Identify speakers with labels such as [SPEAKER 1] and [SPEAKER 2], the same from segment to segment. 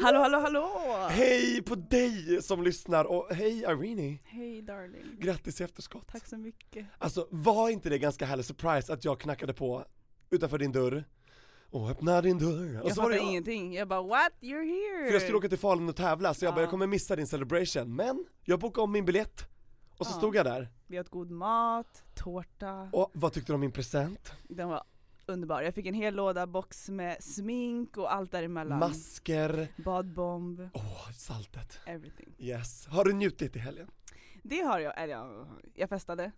[SPEAKER 1] Hallå, hallå, hallå!
[SPEAKER 2] Hej på dig som lyssnar och hej Irene!
[SPEAKER 1] Hej darling.
[SPEAKER 2] Grattis i efterskott!
[SPEAKER 1] Tack så mycket.
[SPEAKER 2] Alltså var inte det ganska härlig surprise att jag knackade på utanför din dörr och öppna din dörr? Och
[SPEAKER 1] Jag
[SPEAKER 2] var
[SPEAKER 1] fattar ingenting. Jag bara what? You're here!
[SPEAKER 2] För jag skulle åka till Falun och tävla så jag bara
[SPEAKER 1] Ja.
[SPEAKER 2] jag kommer missa din celebration, men jag bokade om min biljett och så
[SPEAKER 1] Ja.
[SPEAKER 2] stod jag där.
[SPEAKER 1] Vi åt god mat, tårta.
[SPEAKER 2] Och vad tyckte du om min present?
[SPEAKER 1] Den var underbar. Jag fick en hel låda box med smink och allt däremellan.
[SPEAKER 2] Masker,
[SPEAKER 1] Badbomb,
[SPEAKER 2] åh saltet,
[SPEAKER 1] everything.
[SPEAKER 2] yes. Har du njutit i helgen?
[SPEAKER 1] Det har jag, eller jag, jag festade.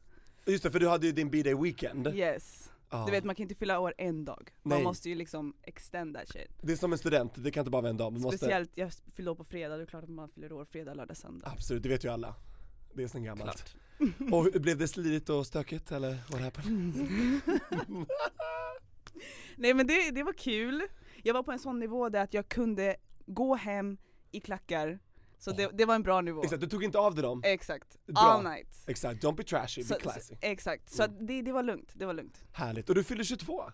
[SPEAKER 2] Just det, för du hade ju din b-day weekend.
[SPEAKER 1] Yes.
[SPEAKER 2] Ja.
[SPEAKER 1] Du vet man kan inte fylla år en dag. Man
[SPEAKER 2] Nej.
[SPEAKER 1] måste ju liksom extend that shit.
[SPEAKER 2] Det är som en student, det kan inte bara vara en dag, man måste
[SPEAKER 1] Speciellt, jag fyllde år på fredag, det är klart att man fyller år fredag, lördag, söndag.
[SPEAKER 2] Absolut, det vet ju alla. Det är sen gammalt. Och hur- blev det slirigt och stökigt eller vad
[SPEAKER 1] Mm.
[SPEAKER 2] happened?
[SPEAKER 1] Nej men det, det var kul. Jag var på en sån nivå där att jag kunde gå hem i klackar. Så det, det var en bra nivå.
[SPEAKER 2] Exakt, du tog inte av dig dem.
[SPEAKER 1] Exakt.
[SPEAKER 2] Bra. Mm.
[SPEAKER 1] All night.
[SPEAKER 2] Exakt, don't be trashy,
[SPEAKER 1] Eh. Så, så,
[SPEAKER 2] be classy.
[SPEAKER 1] exakt, så att det, det var lugnt, det var lugnt.
[SPEAKER 2] Härligt. Och du fyller 22!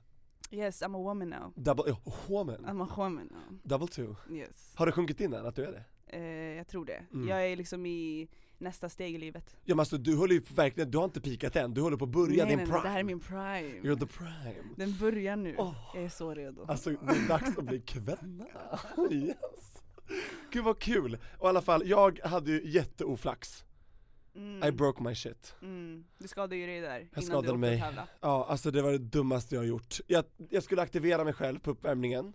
[SPEAKER 1] Yes, I'm a woman now.
[SPEAKER 2] Double, oh, woman.
[SPEAKER 1] I'm a woman now.
[SPEAKER 2] Double two.
[SPEAKER 1] Yes.
[SPEAKER 2] Har det sjunkit in än att du är det?
[SPEAKER 1] Eh, jag tror det.
[SPEAKER 2] Mm.
[SPEAKER 1] Jag är liksom i nästa steg i livet.
[SPEAKER 2] Ja men alltså du håller ju på, verkligen, du har inte pikat än, du håller på att börja
[SPEAKER 1] nej,
[SPEAKER 2] din
[SPEAKER 1] nej,
[SPEAKER 2] prime.
[SPEAKER 1] nej, det här är min prime.
[SPEAKER 2] You're the prime.
[SPEAKER 1] Den börjar nu.
[SPEAKER 2] Åh.
[SPEAKER 1] Jag är så redo.
[SPEAKER 2] Alltså det är dags att bli kvinna. Yes. Gud vad kul! Och i alla fall, jag hade ju jätteoflax.
[SPEAKER 1] Mm,
[SPEAKER 2] I broke my shit.
[SPEAKER 1] mm. Du skadade ju dig där
[SPEAKER 2] Jag
[SPEAKER 1] innan du
[SPEAKER 2] skadade
[SPEAKER 1] åkte
[SPEAKER 2] mig.
[SPEAKER 1] och tävla.
[SPEAKER 2] Ja, alltså det var det dummaste jag har gjort. Jag, jag skulle aktivera mig själv på uppvärmningen,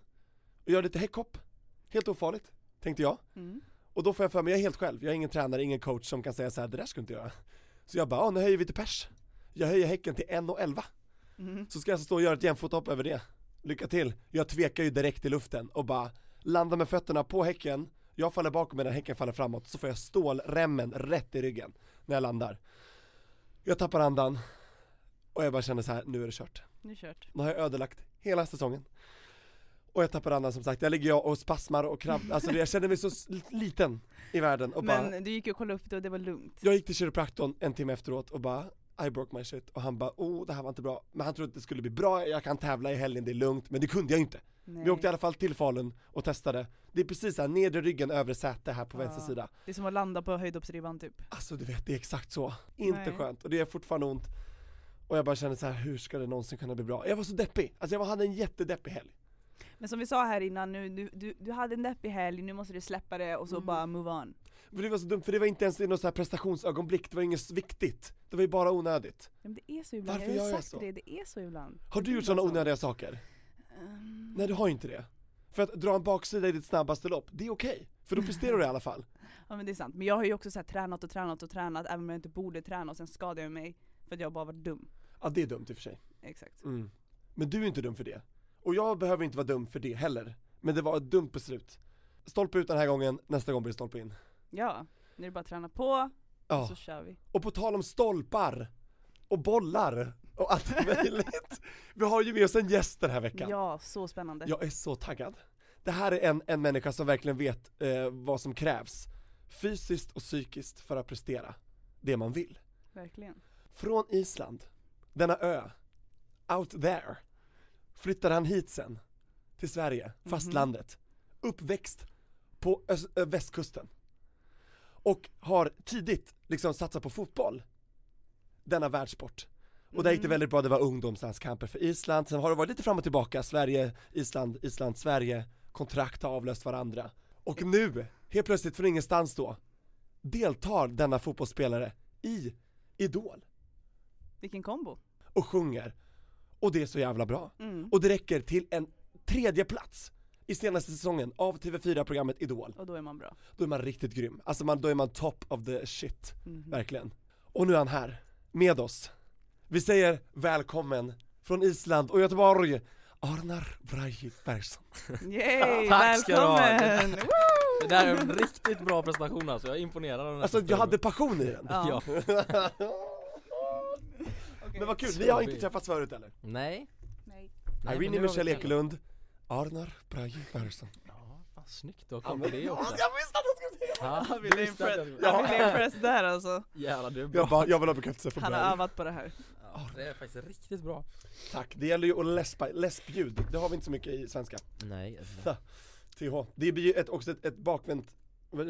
[SPEAKER 2] och göra lite häckhopp. Helt ofarligt, tänkte jag.
[SPEAKER 1] Mm.
[SPEAKER 2] Och då får jag för mig, jag är helt själv, jag är ingen tränare, ingen coach som kan säga så här, det där ska du inte göra. Så jag bara, "Ja, nu höjer vi till pers. Jag höjer häcken till 1,11.
[SPEAKER 1] Mm.
[SPEAKER 2] Så ska jag alltså stå och göra ett jämfothopp över det. Lycka till! Jag tvekar ju direkt i luften och bara landar med fötterna på häcken, jag faller bakom medan häcken faller framåt, så får jag stålremmen rätt i ryggen när jag landar. Jag tappar andan, och jag bara känner så här, nu är det kört.
[SPEAKER 1] Nu kört.
[SPEAKER 2] Nu har jag ödelagt hela säsongen. Och jag tappar andan som sagt, där ligger jag och spasmar och kramp, alltså jag känner mig så s- liten i världen och bara
[SPEAKER 1] Men du gick och kollade upp det och det var lugnt.
[SPEAKER 2] Jag gick till kiropraktorn en timme efteråt och bara I broke my shit och han bara oh det här var inte bra, men han trodde att det skulle bli bra, jag kan tävla i helgen, det är lugnt, men det kunde jag ju inte.
[SPEAKER 1] Nej.
[SPEAKER 2] Vi åkte i alla fall till Falun och testade, det är precis här nedre ryggen, övre säte här på
[SPEAKER 1] Ja.
[SPEAKER 2] vänster sida.
[SPEAKER 1] Det är som att landa på höjdhoppsribban typ.
[SPEAKER 2] Alltså du vet, det är exakt så. Inte
[SPEAKER 1] Nej.
[SPEAKER 2] skönt, och det är fortfarande ont. Och jag bara känner så här, hur ska det någonsin kunna bli bra? Jag var så deppig, alltså jag var- hade en jättedeppig helg.
[SPEAKER 1] Men som vi sa här innan nu, du, du, du hade en deppig helg, nu måste du släppa det och så bara move on.
[SPEAKER 2] För det var så dumt, för det var inte ens i något så här prestationsögonblick, det var inget viktigt. Det var ju bara onödigt.
[SPEAKER 1] Men det är så ibland,
[SPEAKER 2] Varför
[SPEAKER 1] jag har
[SPEAKER 2] gör
[SPEAKER 1] ju
[SPEAKER 2] jag
[SPEAKER 1] sagt
[SPEAKER 2] så?
[SPEAKER 1] det, det är så ibland.
[SPEAKER 2] Har du gjort sådana onödiga saker? Nej du har ju inte det. För att dra en baksida i ditt snabbaste lopp, det är okej. För då presterar du i alla fall.
[SPEAKER 1] Ja men det är sant, men jag har ju också så här, tränat och tränat och tränat även om jag inte borde träna och sen skadade jag mig för att jag bara var dum.
[SPEAKER 2] Ja det är dumt i och för sig.
[SPEAKER 1] Exakt.
[SPEAKER 2] Mm. Men du är inte dum för det. Och jag behöver inte vara dum för det heller. Men det var ett dumt beslut. Stolpe ut den här gången, nästa gång blir det stolpe in.
[SPEAKER 1] Ja, nu är det bara att träna på
[SPEAKER 2] Ja.
[SPEAKER 1] så kör vi.
[SPEAKER 2] Och på tal om stolpar och bollar och allt möjligt. Vi har ju med oss en gäst den här veckan.
[SPEAKER 1] Ja, så spännande.
[SPEAKER 2] Jag är så taggad. Det här är en, en människa som verkligen vet eh, vad som krävs fysiskt och psykiskt för att prestera det man vill.
[SPEAKER 1] Verkligen.
[SPEAKER 2] Från Island, denna ö, out there, flyttade han hit sen till Sverige, fastlandet, uppväxt på ös- ö, västkusten och har tidigt liksom satsat på fotboll, denna världssport. Och där gick det väldigt bra, det var ungdomslandskamper för Island, sen har det varit lite fram och tillbaka, Sverige, Island, Island, Sverige, kontrakt har avlöst varandra. Och nu, helt plötsligt från ingenstans då, deltar denna fotbollsspelare i Idol
[SPEAKER 1] Vilken kombo.
[SPEAKER 2] och sjunger och det är så jävla bra.
[SPEAKER 1] Mm.
[SPEAKER 2] Och det räcker till en tredje plats i senaste säsongen av TV4-programmet Idol.
[SPEAKER 1] Och då är man bra.
[SPEAKER 2] Då är man riktigt grym. Alltså man, då är man top of the shit, verkligen. Och nu är han här, med oss. Vi säger välkommen från Island och Göteborg, Arnar Breivik Bergson.
[SPEAKER 1] Yay,
[SPEAKER 3] Tack ska du ha.
[SPEAKER 1] välkommen!
[SPEAKER 3] Det där är en riktigt bra presentation alltså, jag är imponerad av den här
[SPEAKER 2] Alltså jag
[SPEAKER 3] prestationen.
[SPEAKER 2] hade passion i den.
[SPEAKER 3] ja.
[SPEAKER 2] Men vad kul, ni har inte träffats förut eller?
[SPEAKER 3] Nej
[SPEAKER 1] Nej.
[SPEAKER 3] Nej, men
[SPEAKER 2] Irene
[SPEAKER 3] nu har vi
[SPEAKER 2] Michelle
[SPEAKER 3] träffats.
[SPEAKER 2] Ekelund, Arnar Breivik Bergson.
[SPEAKER 3] Ja, fan snyggt du har koll på det också
[SPEAKER 2] Jag visste att jag
[SPEAKER 3] Ja,
[SPEAKER 2] skulle säga det!
[SPEAKER 1] Jag ville
[SPEAKER 3] visst att jag
[SPEAKER 1] impress,
[SPEAKER 3] skulle-
[SPEAKER 1] jag ville impress där alltså.
[SPEAKER 3] Jävlar du är bra
[SPEAKER 2] Jag bara, jag vill ha bekräftelse från
[SPEAKER 1] Han har
[SPEAKER 2] början.
[SPEAKER 1] övat på det här.
[SPEAKER 3] Ja, Det är faktiskt riktigt bra
[SPEAKER 2] Tack, det gäller ju att läspa, läspljud, det har vi inte så mycket i svenska.
[SPEAKER 3] Nej
[SPEAKER 2] Th, th. Det blir ju ett, också ett, ett bakvänt,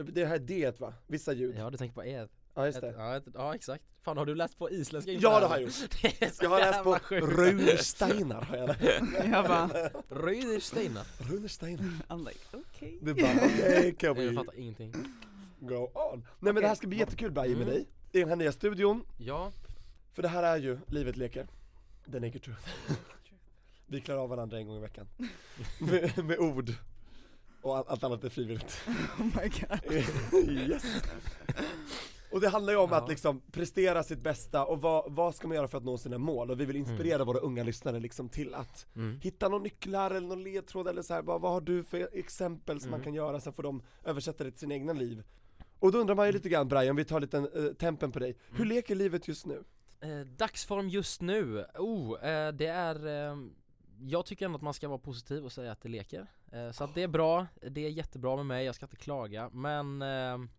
[SPEAKER 2] det här är d va? Vissa ljud? Ja,
[SPEAKER 3] Ja du tänker på ed
[SPEAKER 2] just det.
[SPEAKER 3] ja, ett- ja exakt, fan har du läst på isländska inför
[SPEAKER 2] Ja,
[SPEAKER 3] här?
[SPEAKER 2] det har jag gjort.
[SPEAKER 3] Det är så
[SPEAKER 2] Jag har läst
[SPEAKER 3] jävla
[SPEAKER 2] på
[SPEAKER 3] sjukt.
[SPEAKER 2] Runesteinar har jag läst.
[SPEAKER 1] Jag bara,
[SPEAKER 3] Rödersteina
[SPEAKER 2] Runesteinar.
[SPEAKER 1] I'm like, okej.
[SPEAKER 2] Det är bara, okej can
[SPEAKER 3] Jag
[SPEAKER 2] we
[SPEAKER 3] fattar ingenting
[SPEAKER 2] go on? Nej men det här ska bli jättekul Braje
[SPEAKER 1] Mm.
[SPEAKER 2] med dig, i den här nya studion,
[SPEAKER 3] Ja,
[SPEAKER 2] för det här är ju Livet Leker, The Naked Truth. Vi klarar av varandra en gång i veckan. Med, med ord. Och all- allt annat är frivilligt.
[SPEAKER 1] Oh my god.
[SPEAKER 2] yes. Och det handlar ju om
[SPEAKER 3] Ja.
[SPEAKER 2] att liksom prestera sitt bästa och vad, vad ska man göra för att nå sina mål? Och vi vill inspirera våra unga lyssnare liksom till att
[SPEAKER 3] Mm.
[SPEAKER 2] hitta några nycklar eller någon ledtråd eller så här, vad, vad har du för exempel
[SPEAKER 3] Mm.
[SPEAKER 2] som man kan göra? Sen får de översätta det till sina egna liv. Och då undrar man ju
[SPEAKER 3] Mm.
[SPEAKER 2] lite grann Brian, vi tar lite eh, tempen på dig. Hur leker livet just nu?
[SPEAKER 3] Eh, dagsform just nu, oh, eh, det är ehm, Jag tycker ändå att man ska vara positiv och säga att det leker eh, Så att det är bra, det är jättebra med mig, jag ska inte klaga men ehm,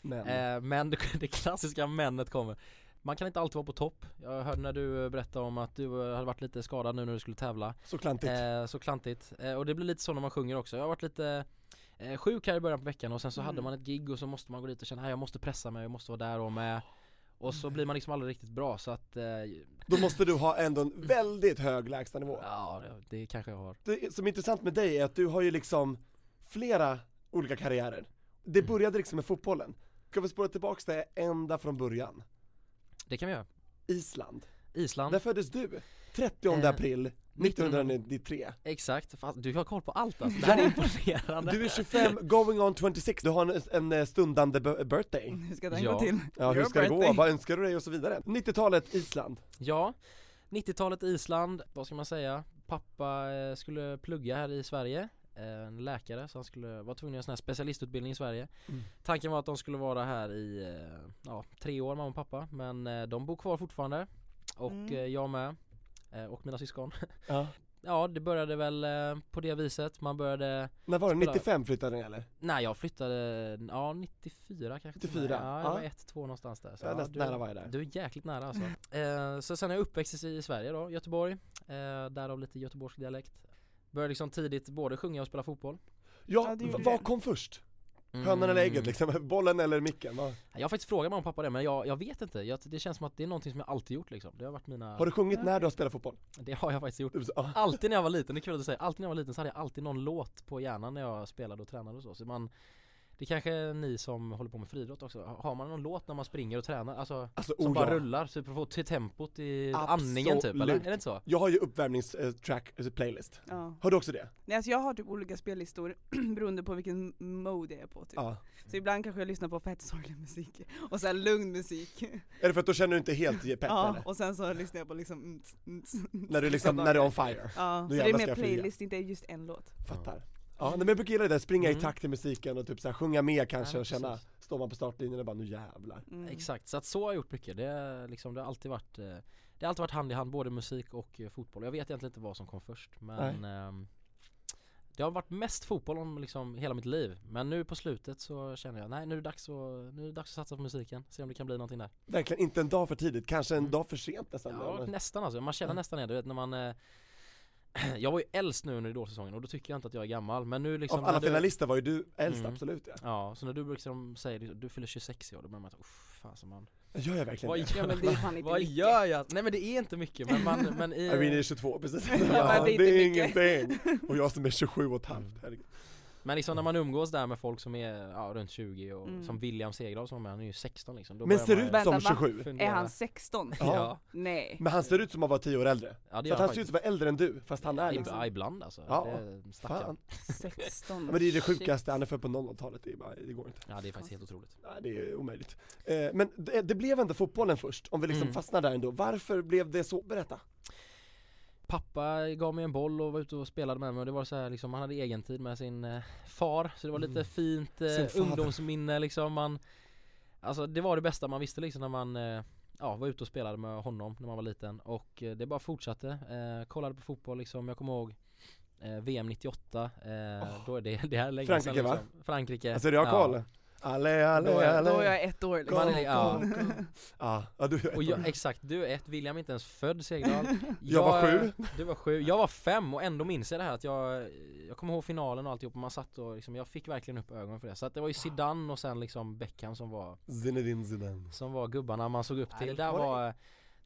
[SPEAKER 2] Men,
[SPEAKER 3] eh, Men det klassiska männet kommer Man kan inte alltid vara på topp Jag hörde när du eh, berättade om att du eh, hade varit lite skadad nu när du skulle tävla
[SPEAKER 2] så klantigt.
[SPEAKER 3] eh, Så klantigt, eh, och det blir lite så när man sjunger också Jag har varit lite eh, sjuk här i början på veckan och sen så hade
[SPEAKER 1] Mm.
[SPEAKER 3] man ett gig och så måste man gå dit och känna "Nej, jag måste pressa mig, jag måste vara där och med Och så blir man liksom aldrig riktigt bra så att eh,
[SPEAKER 2] Då måste du ha ändå en väldigt hög lägstanivå.
[SPEAKER 3] Ja, det kanske jag har.
[SPEAKER 2] det som är intressant med dig är att du har ju liksom flera olika karriärer. Det började liksom med fotbollen. Ska vi spåra tillbaks det ända från början?
[SPEAKER 3] Det kan vi göra.
[SPEAKER 2] Island.
[SPEAKER 3] Island.
[SPEAKER 2] Där föddes du, 30
[SPEAKER 3] Eh,
[SPEAKER 2] april 1993.
[SPEAKER 3] Exakt. Fan, du har koll på allt alltså. Det här är imponerande.
[SPEAKER 2] Du är 25, going on 26, du har en, en eh, stundande b- birthday.
[SPEAKER 1] Hur ska den
[SPEAKER 3] Ja.
[SPEAKER 1] gå till?
[SPEAKER 2] Ja, hur
[SPEAKER 1] Your
[SPEAKER 2] ska det gå?
[SPEAKER 1] birthday.
[SPEAKER 2] Vad önskar du dig och så vidare. 90-talet, Island.
[SPEAKER 3] Ja. 90-talet Island, vad ska man säga? Pappa eh, skulle plugga här i Sverige. Eh, En läkare, så han skulle vara tvungen att göra en sån här specialistutbildning i Sverige.
[SPEAKER 2] Mm.
[SPEAKER 3] Tanken var att de skulle vara här i eh, ja, tre år, mamma och pappa. Men eh, de bor kvar fortfarande. Och
[SPEAKER 1] Mm.
[SPEAKER 3] eh, jag med. Eh, Och mina syskon.
[SPEAKER 2] Ja.
[SPEAKER 3] Ja, det började väl eh, på det viset. Man började
[SPEAKER 2] När var det?
[SPEAKER 3] Spelar-
[SPEAKER 2] 95 flyttade ni eller?
[SPEAKER 3] Nej jag flyttade, ja 94 kanske
[SPEAKER 2] 94,
[SPEAKER 3] Ja jag var
[SPEAKER 2] ja.
[SPEAKER 3] ett, två någonstans där så
[SPEAKER 2] Jag är
[SPEAKER 3] ja,
[SPEAKER 2] nästan nära var jag där.
[SPEAKER 3] Du är jäkligt nära alltså eh, Så sen är jag uppväxt i i Sverige då, Göteborg eh, Därav lite göteborgsk dialekt Började liksom tidigt både sjunga och spela fotboll
[SPEAKER 2] Ja,
[SPEAKER 1] Ja, det gjorde
[SPEAKER 2] v- vad
[SPEAKER 1] det.
[SPEAKER 2] kom först? Mm. Hönan eller
[SPEAKER 3] Mm.
[SPEAKER 2] ägget liksom? Bollen eller micken? Vad-
[SPEAKER 3] Jag har faktiskt frågat mamma och pappa det men jag, jag vet inte jag, Det känns som att det är någonting som jag alltid gjort liksom Det har varit mina,
[SPEAKER 2] Har du sjungit när du har spelat fotboll?
[SPEAKER 3] det har jag faktiskt gjort
[SPEAKER 2] Ja.
[SPEAKER 3] Alltid när jag var liten, det är kul att du säger, alltid när jag var liten så hade jag alltid någon låt på hjärnan när jag spelade och tränade och så, så man Det kanske är ni som håller på med friidrott också, har man någon låt när man springer och tränar? Alltså,
[SPEAKER 2] Alltså,
[SPEAKER 3] som
[SPEAKER 2] oh
[SPEAKER 3] bara
[SPEAKER 2] ja.
[SPEAKER 3] rullar, så för att få till tempot i
[SPEAKER 2] Absolut.
[SPEAKER 3] andningen typ eller? Är det inte så?
[SPEAKER 2] Jag har ju eh, uppvärmningstrack-playlist.
[SPEAKER 1] Ja.
[SPEAKER 2] Har du också det?
[SPEAKER 1] Nej, alltså jag har typ olika spellistor beroende på vilken mode jag är på typ.
[SPEAKER 2] Ja.
[SPEAKER 1] Så ibland kanske jag lyssnar på fett sorglig musik och sen lugn musik.
[SPEAKER 2] Är det för att då känner du inte helt pepp
[SPEAKER 1] ja,
[SPEAKER 2] eller?
[SPEAKER 1] och sen så lyssnar jag på liksom nts, nts, nts.
[SPEAKER 2] När du liksom, när du är on fire.
[SPEAKER 1] Ja,
[SPEAKER 2] Då
[SPEAKER 1] så det är
[SPEAKER 2] jävlar ska
[SPEAKER 1] mer
[SPEAKER 2] jag flyga.
[SPEAKER 1] playlist, inte just en låt.
[SPEAKER 2] Fattar. Ja, nej, men jag brukar gilla det där, springa i
[SPEAKER 3] Mm.
[SPEAKER 2] takt till musiken och typ så här, sjunga med kanske
[SPEAKER 3] Ja,
[SPEAKER 2] och känna,
[SPEAKER 3] precis.
[SPEAKER 2] står man på startlinjen och bara nu jävlar.
[SPEAKER 1] Mm.
[SPEAKER 3] Exakt, så att så har jag gjort mycket, det, är liksom, det har alltid varit eh, Det har alltid varit hand i hand, både musik och eh, fotboll. Jag vet egentligen inte vad som kom först men ehm, Det har varit mest fotboll om liksom hela mitt liv Men nu på slutet så känner jag, nej nu är det dags att, nu är det dags att satsa på musiken Se om det kan bli någonting där
[SPEAKER 2] Verkligen inte en dag för tidigt, kanske en
[SPEAKER 3] Mm.
[SPEAKER 2] dag för sent nästan
[SPEAKER 3] Ja
[SPEAKER 2] eller?
[SPEAKER 3] nästan alltså, man känner
[SPEAKER 2] Ja.
[SPEAKER 3] nästan det, du vet när man eh, Jag var ju äldst nu under idolsäsongen och då tycker jag inte att jag är gammal men nu liksom
[SPEAKER 2] Av
[SPEAKER 3] när
[SPEAKER 2] alla
[SPEAKER 3] du-
[SPEAKER 2] finalister var ju du äldst
[SPEAKER 3] Mm.
[SPEAKER 2] absolut ja.
[SPEAKER 3] Ja, så när du liksom säger du fyller 26 i år, då börjar man att uff, fan som man
[SPEAKER 2] Gör jag verkligen
[SPEAKER 3] Vad
[SPEAKER 2] det?
[SPEAKER 3] gör,
[SPEAKER 1] Ja men det är fan inte
[SPEAKER 3] vad
[SPEAKER 1] mycket.
[SPEAKER 3] gör jag? Nej men det är inte mycket men man, men i
[SPEAKER 2] I mean, det är 22 precis.
[SPEAKER 1] Ja, det är
[SPEAKER 2] det är
[SPEAKER 1] inte
[SPEAKER 2] ingenting. Och jag som är 27 och ett halvt. herregud.
[SPEAKER 3] Men liksom när man umgås där med folk som är ja, runt 20 och
[SPEAKER 1] Mm.
[SPEAKER 3] som William Segerdahl som var med, han är ju 16 liksom då
[SPEAKER 2] Men
[SPEAKER 3] börjar
[SPEAKER 2] ser
[SPEAKER 3] man
[SPEAKER 2] ut
[SPEAKER 3] ju
[SPEAKER 1] Vänta,
[SPEAKER 2] som
[SPEAKER 1] va?
[SPEAKER 2] 27.
[SPEAKER 3] fundera.
[SPEAKER 1] Är han 16?
[SPEAKER 3] Ja,
[SPEAKER 2] Ja.
[SPEAKER 1] Nej.
[SPEAKER 2] Men han ser ut som att vara 10 år äldre.
[SPEAKER 3] ja det
[SPEAKER 2] Så
[SPEAKER 3] gör
[SPEAKER 2] att han ser ut att vara äldre än du, fast han är
[SPEAKER 3] Ib-
[SPEAKER 2] liksom.
[SPEAKER 3] ja, ibland alltså,
[SPEAKER 2] Ja,
[SPEAKER 3] det stackar.
[SPEAKER 2] Fan.
[SPEAKER 1] 16.
[SPEAKER 2] Men det är det
[SPEAKER 1] Shit.
[SPEAKER 2] sjukaste, han är född på 00-talet, det, är bara, det går inte.
[SPEAKER 3] Ja det är faktiskt helt otroligt
[SPEAKER 2] Nej, det är omöjligt. Eh, Men det, det blev ändå fotbollen först, om vi liksom
[SPEAKER 3] Mm.
[SPEAKER 2] fastnar där ändå. Varför blev det så? Berätta.
[SPEAKER 3] Pappa gav mig en boll och var ute och spelade med mig och det var så här, liksom, han hade egen tid med sin eh, far Så det var lite
[SPEAKER 2] Mm.
[SPEAKER 3] fint
[SPEAKER 2] Sin
[SPEAKER 3] eh,
[SPEAKER 2] fader.
[SPEAKER 3] ungdomsminne liksom man, Alltså det var det bästa man visste liksom när man eh, Ja, var ute och spelade med honom när man var liten och eh, det bara fortsatte eh, Kollade på fotboll liksom, jag kommer ihåg eh, VM 98 eh, Då är det, det här är länge sedan,
[SPEAKER 2] Frankrike, va?
[SPEAKER 3] liksom. Frankrike
[SPEAKER 2] Alltså det jag har
[SPEAKER 3] Ja.
[SPEAKER 2] koll. Alle, alle,
[SPEAKER 1] Då är,
[SPEAKER 2] alle.
[SPEAKER 1] då är jag ett år
[SPEAKER 3] Man
[SPEAKER 1] liksom.
[SPEAKER 3] är- ja.
[SPEAKER 2] Ja, ja, du
[SPEAKER 3] Och jag,
[SPEAKER 2] jag,
[SPEAKER 3] exakt, du är ett, William är inte ens född Segerdahl
[SPEAKER 2] jag var sju.
[SPEAKER 3] Du var sju, jag var fem och ändå minns jag det här att jag Jag kommer ihåg finalen och alltihop och man satt och liksom, jag fick verkligen upp ögonen för det Så att det var ju Zidane och sen liksom Beckham som var
[SPEAKER 2] Zinedine Zidane.
[SPEAKER 3] Som var gubbarna man såg upp till,
[SPEAKER 2] Ja, det
[SPEAKER 3] där
[SPEAKER 2] var det.
[SPEAKER 3] var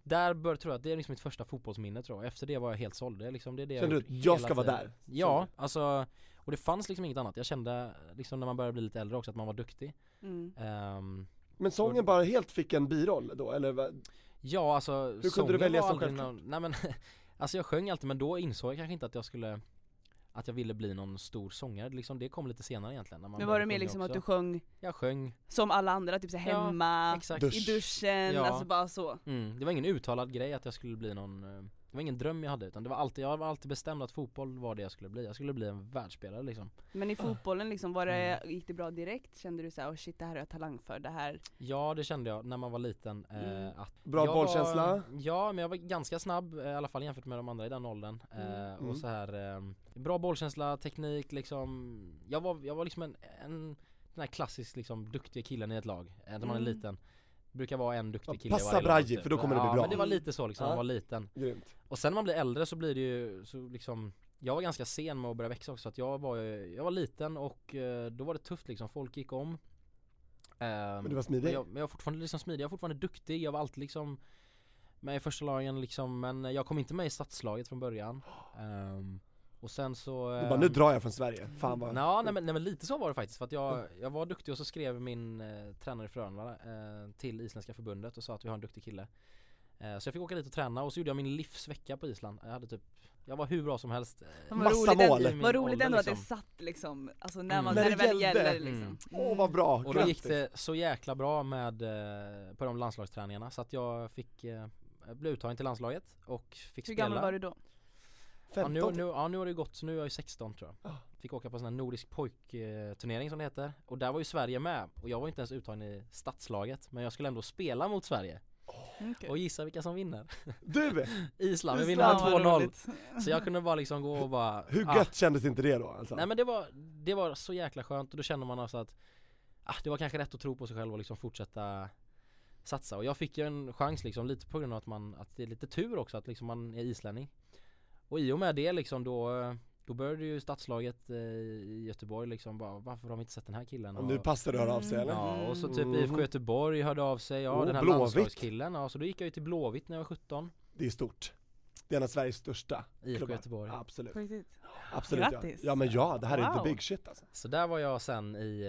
[SPEAKER 3] Där bör, tror jag att det är liksom mitt första fotbollsminne tror jag, efter det var jag helt såld, det är liksom, det är det
[SPEAKER 2] Kände
[SPEAKER 3] jag,
[SPEAKER 2] du att
[SPEAKER 3] gjort
[SPEAKER 2] jag
[SPEAKER 3] hela
[SPEAKER 2] ska vara
[SPEAKER 3] tiden.
[SPEAKER 2] där?
[SPEAKER 3] Ja, alltså Och det fanns liksom inget annat, jag kände liksom när man började bli lite äldre också att man var duktig
[SPEAKER 1] Mm.
[SPEAKER 3] Ehm,
[SPEAKER 2] Men sången bara helt fick en biroll då, eller? vad?
[SPEAKER 3] Ja alltså
[SPEAKER 2] du
[SPEAKER 3] sången
[SPEAKER 2] välja
[SPEAKER 3] var
[SPEAKER 2] så
[SPEAKER 3] aldrig
[SPEAKER 2] självklart?
[SPEAKER 3] någon- Nej men Alltså jag sjöng alltid men då insåg jag kanske inte att jag skulle Att jag ville bli någon stor sångare liksom, det kom lite senare egentligen när man
[SPEAKER 1] Men var
[SPEAKER 3] började
[SPEAKER 1] det mer
[SPEAKER 3] sjunga
[SPEAKER 1] liksom att
[SPEAKER 3] också.
[SPEAKER 1] du sjöng
[SPEAKER 3] Jag sjöng,
[SPEAKER 1] som alla andra, typ så här
[SPEAKER 3] Ja,
[SPEAKER 1] hemma,
[SPEAKER 3] exakt
[SPEAKER 2] Du-
[SPEAKER 1] i duschen,
[SPEAKER 3] Ja.
[SPEAKER 1] alltså bara så?
[SPEAKER 3] mm, Det var ingen uttalad grej att jag skulle bli någon eh, Det var ingen dröm jag hade utan det var alltid, jag var alltid bestämd att fotboll var det jag skulle bli Jag skulle bli en världsspelare liksom
[SPEAKER 1] Men i fotbollen liksom, var det,
[SPEAKER 2] Mm.
[SPEAKER 1] gick det bra direkt? Kände du såhär, oh shit det här har jag talang för, det här?
[SPEAKER 3] Ja det kände jag när man var liten eh,
[SPEAKER 1] Mm.
[SPEAKER 3] att
[SPEAKER 2] Bra
[SPEAKER 3] jag
[SPEAKER 2] bollkänsla?
[SPEAKER 3] Var, ja men jag var ganska snabb eh, i alla fall jämfört med de andra i den åldern eh,
[SPEAKER 2] Mm.
[SPEAKER 3] och så här eh, Bra bollkänsla, teknik liksom Jag var, jag var liksom en, en den här klassisk liksom duktiga killen i ett lag eh, när man är
[SPEAKER 1] Mm.
[SPEAKER 3] liten Brukar vara en
[SPEAKER 2] Ja,
[SPEAKER 3] duktig kille i
[SPEAKER 2] passa
[SPEAKER 3] varje lag, typ.
[SPEAKER 2] Braje, för då kommer det bli
[SPEAKER 3] ja,
[SPEAKER 2] bra.
[SPEAKER 3] men det var lite så liksom när
[SPEAKER 2] Ja.
[SPEAKER 3] man var liten
[SPEAKER 2] Grymt.
[SPEAKER 3] Och sen när man blir äldre så blir det ju så liksom jag var ganska sen med att börja växa också, så att jag var, ju- jag var liten och eh, då var det tufft liksom, folk gick om Ehm,
[SPEAKER 2] Men du var
[SPEAKER 3] men
[SPEAKER 2] smidig.
[SPEAKER 3] jag, men jag var fortfarande liksom smidig, jag var fortfarande duktig, jag var alltid liksom med i första lagen liksom men jag kom inte med i stadslaget från början Ehm, Och sen så...
[SPEAKER 2] Du bara, nu
[SPEAKER 3] ehm,
[SPEAKER 2] drar jag från Sverige. Fan vad...
[SPEAKER 3] Nja, nej, men, nej men lite så var det faktiskt för att jag, jag var duktig och så skrev min eh, tränare i Frölunda eh, till Isländska förbundet och sa att vi har en duktig kille eh, Så jag fick åka dit och träna och så gjorde jag min livsvecka på Island Jag hade typ, jag var hur bra som helst eh,
[SPEAKER 1] Men vad
[SPEAKER 2] Massa
[SPEAKER 1] roligt ändå-
[SPEAKER 2] mål.
[SPEAKER 3] i min
[SPEAKER 1] Vad roligt
[SPEAKER 3] ålder,
[SPEAKER 1] ändå att det
[SPEAKER 3] liksom.
[SPEAKER 1] satt liksom, alltså när, man,
[SPEAKER 3] Mm.
[SPEAKER 1] när
[SPEAKER 2] När
[SPEAKER 1] det
[SPEAKER 2] det
[SPEAKER 1] väl
[SPEAKER 2] gällde.
[SPEAKER 1] gäller liksom.
[SPEAKER 3] Mm.
[SPEAKER 2] Åh vad bra,
[SPEAKER 3] Och då gick
[SPEAKER 2] grattis.
[SPEAKER 3] det så jäkla bra med, eh, på de landslagsträningarna så att jag fick eh, bli uttagen till landslaget och fick
[SPEAKER 1] Hur
[SPEAKER 3] spela
[SPEAKER 1] gammal var du då?
[SPEAKER 3] Ja nu,
[SPEAKER 2] 15?
[SPEAKER 3] nu, ja nu har det gått, så nu är jag ju 16 tror jag
[SPEAKER 1] Ah.
[SPEAKER 2] Ja.
[SPEAKER 3] Fick åka på en sån här nordisk pojkturnering som det heter Och där var ju Sverige med och jag var inte ens uttagen i statslaget Men jag skulle ändå spela mot Sverige
[SPEAKER 1] Okej.
[SPEAKER 3] Och gissa vilka som vinner
[SPEAKER 2] Du!
[SPEAKER 3] Island, vi
[SPEAKER 1] Fan,
[SPEAKER 3] vinner
[SPEAKER 1] vad
[SPEAKER 3] med 2-0
[SPEAKER 1] roligt.
[SPEAKER 3] Så jag kunde bara liksom gå och bara
[SPEAKER 2] Hur
[SPEAKER 3] ah.
[SPEAKER 2] gött kändes inte det då alltså?
[SPEAKER 3] Nej men det var, det var så jäkla skönt och då känner man alltså att ah, Det var kanske rätt att tro på sig själv och liksom fortsätta satsa och jag fick ju en chans liksom lite på grund av att man, att det är lite tur också att liksom man är islänning Och i och med det liksom då då började ju stadslaget eh, i Göteborg liksom bara varför har vi inte sett den här killen?
[SPEAKER 2] Och nu
[SPEAKER 3] Och-
[SPEAKER 2] passar det att höra av sig eller?
[SPEAKER 3] Ja och så typ
[SPEAKER 2] Mm.
[SPEAKER 3] IFK Göteborg hörde av sig, ja
[SPEAKER 2] Och
[SPEAKER 3] den här
[SPEAKER 2] Blåvitt.
[SPEAKER 3] landslagskillen, ja så då gick jag ju till Blåvitt när jag var 17
[SPEAKER 2] Det är stort. Det är en av Sveriges största
[SPEAKER 3] IFK
[SPEAKER 2] klubbar.
[SPEAKER 3] Göteborg
[SPEAKER 2] Absolut.
[SPEAKER 1] På riktigt.
[SPEAKER 2] Absolut ja.
[SPEAKER 1] Grattis.
[SPEAKER 2] Ja men ja, det här är
[SPEAKER 1] Wow.
[SPEAKER 2] the big shit alltså.
[SPEAKER 3] Så där var jag sen i,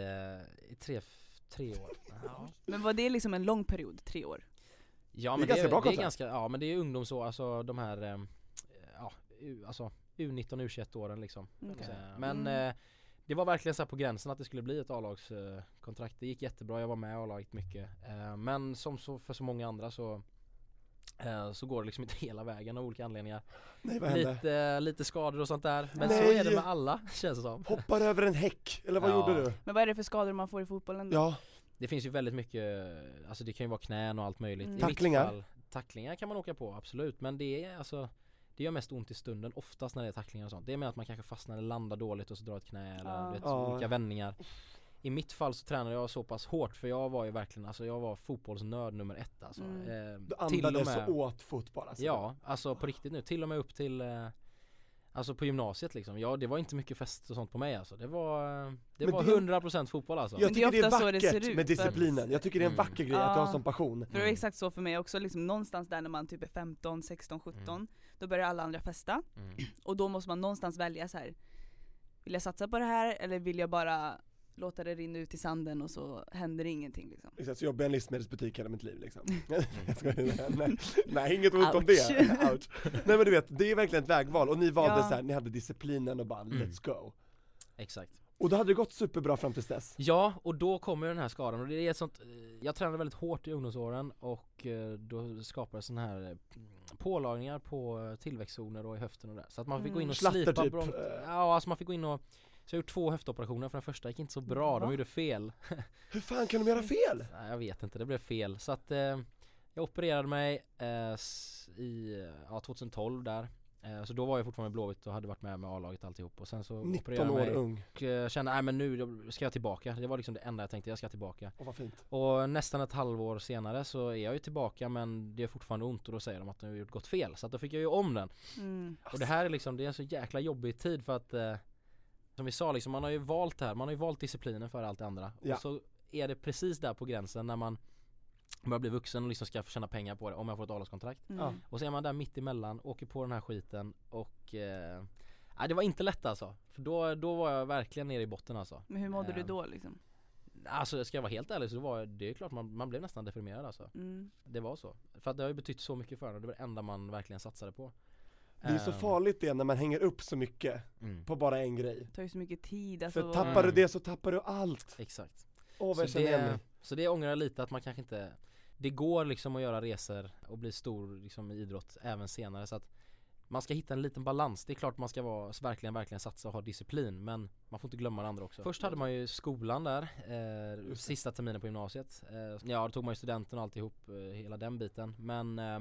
[SPEAKER 3] eh, i tre, tre år ja.
[SPEAKER 1] Men var det liksom en lång period, tre år?
[SPEAKER 3] Ja
[SPEAKER 2] Det är
[SPEAKER 3] men det
[SPEAKER 2] ganska
[SPEAKER 3] är,
[SPEAKER 2] bra
[SPEAKER 3] det är
[SPEAKER 2] kontrakt.
[SPEAKER 3] ganska, ja men det är ungdomsår, alltså de här, eh, ja, U, alltså U19, U21 åren liksom.
[SPEAKER 1] Okej.
[SPEAKER 3] Eh, Men
[SPEAKER 1] Mm.
[SPEAKER 3] eh, det var verkligen så här på gränsen att det skulle bli ett A-lagskontrakt. Det gick jättebra, jag var med i A-laget mycket. Eh, Men som så, för så många andra så eh, så går det liksom inte hela vägen av olika anledningar.
[SPEAKER 2] Nej vad hände?
[SPEAKER 3] Lite, eh, lite skador och sånt där. Men så
[SPEAKER 2] Nej.
[SPEAKER 3] är det med alla känns det som.
[SPEAKER 2] Hoppar över en häck, eller vad
[SPEAKER 3] Ja.
[SPEAKER 2] gjorde du?
[SPEAKER 1] Men vad är det för skador man får i fotbollen då?
[SPEAKER 2] Ja,
[SPEAKER 3] Det finns ju väldigt mycket, alltså det kan ju vara knän och allt möjligt.
[SPEAKER 1] Mm.
[SPEAKER 3] I mitt
[SPEAKER 2] Tacklingar?
[SPEAKER 3] fall- Tacklingar kan man åka på, absolut. Men det är alltså det gör mest ont i stunden oftast när det är tacklingar och sånt. Det är mer att man kanske fastnar eller landar dåligt och så drar ett knä eller
[SPEAKER 1] Ja.
[SPEAKER 3] du vet,
[SPEAKER 2] Ja.
[SPEAKER 3] olika vändningar. I mitt fall så tränade jag så pass hårt för jag var ju verkligen, alltså jag var fotbollsnörd nummer ett alltså.
[SPEAKER 1] Mm.
[SPEAKER 3] Eh,
[SPEAKER 2] Du
[SPEAKER 3] till och
[SPEAKER 2] andades
[SPEAKER 3] med-
[SPEAKER 2] och åt fotboll alltså.
[SPEAKER 3] Ja, alltså på riktigt nu, till och med upp till eh, Alltså på gymnasiet liksom, ja det var inte mycket fest och sånt på mig alltså Det var, eh, det
[SPEAKER 2] Men
[SPEAKER 3] var
[SPEAKER 2] det är-
[SPEAKER 3] 100% fotboll alltså
[SPEAKER 2] Jag
[SPEAKER 1] Men det är
[SPEAKER 2] tycker det är
[SPEAKER 1] ofta så det
[SPEAKER 2] vackert
[SPEAKER 1] ser ut,
[SPEAKER 2] med
[SPEAKER 1] för att-
[SPEAKER 2] disciplinen, jag tycker det är en
[SPEAKER 3] Mm.
[SPEAKER 2] vacker grej att du har
[SPEAKER 1] Ja.
[SPEAKER 2] sån passion
[SPEAKER 1] För det var exakt så för mig också, liksom någonstans där när man typ är 15, 16, 17
[SPEAKER 3] Mm.
[SPEAKER 1] Då börjar alla andra festa
[SPEAKER 3] Mm.
[SPEAKER 1] och då måste man någonstans välja så här. Vill jag satsa på det här eller vill jag bara låta det rinna ut i sanden och så händer ingenting liksom
[SPEAKER 2] Exakt, så jag jobbar i en livsmedelsbutik hela mitt liv liksom. Jag skojar, nej, nej, inget ont om det.
[SPEAKER 1] Mm. Ouch.
[SPEAKER 2] Ouch. Nej men du vet, det är verkligen ett vägval och ni valde
[SPEAKER 1] Ja.
[SPEAKER 2] så här, ni hade disciplinen och bara
[SPEAKER 3] Mm.
[SPEAKER 2] let's go.
[SPEAKER 3] Exakt
[SPEAKER 2] Och då hade det gått superbra fram tills dess.
[SPEAKER 3] Ja, och då kommer den här skadan och det är ett sånt eh, Jag tränade väldigt hårt i ungdomsåren och eh, då skapades såna här eh, pålagningar på eh, tillväxtzoner och i höften och där Så att man fick gå in och
[SPEAKER 2] Slatter
[SPEAKER 3] slipa
[SPEAKER 2] typ,
[SPEAKER 3] bronk...
[SPEAKER 2] eh.
[SPEAKER 3] Ja, alltså man fick gå in och Så jag har gjort två höftoperationer för den första gick inte så bra, de
[SPEAKER 1] Va?
[SPEAKER 3] gjorde fel
[SPEAKER 2] Hur fan kan de göra fel?
[SPEAKER 3] Nej, jag vet inte, det blev fel. Så att eh, jag opererade mig eh, s- i eh, ja, 2012 där. Eh, så då var jag fortfarande i Blåvitt och hade varit med med A-laget alltihop. Och sen så
[SPEAKER 2] 19
[SPEAKER 3] opererade jag
[SPEAKER 2] år
[SPEAKER 3] Mm. mig
[SPEAKER 2] ung.
[SPEAKER 3] och eh, kände, nej men nu då ska jag tillbaka. Det var liksom det enda jag tänkte, jag ska tillbaka.
[SPEAKER 2] Åh vad fint.
[SPEAKER 3] Och nästan ett halvår senare så är jag ju tillbaka men det är fortfarande ont och då säger de att de har gjort gått fel. Så att då fick jag ju om den.
[SPEAKER 1] mm.
[SPEAKER 3] Och det här är liksom, det är en så jäkla jobbig tid för att eh, Som vi sa liksom, man har ju valt det här, man har ju valt disciplinen för allt det andra
[SPEAKER 2] Ja.
[SPEAKER 3] Och så är det precis där på gränsen när man Börjar bli vuxen och liksom ska tjäna pengar på det om jag får ett avlagskontrakt
[SPEAKER 1] Mm.
[SPEAKER 2] Ja.
[SPEAKER 3] Och så är man där mitt emellan, åker på den här skiten och eh, Nej det var inte lätt alltså, för då, då var jag verkligen nere i botten alltså
[SPEAKER 1] Men hur mådde du
[SPEAKER 3] Ehm.
[SPEAKER 1] då liksom?
[SPEAKER 3] Alltså ska jag vara helt ärlig så var jag- det är klart man, man blev nästan deprimerad alltså
[SPEAKER 1] Mm.
[SPEAKER 3] Det var så, för att det har ju betytt så mycket för en och det var det enda man verkligen satsade på
[SPEAKER 2] Det är ju så
[SPEAKER 3] Ehm,
[SPEAKER 2] farligt det när man hänger upp så mycket
[SPEAKER 3] mm,
[SPEAKER 2] på bara en grej.
[SPEAKER 1] Det tar ju så mycket tid alltså,
[SPEAKER 2] För
[SPEAKER 1] och-
[SPEAKER 2] tappar du
[SPEAKER 3] Mm.
[SPEAKER 2] det så tappar du allt.
[SPEAKER 3] Exakt
[SPEAKER 2] Åh vad jag
[SPEAKER 3] så,
[SPEAKER 2] känner igen mig.
[SPEAKER 3] det, så det ångrar jag lite att man kanske inte Det går liksom att göra resor och bli stor liksom i idrott även senare så att Man ska hitta en liten balans, det är klart man ska vara, verkligen verkligen satsa och ha disciplin men man får inte glömma det andra också Först hade man ju skolan där, eh,
[SPEAKER 2] det.
[SPEAKER 3] sista terminen på gymnasiet eh, Ja då tog man ju studenten och alltihop, eh, hela den biten men eh,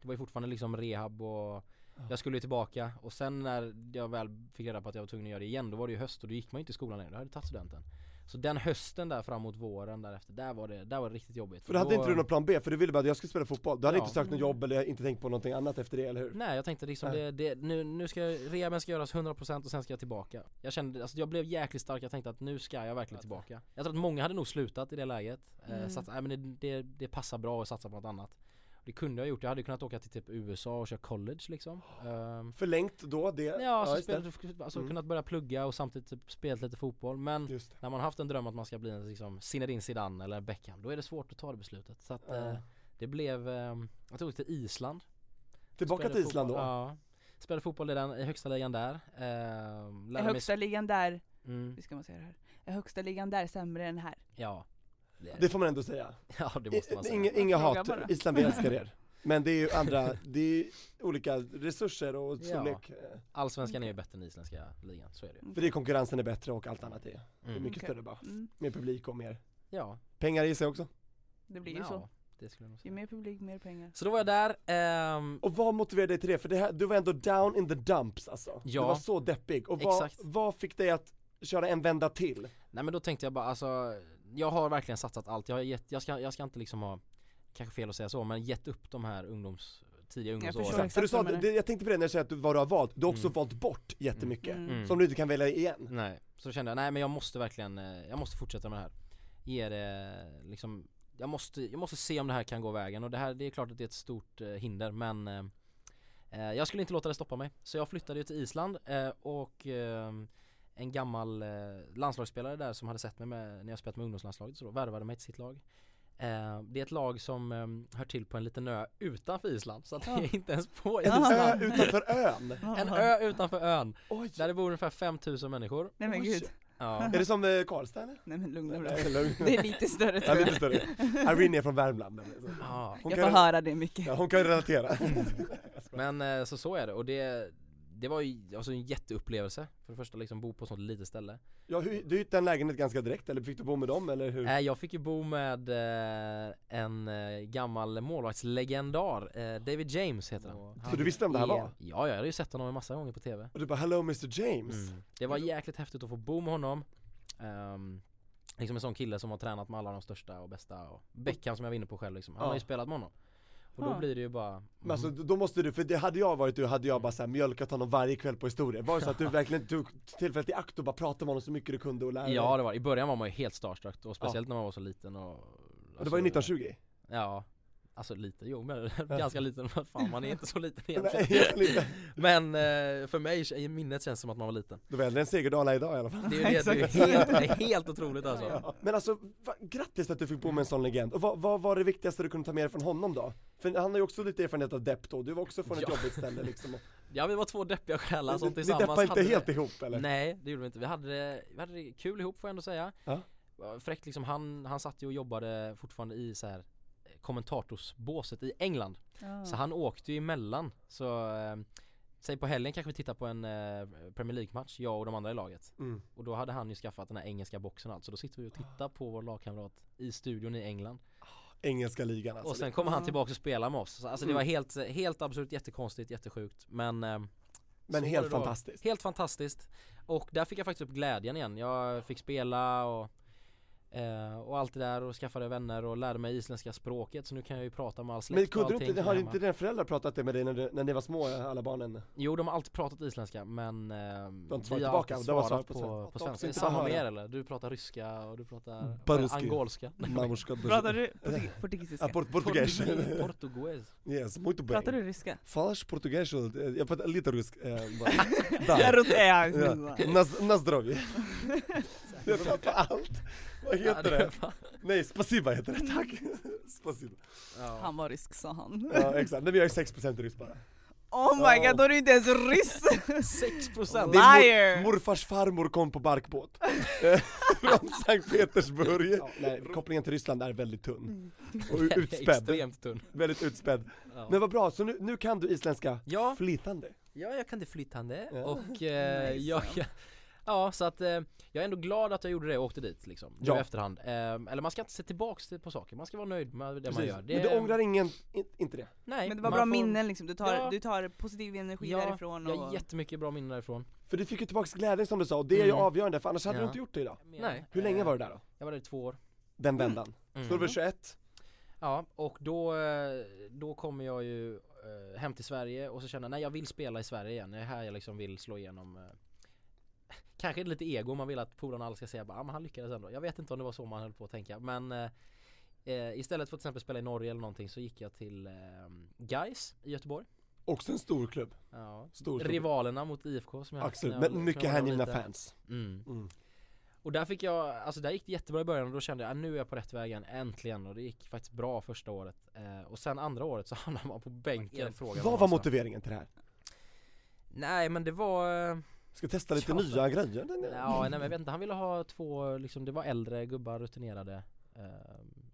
[SPEAKER 3] Det var ju fortfarande liksom rehab och jag skulle ju tillbaka och sen när jag väl fick reda på att jag var tvungen att göra det igen då var det ju höst och då gick man ju inte i skolan längre, då hade jag tagit studenten så den hösten där framåt våren därefter, där var det, där var det riktigt jobbigt
[SPEAKER 2] För då hade inte du någon plan B, för du ville bara att jag skulle spela fotboll. Du hade
[SPEAKER 3] Ja.
[SPEAKER 2] inte sökt något jobb eller inte tänkt på någonting annat efter det, eller hur?
[SPEAKER 3] Nej jag tänkte liksom
[SPEAKER 2] Nej.
[SPEAKER 3] det, det, nu, nu ska jag- rehaben ska göras 100% och sen ska jag tillbaka Jag kände, alltså jag blev jäkligt stark, jag tänkte att nu ska jag verkligen tillbaka Jag tror att många hade nog slutat i det läget, eh,
[SPEAKER 1] Mm.
[SPEAKER 3] satt, nej, men det, det, det passar bra att satsa på något annat Det kunde jag ha gjort, jag hade kunnat åka till typ USA och köra college liksom Ehm,
[SPEAKER 2] Förlängt då det,
[SPEAKER 3] Ja alltså,
[SPEAKER 2] just det.
[SPEAKER 3] spelat, alltså
[SPEAKER 2] Mm.
[SPEAKER 3] kunnat börja plugga och samtidigt typ spelat lite fotboll men
[SPEAKER 2] Just det.
[SPEAKER 3] när man har haft en dröm att man ska bli en liksom Zinedine Zidane eller Beckham Då är det svårt att ta det beslutet så att
[SPEAKER 2] Ja.
[SPEAKER 3] eh, Det blev, eh, jag tog till Island
[SPEAKER 2] Tillbaka
[SPEAKER 3] Spelade
[SPEAKER 2] till Island
[SPEAKER 3] fotboll,
[SPEAKER 2] då.
[SPEAKER 3] Ja Spelade fotboll i, den, i högsta ligan där eh,
[SPEAKER 1] Är
[SPEAKER 3] lärde mig
[SPEAKER 1] högsta ligan där,
[SPEAKER 3] sp- mm,
[SPEAKER 1] hur ska man säga det här? Är högsta ligan där sämre än här?
[SPEAKER 3] Ja
[SPEAKER 2] Det får man ändå säga.
[SPEAKER 3] Ja det måste man säga
[SPEAKER 2] Inga, inga
[SPEAKER 1] Fråga
[SPEAKER 2] hat,
[SPEAKER 1] bara.
[SPEAKER 2] Island vi älskar er. Men det är ju andra, det är ju olika resurser och
[SPEAKER 3] Ja.
[SPEAKER 2] storlek. eh.
[SPEAKER 3] Allsvenskan är
[SPEAKER 1] Mm.
[SPEAKER 3] ju bättre än isländska ligan, så är det ju
[SPEAKER 2] För det är konkurrensen är bättre och allt annat är
[SPEAKER 3] mm.
[SPEAKER 2] mycket
[SPEAKER 1] Okej.
[SPEAKER 2] större bara.
[SPEAKER 1] Mm.
[SPEAKER 2] Mer publik och mer
[SPEAKER 3] Ja,
[SPEAKER 2] pengar i sig också.
[SPEAKER 1] Det blir ju
[SPEAKER 3] ja,
[SPEAKER 1] så.
[SPEAKER 3] det skulle jag nog
[SPEAKER 1] Ju
[SPEAKER 3] säga
[SPEAKER 1] mer publik, mer pengar.
[SPEAKER 3] Så då var jag där, ehm,
[SPEAKER 2] Och vad motiverade dig till det? För det här, du var ändå down in the dumps alltså.
[SPEAKER 3] Ja.
[SPEAKER 2] Du var så deppig. Och vad,
[SPEAKER 3] Exakt.
[SPEAKER 2] vad fick dig att köra en vända till?
[SPEAKER 3] Nej men då tänkte jag bara alltså Jag har verkligen satsat allt, jag, har gett, jag, ska, jag ska inte liksom ha Kanske fel att säga så men gett upp de här ungdoms, tidiga
[SPEAKER 1] förstår
[SPEAKER 3] ungdomsåren
[SPEAKER 2] Exakt, för du sa,
[SPEAKER 1] exakt vad
[SPEAKER 2] det,
[SPEAKER 1] jag
[SPEAKER 2] jag tänkte på det när du säger att du, vad du har valt, du har också
[SPEAKER 3] Mm.
[SPEAKER 2] valt bort jättemycket.
[SPEAKER 1] Mm.
[SPEAKER 3] Mm.
[SPEAKER 2] Som du inte kan välja igen.
[SPEAKER 3] Nej, så då kände jag nej men jag måste verkligen, eh, jag måste fortsätta med det här Ge det liksom jag måste, jag måste se om det här kan gå vägen och det här, det är klart att det är ett stort eh, hinder men eh, eh, Jag skulle inte låta det stoppa mig Så jag flyttade ju till Island eh, och eh, En gammal eh, landslagsspelare där som hade sett mig med, när jag spelat med ungdomslandslaget så då värvade mig till sitt lag Eh, Det är ett lag som eh, hör till på en liten ö utanför Island så att det är inte ens på
[SPEAKER 1] Ja.
[SPEAKER 2] En
[SPEAKER 3] Island
[SPEAKER 2] ö utanför ön.
[SPEAKER 3] En ö utanför ön,
[SPEAKER 2] Oj.
[SPEAKER 3] där det bor ungefär 5000 människor
[SPEAKER 1] Nej men
[SPEAKER 2] Oj.
[SPEAKER 1] gud.
[SPEAKER 3] ja.
[SPEAKER 2] Är det som eh, Karlstad eller?
[SPEAKER 1] Nej men lugna dig.
[SPEAKER 2] Nej, lugn.
[SPEAKER 1] Det är lite större
[SPEAKER 2] Ja,
[SPEAKER 1] tror jag.
[SPEAKER 2] lite större. Irene är från Värmland. eller så.
[SPEAKER 3] Ja,
[SPEAKER 2] Hon
[SPEAKER 1] Jag
[SPEAKER 2] kan-
[SPEAKER 1] får höra det mycket.
[SPEAKER 2] Ja, hon kan ju relatera.
[SPEAKER 3] Men eh, så så är det och det det var ju alltså en jätteupplevelse För det första liksom bo på ett sånt litet ställe
[SPEAKER 2] Ja, hur, du hittade en lägenhet ganska direkt eller fick du bo med dem eller hur?
[SPEAKER 3] Eh, Jag fick ju bo med eh, en eh, gammal målvaktslegendar eh, David James heter han
[SPEAKER 2] Så du visste vem det här
[SPEAKER 3] är-
[SPEAKER 2] var?
[SPEAKER 3] Ja, jag hade ju sett honom en massa gånger på tv
[SPEAKER 2] Och du bara 'Hello Mr James'
[SPEAKER 3] Mm. Det var jäkligt häftigt att få bo med honom Ehm, Liksom en sån kille som har tränat med alla de största och bästa och Beckham som jag var inne på själv liksom, han har ju
[SPEAKER 2] Ja.
[SPEAKER 3] spelat med honom Och då
[SPEAKER 1] Ja.
[SPEAKER 3] blir det ju bara
[SPEAKER 2] Men alltså då måste du, för det hade jag varit du hade jag bara så här
[SPEAKER 3] Mm.
[SPEAKER 2] mjölkat honom varje kväll på historia Var det så att du verkligen tog tillfället i akt och bara pratade med honom så mycket du kunde och lärde dig?
[SPEAKER 3] Ja alltså, det var, i början var man ju helt starstruck och speciellt när man var så liten och
[SPEAKER 2] Och det var ju
[SPEAKER 3] alltså,
[SPEAKER 2] 1920?
[SPEAKER 3] Ja Alltså lite, jo men ganska liten, men fan man är inte så liten
[SPEAKER 2] Nej,
[SPEAKER 3] egentligen
[SPEAKER 2] jag lite.
[SPEAKER 3] Men eh, för mig, i minnet känns det som att man var liten
[SPEAKER 2] Du var äldre än Segerdala idag i alla fall
[SPEAKER 3] Det är ju det, det är ju helt, det är helt otroligt alltså
[SPEAKER 2] Ja. Men alltså, va, grattis att du fick bo med en sån legend. Och vad, vad var det viktigaste du kunde ta med dig från honom då? För han har ju också lite erfarenhet av depp då, du var också från ett
[SPEAKER 3] Ja.
[SPEAKER 2] jobbigt ställe liksom.
[SPEAKER 3] Ja vi var två deppiga själar
[SPEAKER 2] Ni-
[SPEAKER 3] som
[SPEAKER 2] ni
[SPEAKER 3] tillsammans
[SPEAKER 2] deppade inte
[SPEAKER 3] hade det.
[SPEAKER 2] helt ihop eller?
[SPEAKER 3] Nej det gjorde vi inte, vi hade det, vi hade det kul ihop får jag ändå säga
[SPEAKER 2] Ja.
[SPEAKER 3] Var Fräckt liksom, han, han satt ju och jobbade fortfarande i så här eh, kommentatorsbåset i England Så han åkte ju emellan så eh, Säg på helgen kanske vi tittar på en eh, Premier League-match, jag och de andra i laget
[SPEAKER 2] Mm.
[SPEAKER 3] Och då hade han ju skaffat den här engelska boxen och allt så då sitter vi och tittar på vår lagkamrat i studion i England
[SPEAKER 2] Engelska ligan alltså. Mm.
[SPEAKER 3] och sen kommer han tillbaka och spelar med oss. Så, Alltså det var helt, helt absurt, jättekonstigt, jättesjukt. Men, eh, så
[SPEAKER 2] Men
[SPEAKER 3] var
[SPEAKER 2] helt
[SPEAKER 3] det då.
[SPEAKER 2] fantastiskt.
[SPEAKER 3] Helt fantastiskt. Och där fick jag faktiskt upp glädjen igen. Jag fick spela och, eh, och allt det där och skaffade vänner och lärde mig isländska språket. Så nu kan jag ju prata med all släkt
[SPEAKER 2] Men
[SPEAKER 3] och
[SPEAKER 2] kunde du
[SPEAKER 3] allting
[SPEAKER 2] inte,
[SPEAKER 3] som
[SPEAKER 2] har
[SPEAKER 3] är
[SPEAKER 2] inte
[SPEAKER 3] hemma.
[SPEAKER 2] dina föräldrar pratat det med dig när, du, när ni var små, alla barnen?
[SPEAKER 3] Jo de har alltid pratat isländska men eh,
[SPEAKER 2] inte svarat
[SPEAKER 3] vi har
[SPEAKER 2] tillbaka,
[SPEAKER 3] alltid
[SPEAKER 2] de har
[SPEAKER 3] svarat
[SPEAKER 2] svarat på
[SPEAKER 3] på,
[SPEAKER 2] svenska.
[SPEAKER 3] på,
[SPEAKER 2] Att de också
[SPEAKER 3] svenska. Är det
[SPEAKER 2] inte har
[SPEAKER 3] samma med
[SPEAKER 2] hört.
[SPEAKER 3] er eller? Du pratar ryska och du pratar
[SPEAKER 2] Baruski.
[SPEAKER 3] angolska?
[SPEAKER 2] Mamuska
[SPEAKER 1] Pratar du portug- portugisiska?
[SPEAKER 2] Ja, port- portugis.
[SPEAKER 3] Portugues?
[SPEAKER 2] Yes, muito bem.
[SPEAKER 1] Pratar du ryska?
[SPEAKER 2] Falas portugis? Jag pratar lite rysk. eh, bara.
[SPEAKER 1] Jag
[SPEAKER 2] Där. Ja.
[SPEAKER 1] roterar.
[SPEAKER 2] Na, na zdrowie. Jag pratar allt. Vad heter det? Nej, spasiba heter det, tack! spasiba.
[SPEAKER 3] Ja.
[SPEAKER 1] Han var rysk sa han.
[SPEAKER 2] Ja exakt, nej men jag är 6% ryss bara
[SPEAKER 1] Oh my god, då är du inte ens ryss!
[SPEAKER 3] 6%
[SPEAKER 2] Det är
[SPEAKER 1] Liar!
[SPEAKER 2] mor, Morfars farmor kom på barkbåt Från Sankt Petersburg ja, nej, Kopplingen till Ryssland är väldigt tunn Och u- utspädd,
[SPEAKER 3] Extremt tunn.
[SPEAKER 2] väldigt utspädd
[SPEAKER 3] Ja.
[SPEAKER 2] Men vad bra, så nu, nu kan du isländska
[SPEAKER 3] Ja.
[SPEAKER 2] flytande?
[SPEAKER 3] Ja, jag kan det flytande
[SPEAKER 2] Ja.
[SPEAKER 3] och eh, jag, jag, Ja, så att eh, jag är ändå glad att jag gjorde det och åkte dit liksom, nu
[SPEAKER 2] Ja.
[SPEAKER 3] i efterhand. Eh, eller man ska inte se tillbaks till- på saker, man ska vara nöjd med det man gör.
[SPEAKER 2] Men du ångrar ingen, in, inte det?
[SPEAKER 3] Nej,
[SPEAKER 1] Men det var
[SPEAKER 3] man
[SPEAKER 1] bra
[SPEAKER 3] får-
[SPEAKER 1] minnen liksom, du tar,
[SPEAKER 3] Ja.
[SPEAKER 1] du tar positiv energi
[SPEAKER 3] Ja,
[SPEAKER 1] därifrån
[SPEAKER 3] Jag har
[SPEAKER 1] och...
[SPEAKER 3] jättemycket bra minnen därifrån.
[SPEAKER 2] För du fick ju tillbaka glädjen som du sa och det är ju
[SPEAKER 3] Mm.
[SPEAKER 2] avgörande för annars hade du
[SPEAKER 3] Ja.
[SPEAKER 2] inte gjort det idag
[SPEAKER 3] Nej.
[SPEAKER 2] Hur länge
[SPEAKER 3] Eh,
[SPEAKER 2] var du där då?
[SPEAKER 3] Jag var där i två år.
[SPEAKER 2] Den vändan?
[SPEAKER 3] Mm.
[SPEAKER 2] Så du var 21?
[SPEAKER 3] Ja, och då, eh, då kommer jag ju eh, hem till Sverige och så känner jag, nej jag vill spela i Sverige igen, det är här jag liksom vill slå igenom eh, Kanske lite ego, man vill att polarna alla ska säga bara, ah, men han lyckades ändå. Jag vet inte om det var så man höll på att tänka men eh, eh, Istället för att till exempel spela i Norge eller någonting så gick jag till eh, Gais i Göteborg
[SPEAKER 2] Också en stor klubb,
[SPEAKER 3] ja.
[SPEAKER 2] stor, stor klubb.
[SPEAKER 3] Rivalerna mot IFK som jag
[SPEAKER 2] Absolut,
[SPEAKER 3] när jag-
[SPEAKER 2] men
[SPEAKER 3] som
[SPEAKER 2] mycket
[SPEAKER 3] jag var
[SPEAKER 2] hängivna
[SPEAKER 3] liten.
[SPEAKER 2] fans
[SPEAKER 3] Mm.
[SPEAKER 2] Mm.
[SPEAKER 3] Och där fick jag, alltså där gick det jättebra i början och då kände jag att nu är jag på rätt vägen, äntligen. Och det gick faktiskt bra första året. Eh, och sen andra året så hamnade man på bänken. Frågan
[SPEAKER 2] Vad var motiveringen till det här?
[SPEAKER 3] Nej men det var, eh,
[SPEAKER 2] Ska testa lite
[SPEAKER 3] Ja.
[SPEAKER 2] nya grejer?
[SPEAKER 3] ja nej men jag vet inte, han ville ha två, liksom det var äldre gubbar, rutinerade. Eh,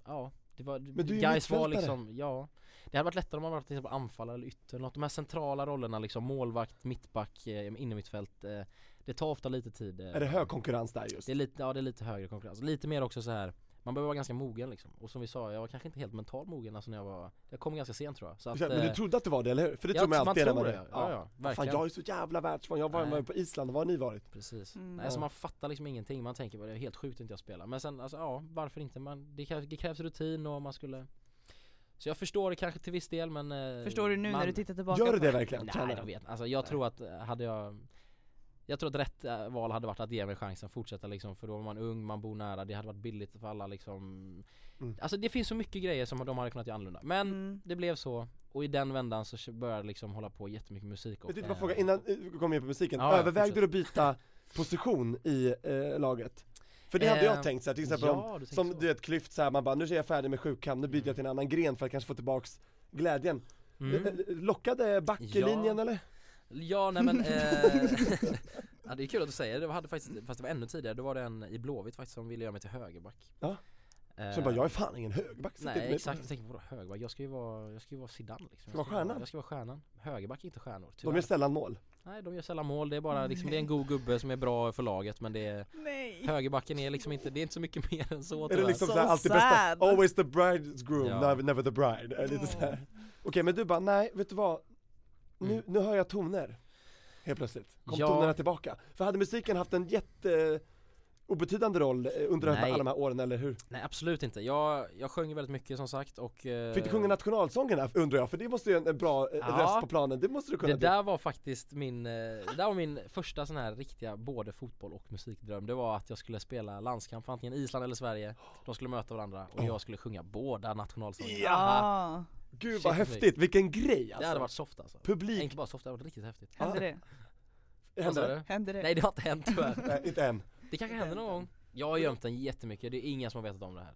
[SPEAKER 3] ja, det var,
[SPEAKER 2] Men du är
[SPEAKER 3] guys
[SPEAKER 2] ju
[SPEAKER 3] var
[SPEAKER 2] mittfältare.
[SPEAKER 3] liksom, ja. Det hade varit lättare om man varit till exempel anfallare eller ytter eller något. De här centrala rollerna liksom, målvakt, mittback, eh, innermittfält. Eh, det tar ofta lite tid. eh.
[SPEAKER 2] Är det hög konkurrens där just?
[SPEAKER 3] Det är lite, ja det är lite högre konkurrens, lite mer också så här man behöver vara ganska mogen liksom. Och som vi sa, jag var kanske inte helt mentalt mogen alltså när jag var Jag kom ganska sent tror jag så att,
[SPEAKER 2] Men du
[SPEAKER 3] eh,
[SPEAKER 2] trodde att det var det, eller hur? För det
[SPEAKER 3] ja,
[SPEAKER 2] tror man
[SPEAKER 3] man
[SPEAKER 2] alltid när
[SPEAKER 3] tror
[SPEAKER 2] man
[SPEAKER 3] det, ja, ja,
[SPEAKER 2] Fan
[SPEAKER 3] verkligen
[SPEAKER 2] jag är så jävla världsvan, jag var
[SPEAKER 3] Nej.
[SPEAKER 2] var på Island, var har ni varit?
[SPEAKER 3] Precis.
[SPEAKER 1] Mm.
[SPEAKER 3] Nej, alltså
[SPEAKER 2] Ja.
[SPEAKER 3] man fattar liksom ingenting, man tänker bara det är helt sjukt att inte jag spelar. Men sen alltså ja, varför inte? Man, det, krävs, det krävs rutin och man skulle Så jag förstår det kanske till viss del men eh,
[SPEAKER 1] Förstår du nu
[SPEAKER 3] man,
[SPEAKER 1] när du tittar tillbaka
[SPEAKER 2] Gör du
[SPEAKER 1] på
[SPEAKER 2] det verkligen?
[SPEAKER 3] Nej
[SPEAKER 2] Tjena.
[SPEAKER 3] jag vet alltså jag tror att eh, hade jag jag tror att rätt eh, val hade varit att ge mig chansen att fortsätta liksom för då var man ung, man bor nära, det hade varit billigt för alla liksom
[SPEAKER 2] Mm.
[SPEAKER 3] Alltså det finns så mycket grejer som de hade kunnat göra annorlunda Men
[SPEAKER 1] Mm.
[SPEAKER 3] det blev så och i den vändan så kö- började jag liksom hålla på jättemycket musik och eh,
[SPEAKER 2] Jag tänkte bara fråga, innan eh, vi kom in på musiken,
[SPEAKER 3] Ja, ja,
[SPEAKER 2] övervägde
[SPEAKER 3] fortsätt.
[SPEAKER 2] du att byta position i eh, laget? För det hade
[SPEAKER 3] Eh,
[SPEAKER 2] jag tänkt såhär, till exempel om,
[SPEAKER 3] du tänker
[SPEAKER 2] som
[SPEAKER 3] så.
[SPEAKER 2] du vet Klyft såhär, man bara nu är jag färdig med sjukkamp, nu byter jag till en annan gren för att kanske få tillbaks glädjen
[SPEAKER 3] Mm.
[SPEAKER 2] Eh, Lockade backlinjen
[SPEAKER 3] Ja.
[SPEAKER 2] eller?
[SPEAKER 3] Ja nej men eh, ja, Det är kul att du säger det, det hade faktiskt, fast det var ännu tidigare, då var det en i Blåvitt faktiskt som ville göra mig till högerback
[SPEAKER 2] Ja.
[SPEAKER 3] Eh,
[SPEAKER 2] Så jag bara, jag är fan ingen högback, sätt inte mig
[SPEAKER 3] Nej
[SPEAKER 2] på
[SPEAKER 3] exakt,
[SPEAKER 2] den.
[SPEAKER 3] jag tänker vadå högerback? Jag ska ju vara, jag ska ju vara Zidane liksom
[SPEAKER 2] vara
[SPEAKER 3] Jag ska ju
[SPEAKER 2] stjärnan.
[SPEAKER 3] Jag ska vara stjärnan, högerback är inte stjärnor
[SPEAKER 2] De
[SPEAKER 3] tyvärr
[SPEAKER 2] gör sällan mål
[SPEAKER 3] Nej, de gör sällan mål. Det är bara liksom, det är en god gubbe som är bra för laget men det är,
[SPEAKER 1] Nej!
[SPEAKER 3] högerbacken är liksom inte, det är inte så mycket mer än så
[SPEAKER 2] Är det
[SPEAKER 3] tyvärr.
[SPEAKER 2] liksom
[SPEAKER 1] So
[SPEAKER 2] såhär alltid
[SPEAKER 1] sad.
[SPEAKER 2] bästa, always the bridegroom,
[SPEAKER 3] Ja.
[SPEAKER 2] never, never the bride, Är lite
[SPEAKER 1] Mm.
[SPEAKER 2] såhär Okej men du bara, nej vet du vad? Nu,
[SPEAKER 3] Mm.
[SPEAKER 2] nu hör jag toner Helt plötsligt, kom
[SPEAKER 3] Ja.
[SPEAKER 2] tonerna tillbaka För hade musiken haft en jätte eh, obetydande roll eh, under
[SPEAKER 3] Nej.
[SPEAKER 2] alla de här åren eller hur?
[SPEAKER 3] Nej absolut inte. Jag, jag sjöng ju väldigt mycket som sagt och eh,
[SPEAKER 2] Fick du sjunga nationalsången här undrar jag, för det måste ju en, en bra eh,
[SPEAKER 3] Ja.
[SPEAKER 2] röst på planen, det måste du kunna
[SPEAKER 3] Det
[SPEAKER 2] till.
[SPEAKER 3] där var faktiskt min, eh, det där var min första sån här riktiga både fotboll och musikdröm Det var att jag skulle spela landskamp för antingen Island eller Sverige De skulle möta varandra
[SPEAKER 2] Oh.
[SPEAKER 3] och jag skulle sjunga båda nationalsångerna Aha.
[SPEAKER 1] Ja,
[SPEAKER 2] Gud vad
[SPEAKER 3] Shit, vad
[SPEAKER 2] häftigt, vilken grej
[SPEAKER 3] Det
[SPEAKER 2] alltså!
[SPEAKER 3] hade varit soft alltså Nej,
[SPEAKER 2] Publik,
[SPEAKER 3] Inte bara soft, det hade varit riktigt häftigt
[SPEAKER 1] hände det?
[SPEAKER 3] Vad sa
[SPEAKER 2] händer det?
[SPEAKER 3] du?
[SPEAKER 1] Hände det?
[SPEAKER 3] Nej det har inte hänt tyvärr
[SPEAKER 2] Nej, inte än.
[SPEAKER 3] Det kanske händer någon gång Jag har gömt den jättemycket, det är ingen som har vetat om det här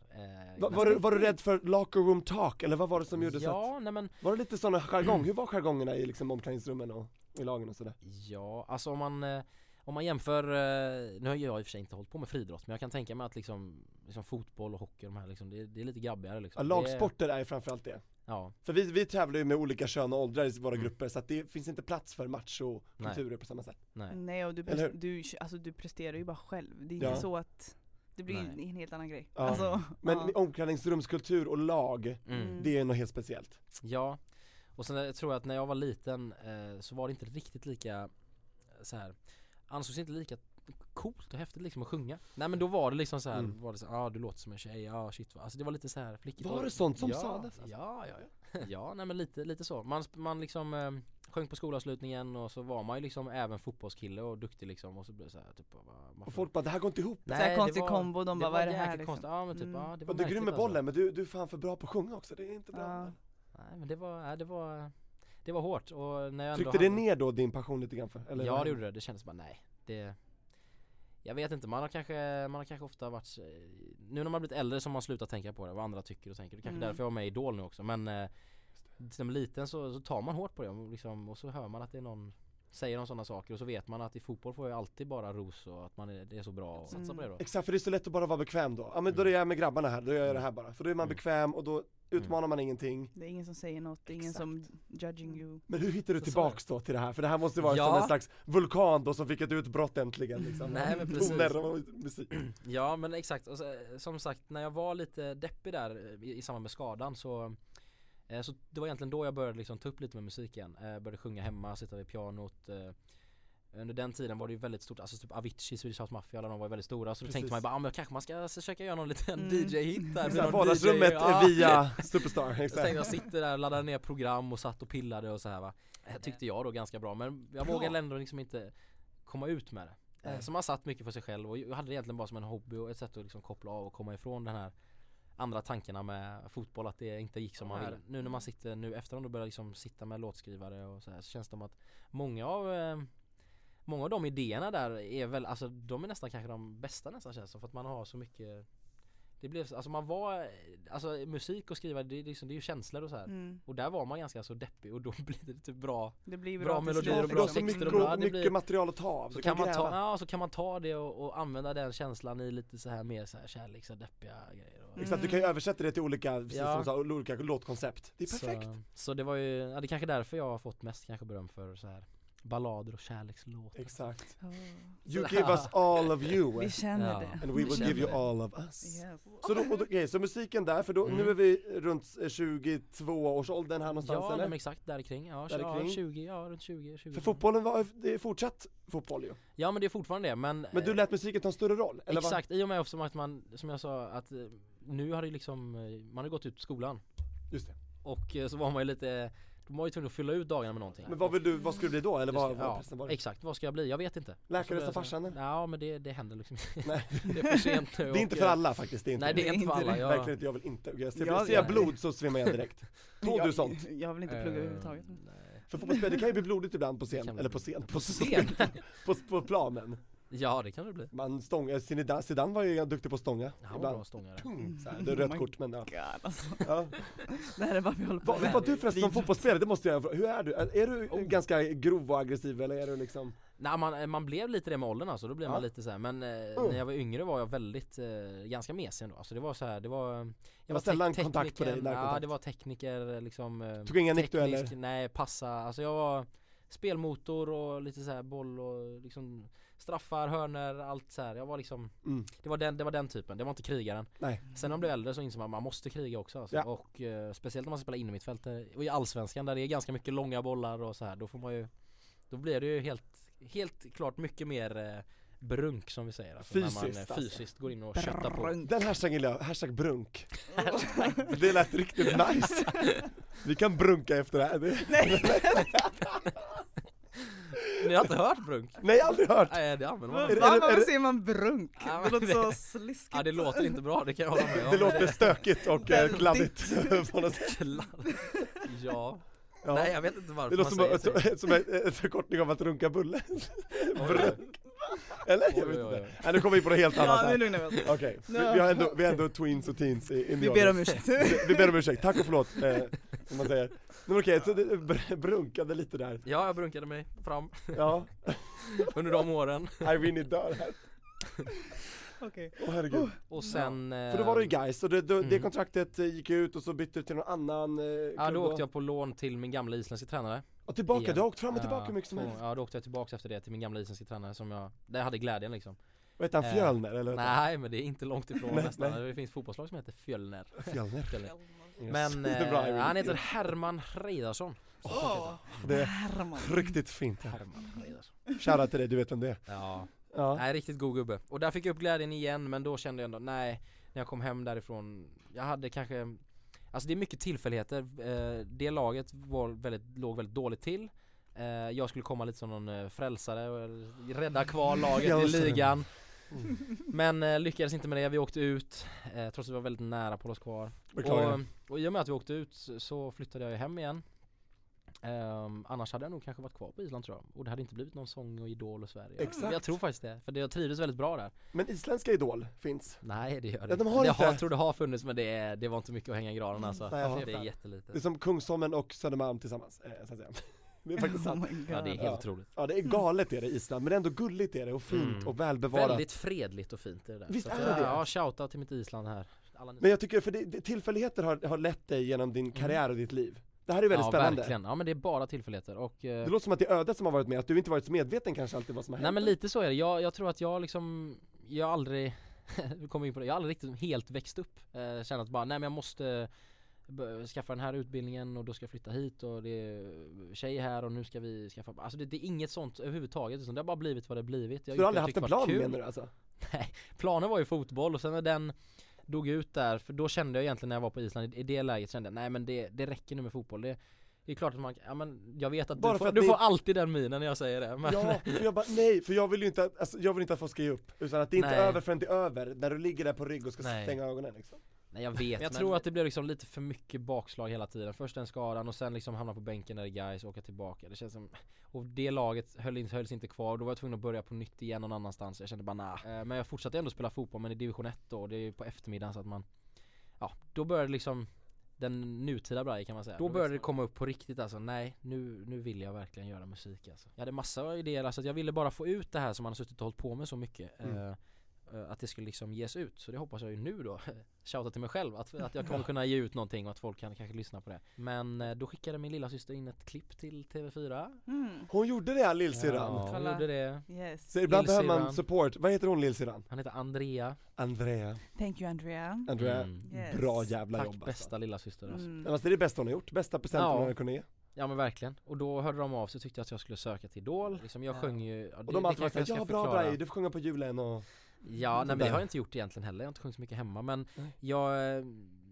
[SPEAKER 3] eh,
[SPEAKER 2] Va, var, du, var du rädd för locker room talk eller vad var det som gjorde så att,
[SPEAKER 3] Ja, nej men
[SPEAKER 2] var det lite sån jargong, hur var jargongerna i liksom omklädningsrummen och i lagen och sådär?
[SPEAKER 3] Ja, alltså om man, eh, om man jämför, eh, nu har jag i och för sig inte hållit på med friidrott men jag kan tänka mig att liksom, liksom fotboll och hockey och de här liksom, det, är- det är lite grabbigare
[SPEAKER 2] Ja,
[SPEAKER 3] liksom. Det
[SPEAKER 2] lagsporter är ju framförallt det.
[SPEAKER 3] är- Ja,
[SPEAKER 2] För vi, vi tävlar ju med olika kön och åldrar i våra
[SPEAKER 3] Mm.
[SPEAKER 2] grupper så att det finns inte plats för machokulturer på samma sätt.
[SPEAKER 3] nej.
[SPEAKER 1] Nej och du,
[SPEAKER 2] Eller hur?
[SPEAKER 1] prest- du, alltså, du presterar ju bara själv, det är
[SPEAKER 2] Ja.
[SPEAKER 1] inte så att det blir
[SPEAKER 3] Nej.
[SPEAKER 1] en helt annan grej.
[SPEAKER 2] Ja.
[SPEAKER 1] Alltså,
[SPEAKER 2] Men
[SPEAKER 1] ja.
[SPEAKER 2] omklädningsrumskultur och lag,
[SPEAKER 3] Mm.
[SPEAKER 2] det är något helt speciellt.
[SPEAKER 3] Ja, och sen eh, tror jag att när jag var liten eh, så var det inte riktigt lika eh, så här ansågs inte lika coolt och häftigt liksom att sjunga. Nej men då var det liksom så här,
[SPEAKER 2] Mm.
[SPEAKER 3] var det så här, ah, du låter som en tjej, ja ah, shit va. Alltså det var lite så här flickigt.
[SPEAKER 2] Var
[SPEAKER 3] och-
[SPEAKER 2] det sånt som
[SPEAKER 3] ja,
[SPEAKER 2] sades, alltså?
[SPEAKER 3] Ja, ja, ja. ja, nej men lite, lite så. Man, sp- man liksom eh, sjöng på skolavslutningen och så var man ju liksom även fotbollskille och duktig liksom och så blev det så här typ bara, varför-
[SPEAKER 2] Och folk bara, det här går inte ihop.
[SPEAKER 3] Nej,
[SPEAKER 1] så här
[SPEAKER 3] det
[SPEAKER 1] konstig
[SPEAKER 3] var-
[SPEAKER 1] kombo, de bara
[SPEAKER 3] var
[SPEAKER 1] vad är det här
[SPEAKER 3] jäkligt
[SPEAKER 1] liksom?
[SPEAKER 3] konstigt. Ja men typ,
[SPEAKER 1] Mm.
[SPEAKER 3] ja, det var
[SPEAKER 2] Och du är
[SPEAKER 3] märkligt,
[SPEAKER 2] grym med
[SPEAKER 3] alltså.
[SPEAKER 2] bollen men du, du är fan för bra på att sjunga också, det är inte bra.
[SPEAKER 1] Ja.
[SPEAKER 3] Nej men det var, nej, det var, det var hårt och när jag ändå
[SPEAKER 2] Tryckte det
[SPEAKER 3] hade-
[SPEAKER 2] ner då din passion lite grann för? Eller
[SPEAKER 3] ja
[SPEAKER 2] vad?
[SPEAKER 3] det gjorde det, det kändes bara nej det, Jag vet inte, man har kanske, man har kanske ofta varit eh, Nu när man har blivit äldre så har man slutat tänka på det, vad andra tycker och tänker Det är kanske
[SPEAKER 1] Mm.
[SPEAKER 3] därför jag var med i Idol nu också men eh, Som liten så, så tar man hårt på det och liksom, och så hör man att det är någon Säger de sådana saker och så vet man att i fotboll får jag alltid bara ros och att man är, det är så bra och satsa på det då
[SPEAKER 2] Exakt, för det är så lätt att bara vara bekväm då. Ja men då är jag med grabbarna här, då gör jag det här bara. För då är man
[SPEAKER 3] Mm.
[SPEAKER 2] bekväm och då utmanar man ingenting.
[SPEAKER 1] Det är ingen som säger något, det är ingen som judging you.
[SPEAKER 2] Men hur hittar du
[SPEAKER 3] Så
[SPEAKER 2] tillbaks då till det här? För det här måste ju vara
[SPEAKER 3] Alltså- Ja.
[SPEAKER 2] som en slags vulkan då som fick ett utbrott äntligen liksom.
[SPEAKER 3] Nej, men precis.
[SPEAKER 2] Toner och musik.
[SPEAKER 3] Ja men exakt, och så, eh, som sagt när jag var lite deppig där eh, i, i samband med skadan så eh, Så det var egentligen då jag började liksom ta upp lite med musiken, eh, började sjunga hemma, sitta vid pianot eh, under den tiden var det ju väldigt stort, alltså typ Avicii, Swedish House Mafia alla de var ju väldigt stora så då
[SPEAKER 2] Precis.
[SPEAKER 3] tänkte man ju bara, ah, men kanske man ska försöka göra någon liten
[SPEAKER 1] Mm.
[SPEAKER 3] DJ-hit där
[SPEAKER 2] Så
[SPEAKER 3] med
[SPEAKER 2] här,
[SPEAKER 3] någon
[SPEAKER 2] Vardagsrummet
[SPEAKER 3] DJ, ja.
[SPEAKER 2] via Superstar,
[SPEAKER 3] Så tänkte jag
[SPEAKER 2] exakt.
[SPEAKER 3] sitter där, laddar ner program och satt och pillade och så här va Eh, Tyckte jag då ganska bra men jag
[SPEAKER 2] Bra.
[SPEAKER 3] vågade ändå liksom inte komma ut med det Eh,
[SPEAKER 2] Nej.
[SPEAKER 3] Så man satt mycket för sig själv och jag hade det egentligen bara som en hobby och ett sätt att liksom koppla av och komma ifrån den här andra tankarna med fotboll att det inte gick som man ville. Nu när man sitter nu efteråt och börjar liksom sitta med låtskrivare och så här så känns det som att många av eh, Många av de idéerna där är väl, alltså de är nästan kanske de bästa nästan känns det som, för att man har så mycket Det blev, alltså man var, alltså musik och skriva det är liksom, det är ju känslor och så här.
[SPEAKER 1] Mm.
[SPEAKER 3] Och där var man ganska så deppig och då blir det typ bra
[SPEAKER 1] Det blir
[SPEAKER 3] Bra
[SPEAKER 1] bra, till
[SPEAKER 3] melodier
[SPEAKER 1] slut.
[SPEAKER 2] Ja,
[SPEAKER 3] och bra
[SPEAKER 2] för du har så
[SPEAKER 3] texter
[SPEAKER 2] mycket,
[SPEAKER 3] och bra, det
[SPEAKER 2] mycket
[SPEAKER 3] blir-
[SPEAKER 2] material att ta av,
[SPEAKER 3] Så kan, man
[SPEAKER 2] gräva.
[SPEAKER 3] ta, ja, så kan man ta det och, och använda den känslan i lite så här mer så här kärleks och deppiga grejer och,
[SPEAKER 2] Exakt, du kan ju översätta det till olika, precis
[SPEAKER 3] Mm. Ja.
[SPEAKER 2] som du sa, olika låtkoncept. Det är perfekt.
[SPEAKER 3] så, så det var ju, ja, det är kanske därför jag har fått mest kanske beröm för så här ballader och kärlekslåtar
[SPEAKER 2] Exakt.
[SPEAKER 1] Åh,
[SPEAKER 2] You give us all of you
[SPEAKER 1] Vi känner
[SPEAKER 3] Ja.
[SPEAKER 1] det.
[SPEAKER 2] and we will
[SPEAKER 3] känner
[SPEAKER 2] give you
[SPEAKER 3] det.
[SPEAKER 2] all of us.
[SPEAKER 1] Yes.
[SPEAKER 2] Så, då, och då, okej, så musiken där, för då,
[SPEAKER 3] Mm.
[SPEAKER 2] nu är vi runt eh, 22-årsåldern här någonstans
[SPEAKER 3] Ja, nej,
[SPEAKER 2] eller?
[SPEAKER 3] men exakt där kring. Ja,
[SPEAKER 2] Där
[SPEAKER 3] ja,
[SPEAKER 2] kring.
[SPEAKER 3] 20, ja runt 20, 20.
[SPEAKER 2] För fotbollen var, det är fortsatt fotboll ju.
[SPEAKER 3] Ja men det är fortfarande det men
[SPEAKER 2] Men du
[SPEAKER 3] eh,
[SPEAKER 2] lät musiken ta en större roll, eller vad?
[SPEAKER 3] Exakt, i och med också att man, som jag sa att eh, nu har det liksom, eh, man har gått ut skolan
[SPEAKER 2] Just det.
[SPEAKER 3] och eh, så var man ju lite, de var ju tvungna att fylla ut dagarna med någonting
[SPEAKER 2] Men vad vill du, vad ska du bli då? Eller vad,
[SPEAKER 3] Just det,
[SPEAKER 2] vad
[SPEAKER 3] ja,
[SPEAKER 2] pressen var det?
[SPEAKER 3] Exakt, vad ska jag bli? Jag vet inte
[SPEAKER 2] Läkare som
[SPEAKER 3] Så-
[SPEAKER 2] farsan eller?
[SPEAKER 3] Ja men det, det händer liksom inte.
[SPEAKER 2] Nej.
[SPEAKER 3] Det är för sent nu
[SPEAKER 2] Det är inte
[SPEAKER 3] och,
[SPEAKER 2] för
[SPEAKER 3] eh,
[SPEAKER 2] alla faktiskt, det är inte
[SPEAKER 3] Nej det är inte för alla, jag,
[SPEAKER 2] Verkligen inte, jag vill inte. Jag ser,
[SPEAKER 1] Jag-
[SPEAKER 2] ser jag blod så svimmar jag direkt. Tål du sånt?
[SPEAKER 1] Jag, jag vill inte plugga
[SPEAKER 3] Eh,
[SPEAKER 1] överhuvudtaget.
[SPEAKER 3] nej.
[SPEAKER 2] För fotbollsspel, det kan ju bli blodigt ibland på
[SPEAKER 3] Det kan
[SPEAKER 2] scen,
[SPEAKER 3] bli
[SPEAKER 2] eller på scen, på
[SPEAKER 3] Sen?
[SPEAKER 2] på, på planen.
[SPEAKER 3] Ja det kan det bli
[SPEAKER 2] Man stångar, Zidane, Zidane var ju duktig på att stånga
[SPEAKER 3] Han var
[SPEAKER 2] ibland.
[SPEAKER 3] bra att stånga där.
[SPEAKER 2] Mm, så här, det är rött
[SPEAKER 1] Oh my
[SPEAKER 2] kort men ja.
[SPEAKER 1] God, alltså.
[SPEAKER 2] ja.
[SPEAKER 1] Det här är varför jag håller på
[SPEAKER 2] Vad,
[SPEAKER 1] med.
[SPEAKER 2] vad du förresten som fotbollsspelare, det måste jag hur är du? Är är du
[SPEAKER 3] Oh.
[SPEAKER 2] ganska grov och aggressiv eller är du liksom?
[SPEAKER 3] Nej man, eh, man blev lite det med åldern alltså, då blev
[SPEAKER 2] Ja. Mm.
[SPEAKER 3] man lite så här. men eh, när jag var yngre var jag väldigt, eh, ganska mesig ändå alltså det var så här, det var Jag
[SPEAKER 2] var sällan
[SPEAKER 3] tek-
[SPEAKER 2] kontakt på dig,
[SPEAKER 3] tekniker, Ja
[SPEAKER 2] närkontakt.
[SPEAKER 3] det var tekniker liksom eh,
[SPEAKER 2] Tog inga
[SPEAKER 3] teknisk-
[SPEAKER 2] nickdueller?
[SPEAKER 3] Nej passa, alltså jag var spelmotor och lite så här boll och liksom straffar, hörner, allt så här. Jag var liksom
[SPEAKER 2] Mm.
[SPEAKER 3] det var, den, det var den typen, det var inte krigaren.
[SPEAKER 2] Nej.
[SPEAKER 3] Sen när man blev äldre så insåg man att man måste kriga också alltså.
[SPEAKER 2] Ja.
[SPEAKER 3] Och eh, speciellt om man spelar innermittfält eh, och i allsvenskan där det är ganska mycket långa bollar och så här. Då får man ju Då blir det ju helt, helt klart mycket mer eh, brunk som vi säger. Alltså, när man
[SPEAKER 2] Fysiskt,
[SPEAKER 3] eh,
[SPEAKER 2] alltså.
[SPEAKER 3] fysiskt går in och köttar på.
[SPEAKER 2] Den hashtaggen gillar jag, hashtag brunk Det lät riktigt nice Vi kan brunka efter det här Det-
[SPEAKER 3] Ni har inte hört brunk?
[SPEAKER 2] Nej, aldrig hört!
[SPEAKER 3] Nej det använder man
[SPEAKER 2] Är det-
[SPEAKER 3] inte.
[SPEAKER 2] är det-
[SPEAKER 1] Varför
[SPEAKER 2] det-
[SPEAKER 1] säger man brunk?
[SPEAKER 3] Ja,
[SPEAKER 1] Det
[SPEAKER 3] men
[SPEAKER 1] låter så
[SPEAKER 3] det-
[SPEAKER 1] sliskigt.
[SPEAKER 3] Ja det låter inte bra, det kan jag hålla med om.
[SPEAKER 2] Det låter stökigt och eh,
[SPEAKER 1] Väldigt.
[SPEAKER 2] kladdigt på något sätt.
[SPEAKER 3] Kladd. Ja.
[SPEAKER 2] Ja.
[SPEAKER 3] nej jag vet inte varför
[SPEAKER 2] Det låter som,
[SPEAKER 3] man säger så.
[SPEAKER 2] ett- som en en förkortning av att runka bulle, brunk. eller? Jag vet
[SPEAKER 3] Oj, oj,
[SPEAKER 2] inte.
[SPEAKER 3] oj.
[SPEAKER 2] Nej, nu kommer vi på något helt annat
[SPEAKER 1] Ja, nu
[SPEAKER 2] här.
[SPEAKER 1] lugnar vi oss.
[SPEAKER 2] Okej, vi, vi, har ändå, vi har ändå tweens och teens i, in the
[SPEAKER 1] Vi ber om
[SPEAKER 2] audience.
[SPEAKER 1] ursäkt.
[SPEAKER 2] vi ber om ursäkt, tack och förlåt, eh, som man säger. Men okej, så det br- brunkade lite där.
[SPEAKER 3] Ja jag brunkade mig fram
[SPEAKER 2] Ja,
[SPEAKER 3] under de åren.
[SPEAKER 2] Irene dör här.
[SPEAKER 1] Okej.
[SPEAKER 2] Åh herregud.
[SPEAKER 3] Och sen...
[SPEAKER 2] För då var det ju guys, och det, då, det
[SPEAKER 3] Mm.
[SPEAKER 2] kontraktet eh, gick ut och så bytte du till någon annan eh,
[SPEAKER 3] Ja
[SPEAKER 2] klubb
[SPEAKER 3] då
[SPEAKER 2] och-
[SPEAKER 3] åkte jag på lån till min gamla isländske tränare
[SPEAKER 2] Och tillbaka,
[SPEAKER 3] igen.
[SPEAKER 2] du har åkt fram och
[SPEAKER 3] Ja,
[SPEAKER 2] tillbaka hur mycket som
[SPEAKER 3] två-
[SPEAKER 2] helst.
[SPEAKER 3] Ja då åkte jag tillbaka efter det till min gamla isländske tränare som jag, där jag hade glädjen liksom
[SPEAKER 2] Vad heter han,
[SPEAKER 3] Eh,
[SPEAKER 2] Fjölner eller? vad heter
[SPEAKER 3] Nej men det är inte långt ifrån
[SPEAKER 2] Nej,
[SPEAKER 3] nästan,
[SPEAKER 2] nej.
[SPEAKER 3] det finns fotbollslag som heter Fjölner
[SPEAKER 2] han? Fjölner.
[SPEAKER 3] Fjölner.
[SPEAKER 2] Yes.
[SPEAKER 3] Men
[SPEAKER 2] Det är bra,
[SPEAKER 3] eh,
[SPEAKER 2] Irene.
[SPEAKER 3] han heter Herman Hreiðarsson
[SPEAKER 1] Åh,
[SPEAKER 2] Det är
[SPEAKER 1] Herman.
[SPEAKER 2] riktigt fint.
[SPEAKER 3] Herman Hreiðarsson
[SPEAKER 2] Shoutout till dig, du vet vem det är.
[SPEAKER 3] Ja,
[SPEAKER 2] Ja.
[SPEAKER 3] nej riktigt god gubbe Och där fick jag upp glädjen igen men då kände jag ändå, nej När jag kom hem därifrån, jag hade kanske Alltså det är mycket tillfälligheter, Eh, det laget var väldigt, låg väldigt dåligt till Eh, Jag skulle komma lite som någon eh, frälsare och rädda kvar laget i
[SPEAKER 2] Frälsare.
[SPEAKER 3] ligan Men eh, lyckades inte med det, vi åkte ut eh, Trots att vi var väldigt nära på att hålla oss kvar
[SPEAKER 2] Beklagar.
[SPEAKER 3] och, och i och med att vi åkte ut så- så flyttade jag ju hem igen Ehm, Annars hade jag nog kanske varit kvar på Island tror jag Och det hade inte blivit någon sång och Idol och Sverige
[SPEAKER 2] Exakt.
[SPEAKER 3] Jag tror faktiskt det, för det, jag trivdes väldigt bra där
[SPEAKER 2] Men isländska Idol finns.
[SPEAKER 3] Nej det gör det
[SPEAKER 2] Ja, de har
[SPEAKER 3] inte.
[SPEAKER 2] inte.
[SPEAKER 3] Jag tror det har funnits men det, är, det var inte mycket att hänga i granen alltså
[SPEAKER 2] Nej, jag
[SPEAKER 3] Det
[SPEAKER 2] fattar.
[SPEAKER 3] är jättelite
[SPEAKER 2] Det är som Kungsholmen och Södermalm tillsammans, eh, så att säga. Det är faktiskt sant.
[SPEAKER 1] Oh my god.
[SPEAKER 3] Ja det är helt
[SPEAKER 2] Ja.
[SPEAKER 3] otroligt
[SPEAKER 2] Ja det är galet är det i Island, men ändå gulligt är det och fint
[SPEAKER 3] Mm.
[SPEAKER 2] och välbevarat.
[SPEAKER 3] Väldigt fredligt och fint är det där
[SPEAKER 2] Visst
[SPEAKER 3] Så att
[SPEAKER 2] är det det?
[SPEAKER 3] Ja, shoutout till mitt Island här Alla ni-
[SPEAKER 2] Men jag tycker, för det, det, tillfälligheter har, har lett dig genom din karriär och ditt liv. Det här är väldigt
[SPEAKER 3] Mm. Ja
[SPEAKER 2] spännande.
[SPEAKER 3] verkligen, ja men det är bara tillfälligheter och eh,
[SPEAKER 2] Det låter som att det är ödet som har varit med, att du inte varit så medveten kanske alltid vad som har
[SPEAKER 3] Nej
[SPEAKER 2] hänt.
[SPEAKER 3] men lite så är det, jag, jag tror att jag liksom Jag har aldrig Vi kommer in på det, jag har aldrig riktigt helt växt upp eh, Känner att bara, nej men jag måste bö- Skaffa den här utbildningen och då ska jag flytta hit och det är tjej här och nu ska vi skaffa Alltså det, det är inget sånt överhuvudtaget utan det har bara blivit vad det har blivit
[SPEAKER 2] Så
[SPEAKER 3] jag
[SPEAKER 2] du har
[SPEAKER 3] gjort
[SPEAKER 2] aldrig haft en
[SPEAKER 3] det jag
[SPEAKER 2] plan
[SPEAKER 3] tyckte var
[SPEAKER 2] menar
[SPEAKER 3] kul.
[SPEAKER 2] du alltså?
[SPEAKER 3] Planen var ju fotboll och sen när den dog ut där, för då kände jag egentligen när jag var på Island i- I det läget kände jag, nej men det, det räcker nu med fotboll det, det är klart att man, ja men jag vet att
[SPEAKER 2] Bara
[SPEAKER 3] du,
[SPEAKER 2] för
[SPEAKER 3] får,
[SPEAKER 2] att
[SPEAKER 3] du
[SPEAKER 2] det-
[SPEAKER 3] får alltid den minen när jag säger det men
[SPEAKER 2] Ja, för jag bara, nej, för jag vill ju inte att, alltså, jag vill inte att folk ska ge upp. Utan att det är inte
[SPEAKER 3] Nej.
[SPEAKER 2] över förrän det är över, när du ligger där på rygg och ska
[SPEAKER 3] Nej.
[SPEAKER 2] stänga ögonen liksom.
[SPEAKER 3] Nej jag vet Jag tror att det blir liksom lite för mycket bakslag hela tiden Först den skadan och sen liksom hamna på bänken när det är guys och åka tillbaka Det känns som Och det laget höll, in- hölls inte kvar Då var jag tvungen att börja på nytt igen någon annanstans Jag kände bara nah. Eh, Men jag fortsatte ändå spela fotboll men i division 1 då och det är ju på eftermiddagen så att man Ja, då började liksom den nutida Braje kan man säga. Då började det komma upp på riktigt alltså, nej nu, nu vill jag verkligen göra musik alltså. Jag hade massa idéer, alltså att jag ville bara få ut det här som man har suttit och hållit på med så mycket. Eh, eh, att det skulle liksom ges ut, så det hoppas jag ju nu då. Shouta till mig själv, att, att jag kommer kunna ge ut någonting och att folk kan kanske lyssna på det. Men eh, då skickade min lilla syster in ett klipp till TV4.
[SPEAKER 1] Mm.
[SPEAKER 2] Hon gjorde det lillsyrran!
[SPEAKER 3] Ja, hon
[SPEAKER 1] Kolla.
[SPEAKER 3] gjorde det.
[SPEAKER 1] Yes.
[SPEAKER 2] Så ibland behöver
[SPEAKER 3] Lillsyrran.
[SPEAKER 2] man support, vad heter hon lillsyrran?
[SPEAKER 3] Han heter Andrea.
[SPEAKER 2] Andrea.
[SPEAKER 1] Thank you Andrea.
[SPEAKER 2] Andrea,
[SPEAKER 3] Mm.
[SPEAKER 1] Yes.
[SPEAKER 2] bra jävla
[SPEAKER 3] Tack
[SPEAKER 2] jobb
[SPEAKER 3] bästa lilla syster alltså.
[SPEAKER 2] Men
[SPEAKER 1] Mm.
[SPEAKER 2] Alltså det är det bästa hon har gjort, bästa presenten
[SPEAKER 3] Ja.
[SPEAKER 2] hon har kunnat ge.
[SPEAKER 3] Ja men verkligen. Och då hörde de av sig och tyckte att jag skulle söka till Idol. Liksom jag sjöng ju... Ja, det-
[SPEAKER 2] Och de
[SPEAKER 3] det
[SPEAKER 2] har alltid varit
[SPEAKER 3] kanske jag
[SPEAKER 2] såhär,
[SPEAKER 3] ska
[SPEAKER 2] ja bra
[SPEAKER 3] förklara.
[SPEAKER 2] Braje, du får sjunga på julen och...
[SPEAKER 3] Ja, nej men
[SPEAKER 2] Där.
[SPEAKER 3] det har jag inte gjort egentligen heller, jag har inte sjungit så mycket hemma men
[SPEAKER 2] Nej.
[SPEAKER 3] jag, eh,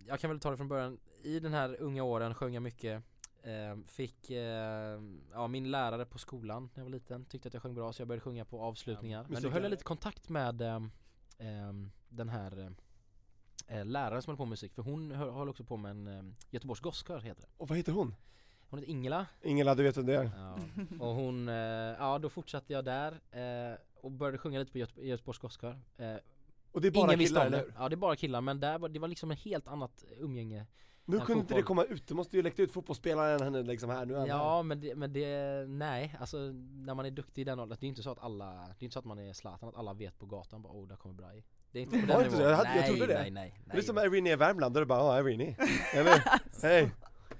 [SPEAKER 3] jag kan väl ta det från början, i den här unga åren sjöng jag mycket eh, Fick, eh, ja min lärare på skolan när jag var liten tyckte att jag sjöng bra så jag började sjunga på avslutningar Men då höll
[SPEAKER 2] musiklärare.
[SPEAKER 3] jag lite kontakt med eh, eh, den här eh, läraren som höll på med musik för hon hö- höll också på med en eh, Göteborgs gosskör heter det
[SPEAKER 2] Och vad heter hon?
[SPEAKER 3] Hon heter Ingela
[SPEAKER 2] Ingela, du vet vem det är?
[SPEAKER 3] Ja. Och hon, eh, ja då fortsatte jag där eh, och började sjunga lite på Göte- Göteborgs gosskör eh,
[SPEAKER 2] Och det är bara
[SPEAKER 3] Ingen visste
[SPEAKER 2] killar,
[SPEAKER 3] om
[SPEAKER 2] eller
[SPEAKER 3] det.
[SPEAKER 2] hur?
[SPEAKER 3] Ja det är bara killar men där var, det var liksom ett helt annat umgänge
[SPEAKER 2] Nu
[SPEAKER 3] Ja,
[SPEAKER 2] kunde inte det
[SPEAKER 3] fotboll.
[SPEAKER 2] komma ut, du måste ju läckt ut fotbollsspelaren här nu liksom här, nu är han här.
[SPEAKER 3] Ja men det, men det, nej alltså när man är duktig i den åldern, det är inte så att alla, det är inte så att man är Zlatan att alla vet på gatan bara oh där kommer Brai Det är inte på den
[SPEAKER 2] Var inte
[SPEAKER 3] nivån.
[SPEAKER 2] så? Jag hade- jag
[SPEAKER 3] nej,
[SPEAKER 2] trodde det.
[SPEAKER 3] nej nej nej Alltså.
[SPEAKER 2] Det är som Irene i Värmland, då är det bara ja, Irene. Eller? Hej!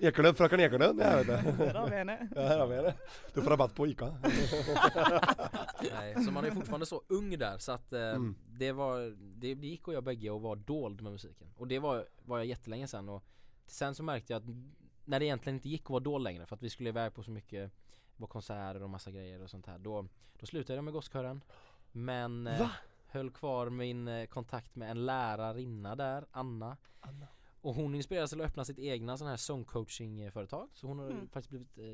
[SPEAKER 2] Ekelund, fröken Ekelund, jag vet
[SPEAKER 1] Där
[SPEAKER 2] inte.
[SPEAKER 1] har vi henne.
[SPEAKER 2] Ja, här har vi henne. Du får rabatt på Ica.
[SPEAKER 3] Nej, så man är fortfarande så ung där så att eh,
[SPEAKER 2] Mm.
[SPEAKER 3] det var det, det gick och jag bägge och var dold med musiken Och det var, var jag jättelänge sen och Sen så märkte jag att när det egentligen inte gick att vara dold längre för att vi skulle iväg på så mycket På konserter och massa grejer och sånt här Då, då slutade jag med gosskören Men eh,
[SPEAKER 2] Va?
[SPEAKER 3] höll kvar min eh, kontakt med en lärarinna där, Anna
[SPEAKER 2] Anna.
[SPEAKER 3] och hon inspirerades till att öppna sitt egna sån här sångcoachingföretag Så hon har
[SPEAKER 1] Mm.
[SPEAKER 3] faktiskt blivit eh,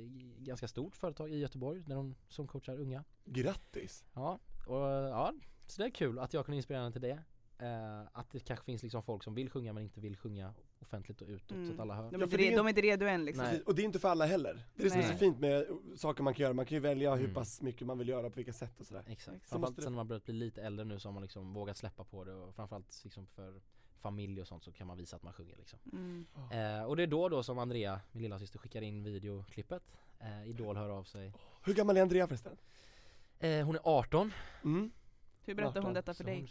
[SPEAKER 3] ganska stort företag i Göteborg där hon sångcoachar unga
[SPEAKER 2] Grattis!
[SPEAKER 3] Ja, och ja, så det är kul att jag kunde inspirera henne till det. Eh, att det kanske finns liksom folk som vill sjunga men inte vill sjunga offentligt och utåt så
[SPEAKER 1] Mm.
[SPEAKER 3] att alla hör.
[SPEAKER 1] De
[SPEAKER 2] Ja,
[SPEAKER 1] är, inte
[SPEAKER 2] för det är
[SPEAKER 1] re- de är inte redo än liksom.
[SPEAKER 3] Nej.
[SPEAKER 2] Precis, och det är inte för alla heller. Det är det som är så
[SPEAKER 3] Nej.
[SPEAKER 2] fint med saker man kan göra, man kan ju välja hur
[SPEAKER 3] Mm.
[SPEAKER 2] pass mycket man vill göra, på vilka sätt och sådär.
[SPEAKER 3] Exakt.
[SPEAKER 2] Så
[SPEAKER 3] Framförallt
[SPEAKER 2] måste det-
[SPEAKER 3] sen när man börjat bli lite äldre nu så har man liksom vågat släppa på det och framförallt liksom för familj och sånt så kan man visa att man sjunger liksom.
[SPEAKER 1] Mm.
[SPEAKER 3] Eh, och det är då då som Andrea, min lilla syster skickar in videoklippet. Eh, Idol hör av sig.
[SPEAKER 2] Hur gammal är Andrea förresten?
[SPEAKER 3] Eh, hon är 18.
[SPEAKER 2] Mm.
[SPEAKER 1] Hur berättar hon
[SPEAKER 2] 18,
[SPEAKER 1] detta för
[SPEAKER 3] så
[SPEAKER 1] dig?
[SPEAKER 3] hon-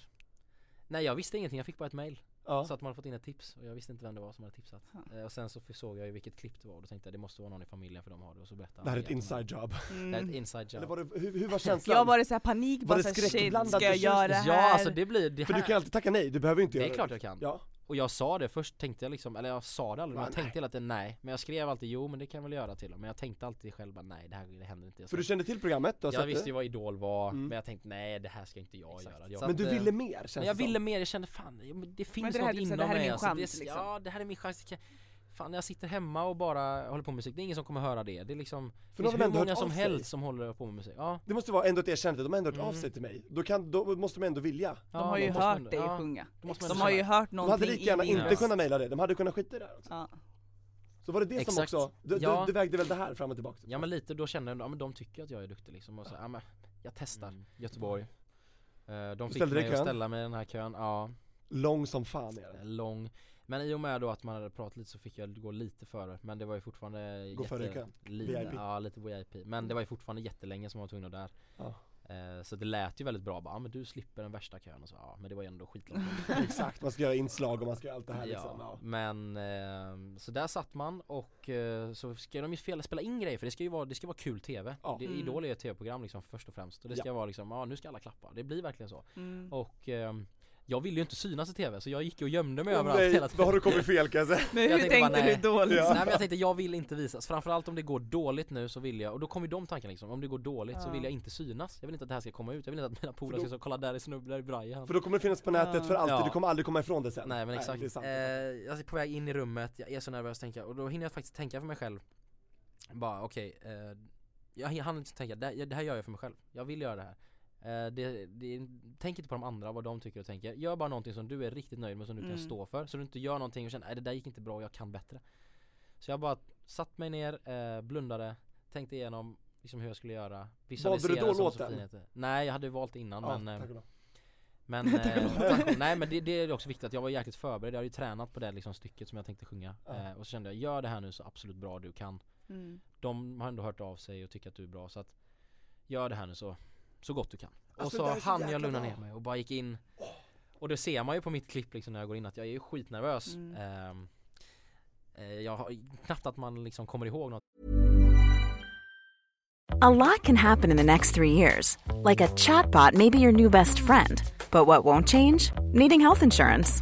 [SPEAKER 3] Nej jag visste ingenting, jag fick bara ett mail.
[SPEAKER 2] Ja.
[SPEAKER 3] Så att man hade fått in ett tips och jag visste inte vem det var som hade tipsat. Eh, Och sen så såg jag ju vilket klipp det var och då tänkte jag det måste vara någon i familjen för de har det och så berättade
[SPEAKER 2] Det här är
[SPEAKER 3] han att
[SPEAKER 2] ett
[SPEAKER 3] de-
[SPEAKER 2] inside job.
[SPEAKER 3] Det här är
[SPEAKER 1] Mm.
[SPEAKER 3] ett inside job.
[SPEAKER 2] Eller var det, hur, hur var känslan?
[SPEAKER 1] Jag var i så här panik,
[SPEAKER 2] Var
[SPEAKER 1] bara
[SPEAKER 2] det
[SPEAKER 1] så här, shit,
[SPEAKER 2] skräckblandad
[SPEAKER 1] ska jag göra det här?
[SPEAKER 3] Ja alltså det blir det
[SPEAKER 2] För
[SPEAKER 3] här.
[SPEAKER 2] du kan ju alltid tacka nej, du behöver inte
[SPEAKER 3] Det
[SPEAKER 2] göra
[SPEAKER 3] är klart jag kan.
[SPEAKER 2] Ja.
[SPEAKER 3] Och jag sa det först tänkte jag liksom, eller jag sa det aldrig men
[SPEAKER 2] Va,
[SPEAKER 3] jag tänkte hela tiden nej. Men jag skrev alltid jo men det kan jag väl göra till och Men jag tänkte alltid själv bara nej det här det händer inte. Jag,
[SPEAKER 2] För
[SPEAKER 3] ska-
[SPEAKER 2] du kände till programmet? Du har
[SPEAKER 3] jag
[SPEAKER 2] sett
[SPEAKER 3] visste
[SPEAKER 2] det.
[SPEAKER 3] ju vad idol var
[SPEAKER 2] Mm.
[SPEAKER 3] men jag tänkte nej det här ska inte jag göra. Jag,
[SPEAKER 2] Men du ville mer känns
[SPEAKER 3] eh, men jag ville mer, jag kände fan ja, men det finns
[SPEAKER 1] det här
[SPEAKER 3] något
[SPEAKER 1] är så här,
[SPEAKER 3] inom
[SPEAKER 1] det här är
[SPEAKER 3] mig
[SPEAKER 1] min
[SPEAKER 3] alltså.
[SPEAKER 1] chans,
[SPEAKER 3] det,
[SPEAKER 1] liksom.
[SPEAKER 3] Ja det här är min chans. Det kan- Fan när jag sitter hemma och bara håller på med musik, det är ingen som kommer höra det. Det är liksom,
[SPEAKER 2] För
[SPEAKER 3] För
[SPEAKER 2] de
[SPEAKER 3] finns
[SPEAKER 2] har
[SPEAKER 3] hur
[SPEAKER 2] väl ändå
[SPEAKER 3] många
[SPEAKER 2] hört
[SPEAKER 3] som
[SPEAKER 2] av
[SPEAKER 3] helst
[SPEAKER 2] sig?
[SPEAKER 3] som håller på med musik. Ja,
[SPEAKER 2] Det måste vara ändå ett erkännande, de har ändå hört av
[SPEAKER 3] Mm.
[SPEAKER 2] sig till mig. Då, kan, då måste man ändå vilja.
[SPEAKER 3] ja,
[SPEAKER 1] De har ju
[SPEAKER 3] måste man
[SPEAKER 1] hört
[SPEAKER 3] ändå-
[SPEAKER 1] dig
[SPEAKER 3] ja,
[SPEAKER 1] sjunga.
[SPEAKER 3] då måste man
[SPEAKER 1] De
[SPEAKER 3] ändå
[SPEAKER 1] har ju
[SPEAKER 3] känna.
[SPEAKER 1] hört
[SPEAKER 2] De hade
[SPEAKER 1] någonting
[SPEAKER 2] lika gärna
[SPEAKER 1] i din
[SPEAKER 2] inte
[SPEAKER 1] röst.
[SPEAKER 2] kunnat mejla det, de hade kunnat skita i det här också.
[SPEAKER 1] Ja.
[SPEAKER 2] Så var det det
[SPEAKER 3] Exakt.
[SPEAKER 2] som också, du,
[SPEAKER 3] Ja.
[SPEAKER 2] du, du vägde väl det här fram och tillbaka?
[SPEAKER 3] Ja men lite, då känner jag ändå, ja men de tycker att jag är duktig liksom och så, ja men jag testar Göteborg Eh, De
[SPEAKER 2] Mm, Du
[SPEAKER 3] fick
[SPEAKER 2] ställde dig i
[SPEAKER 3] mig att
[SPEAKER 2] kön?
[SPEAKER 3] ställa mig i den här kön, ja,
[SPEAKER 2] Lång som fan är det.
[SPEAKER 3] Eh, lång Men i och med då att man hade pratat lite så fick jag gå lite före Men det var ju fortfarande
[SPEAKER 2] Gå före i kön.
[SPEAKER 3] lite,
[SPEAKER 2] VIP.
[SPEAKER 3] Ja lite VIP, men det var ju fortfarande jättelänge som man var tvungen att där
[SPEAKER 2] Ja.
[SPEAKER 3] Eh, Så det lät ju väldigt bra bara, ja men du slipper den värsta kön och så, ja men det var ju ändå skitlångt
[SPEAKER 2] Exakt, man ska göra inslag och man ska göra allt det här liksom.
[SPEAKER 3] Ja,
[SPEAKER 2] Ja.
[SPEAKER 3] men eh, så där satt man och eh, så ska de ju fel, spela in grejer för det ska ju vara, det ska vara kul TV.
[SPEAKER 2] Ja.
[SPEAKER 3] Det,
[SPEAKER 1] Mm.
[SPEAKER 3] Idol är ju ett TV-program liksom först och främst och det ska vara liksom, ja nu ska alla klappa. Det blir verkligen så.
[SPEAKER 1] Mm.
[SPEAKER 3] Och eh, jag ville ju inte synas i TV så jag gick och gömde mig
[SPEAKER 2] Åh,
[SPEAKER 3] överallt
[SPEAKER 2] nej,
[SPEAKER 3] hela
[SPEAKER 2] då
[SPEAKER 3] tiden.
[SPEAKER 2] har du kommit fel kan jag säga.
[SPEAKER 1] Men hur
[SPEAKER 3] Jag tänkte bara,
[SPEAKER 1] tänkte du
[SPEAKER 3] nej.
[SPEAKER 1] då?
[SPEAKER 2] Ja.
[SPEAKER 1] liksom?
[SPEAKER 3] Nej men jag tänkte jag vill inte visas, framförallt om det går dåligt nu så vill jag, och då kommer ju de tankarna liksom, om det går dåligt så
[SPEAKER 1] Ja.
[SPEAKER 3] vill jag inte synas Jag vill inte att det här ska komma ut, jag vill inte att mina polare
[SPEAKER 2] då-
[SPEAKER 3] ska så, kolla där är snubben, där är Brian
[SPEAKER 2] För då kommer det finnas på nätet för alltid,
[SPEAKER 3] Ja.
[SPEAKER 2] du kommer aldrig komma ifrån det sen.
[SPEAKER 3] Nej men exakt.
[SPEAKER 2] det är sant.
[SPEAKER 3] eh, jag är på väg in i rummet, jag är så nervös tänker jag och då hinner jag faktiskt tänka för mig själv Bara okej, eh, jag hann inte tänka, det, här- det här gör jag för mig själv, jag vill göra det här eh, det, det, Tänk inte på de andra, vad de tycker och tänker, gör bara någonting som du är riktigt nöjd med som du kan
[SPEAKER 1] Mm.
[SPEAKER 3] stå för Så du inte gör någonting och känner, nej det där gick inte bra, jag kan bättre Så jag bara satt mig ner, eh, blundade, tänkte igenom liksom hur jag skulle göra Visualiserade
[SPEAKER 2] då
[SPEAKER 3] som
[SPEAKER 2] låten?
[SPEAKER 3] Sofie heter. Nej jag hade valt det innan
[SPEAKER 2] ja,
[SPEAKER 3] men eh,
[SPEAKER 2] tack och lov.
[SPEAKER 3] men, eh, tack- nej men det, det är också viktigt att jag var jäkligt förberedd, jag hade ju tränat på det liksom stycket som jag tänkte sjunga
[SPEAKER 2] Ja.
[SPEAKER 3] eh, Och så kände jag, gör det här nu så absolut bra du kan
[SPEAKER 1] Mm.
[SPEAKER 3] De har ändå hört av sig och tycker att du är bra så att Gör det här nu så, så gott du kan
[SPEAKER 2] Alltså, det
[SPEAKER 3] Och
[SPEAKER 2] där
[SPEAKER 3] så
[SPEAKER 2] är så
[SPEAKER 3] hann
[SPEAKER 2] jäkla
[SPEAKER 3] jag lugna
[SPEAKER 2] bra.
[SPEAKER 3] ner mig och bara gick in Och det ser man ju på mitt klipp liksom när jag går in att jag är ju skitnervös
[SPEAKER 1] Mm.
[SPEAKER 3] Ehm, eh, Jag har knappt att man liksom kommer ihåg något
[SPEAKER 4] A lot can happen in the next three years. Like a chatbot may be your new best friend. But what won't change? Needing health insurance.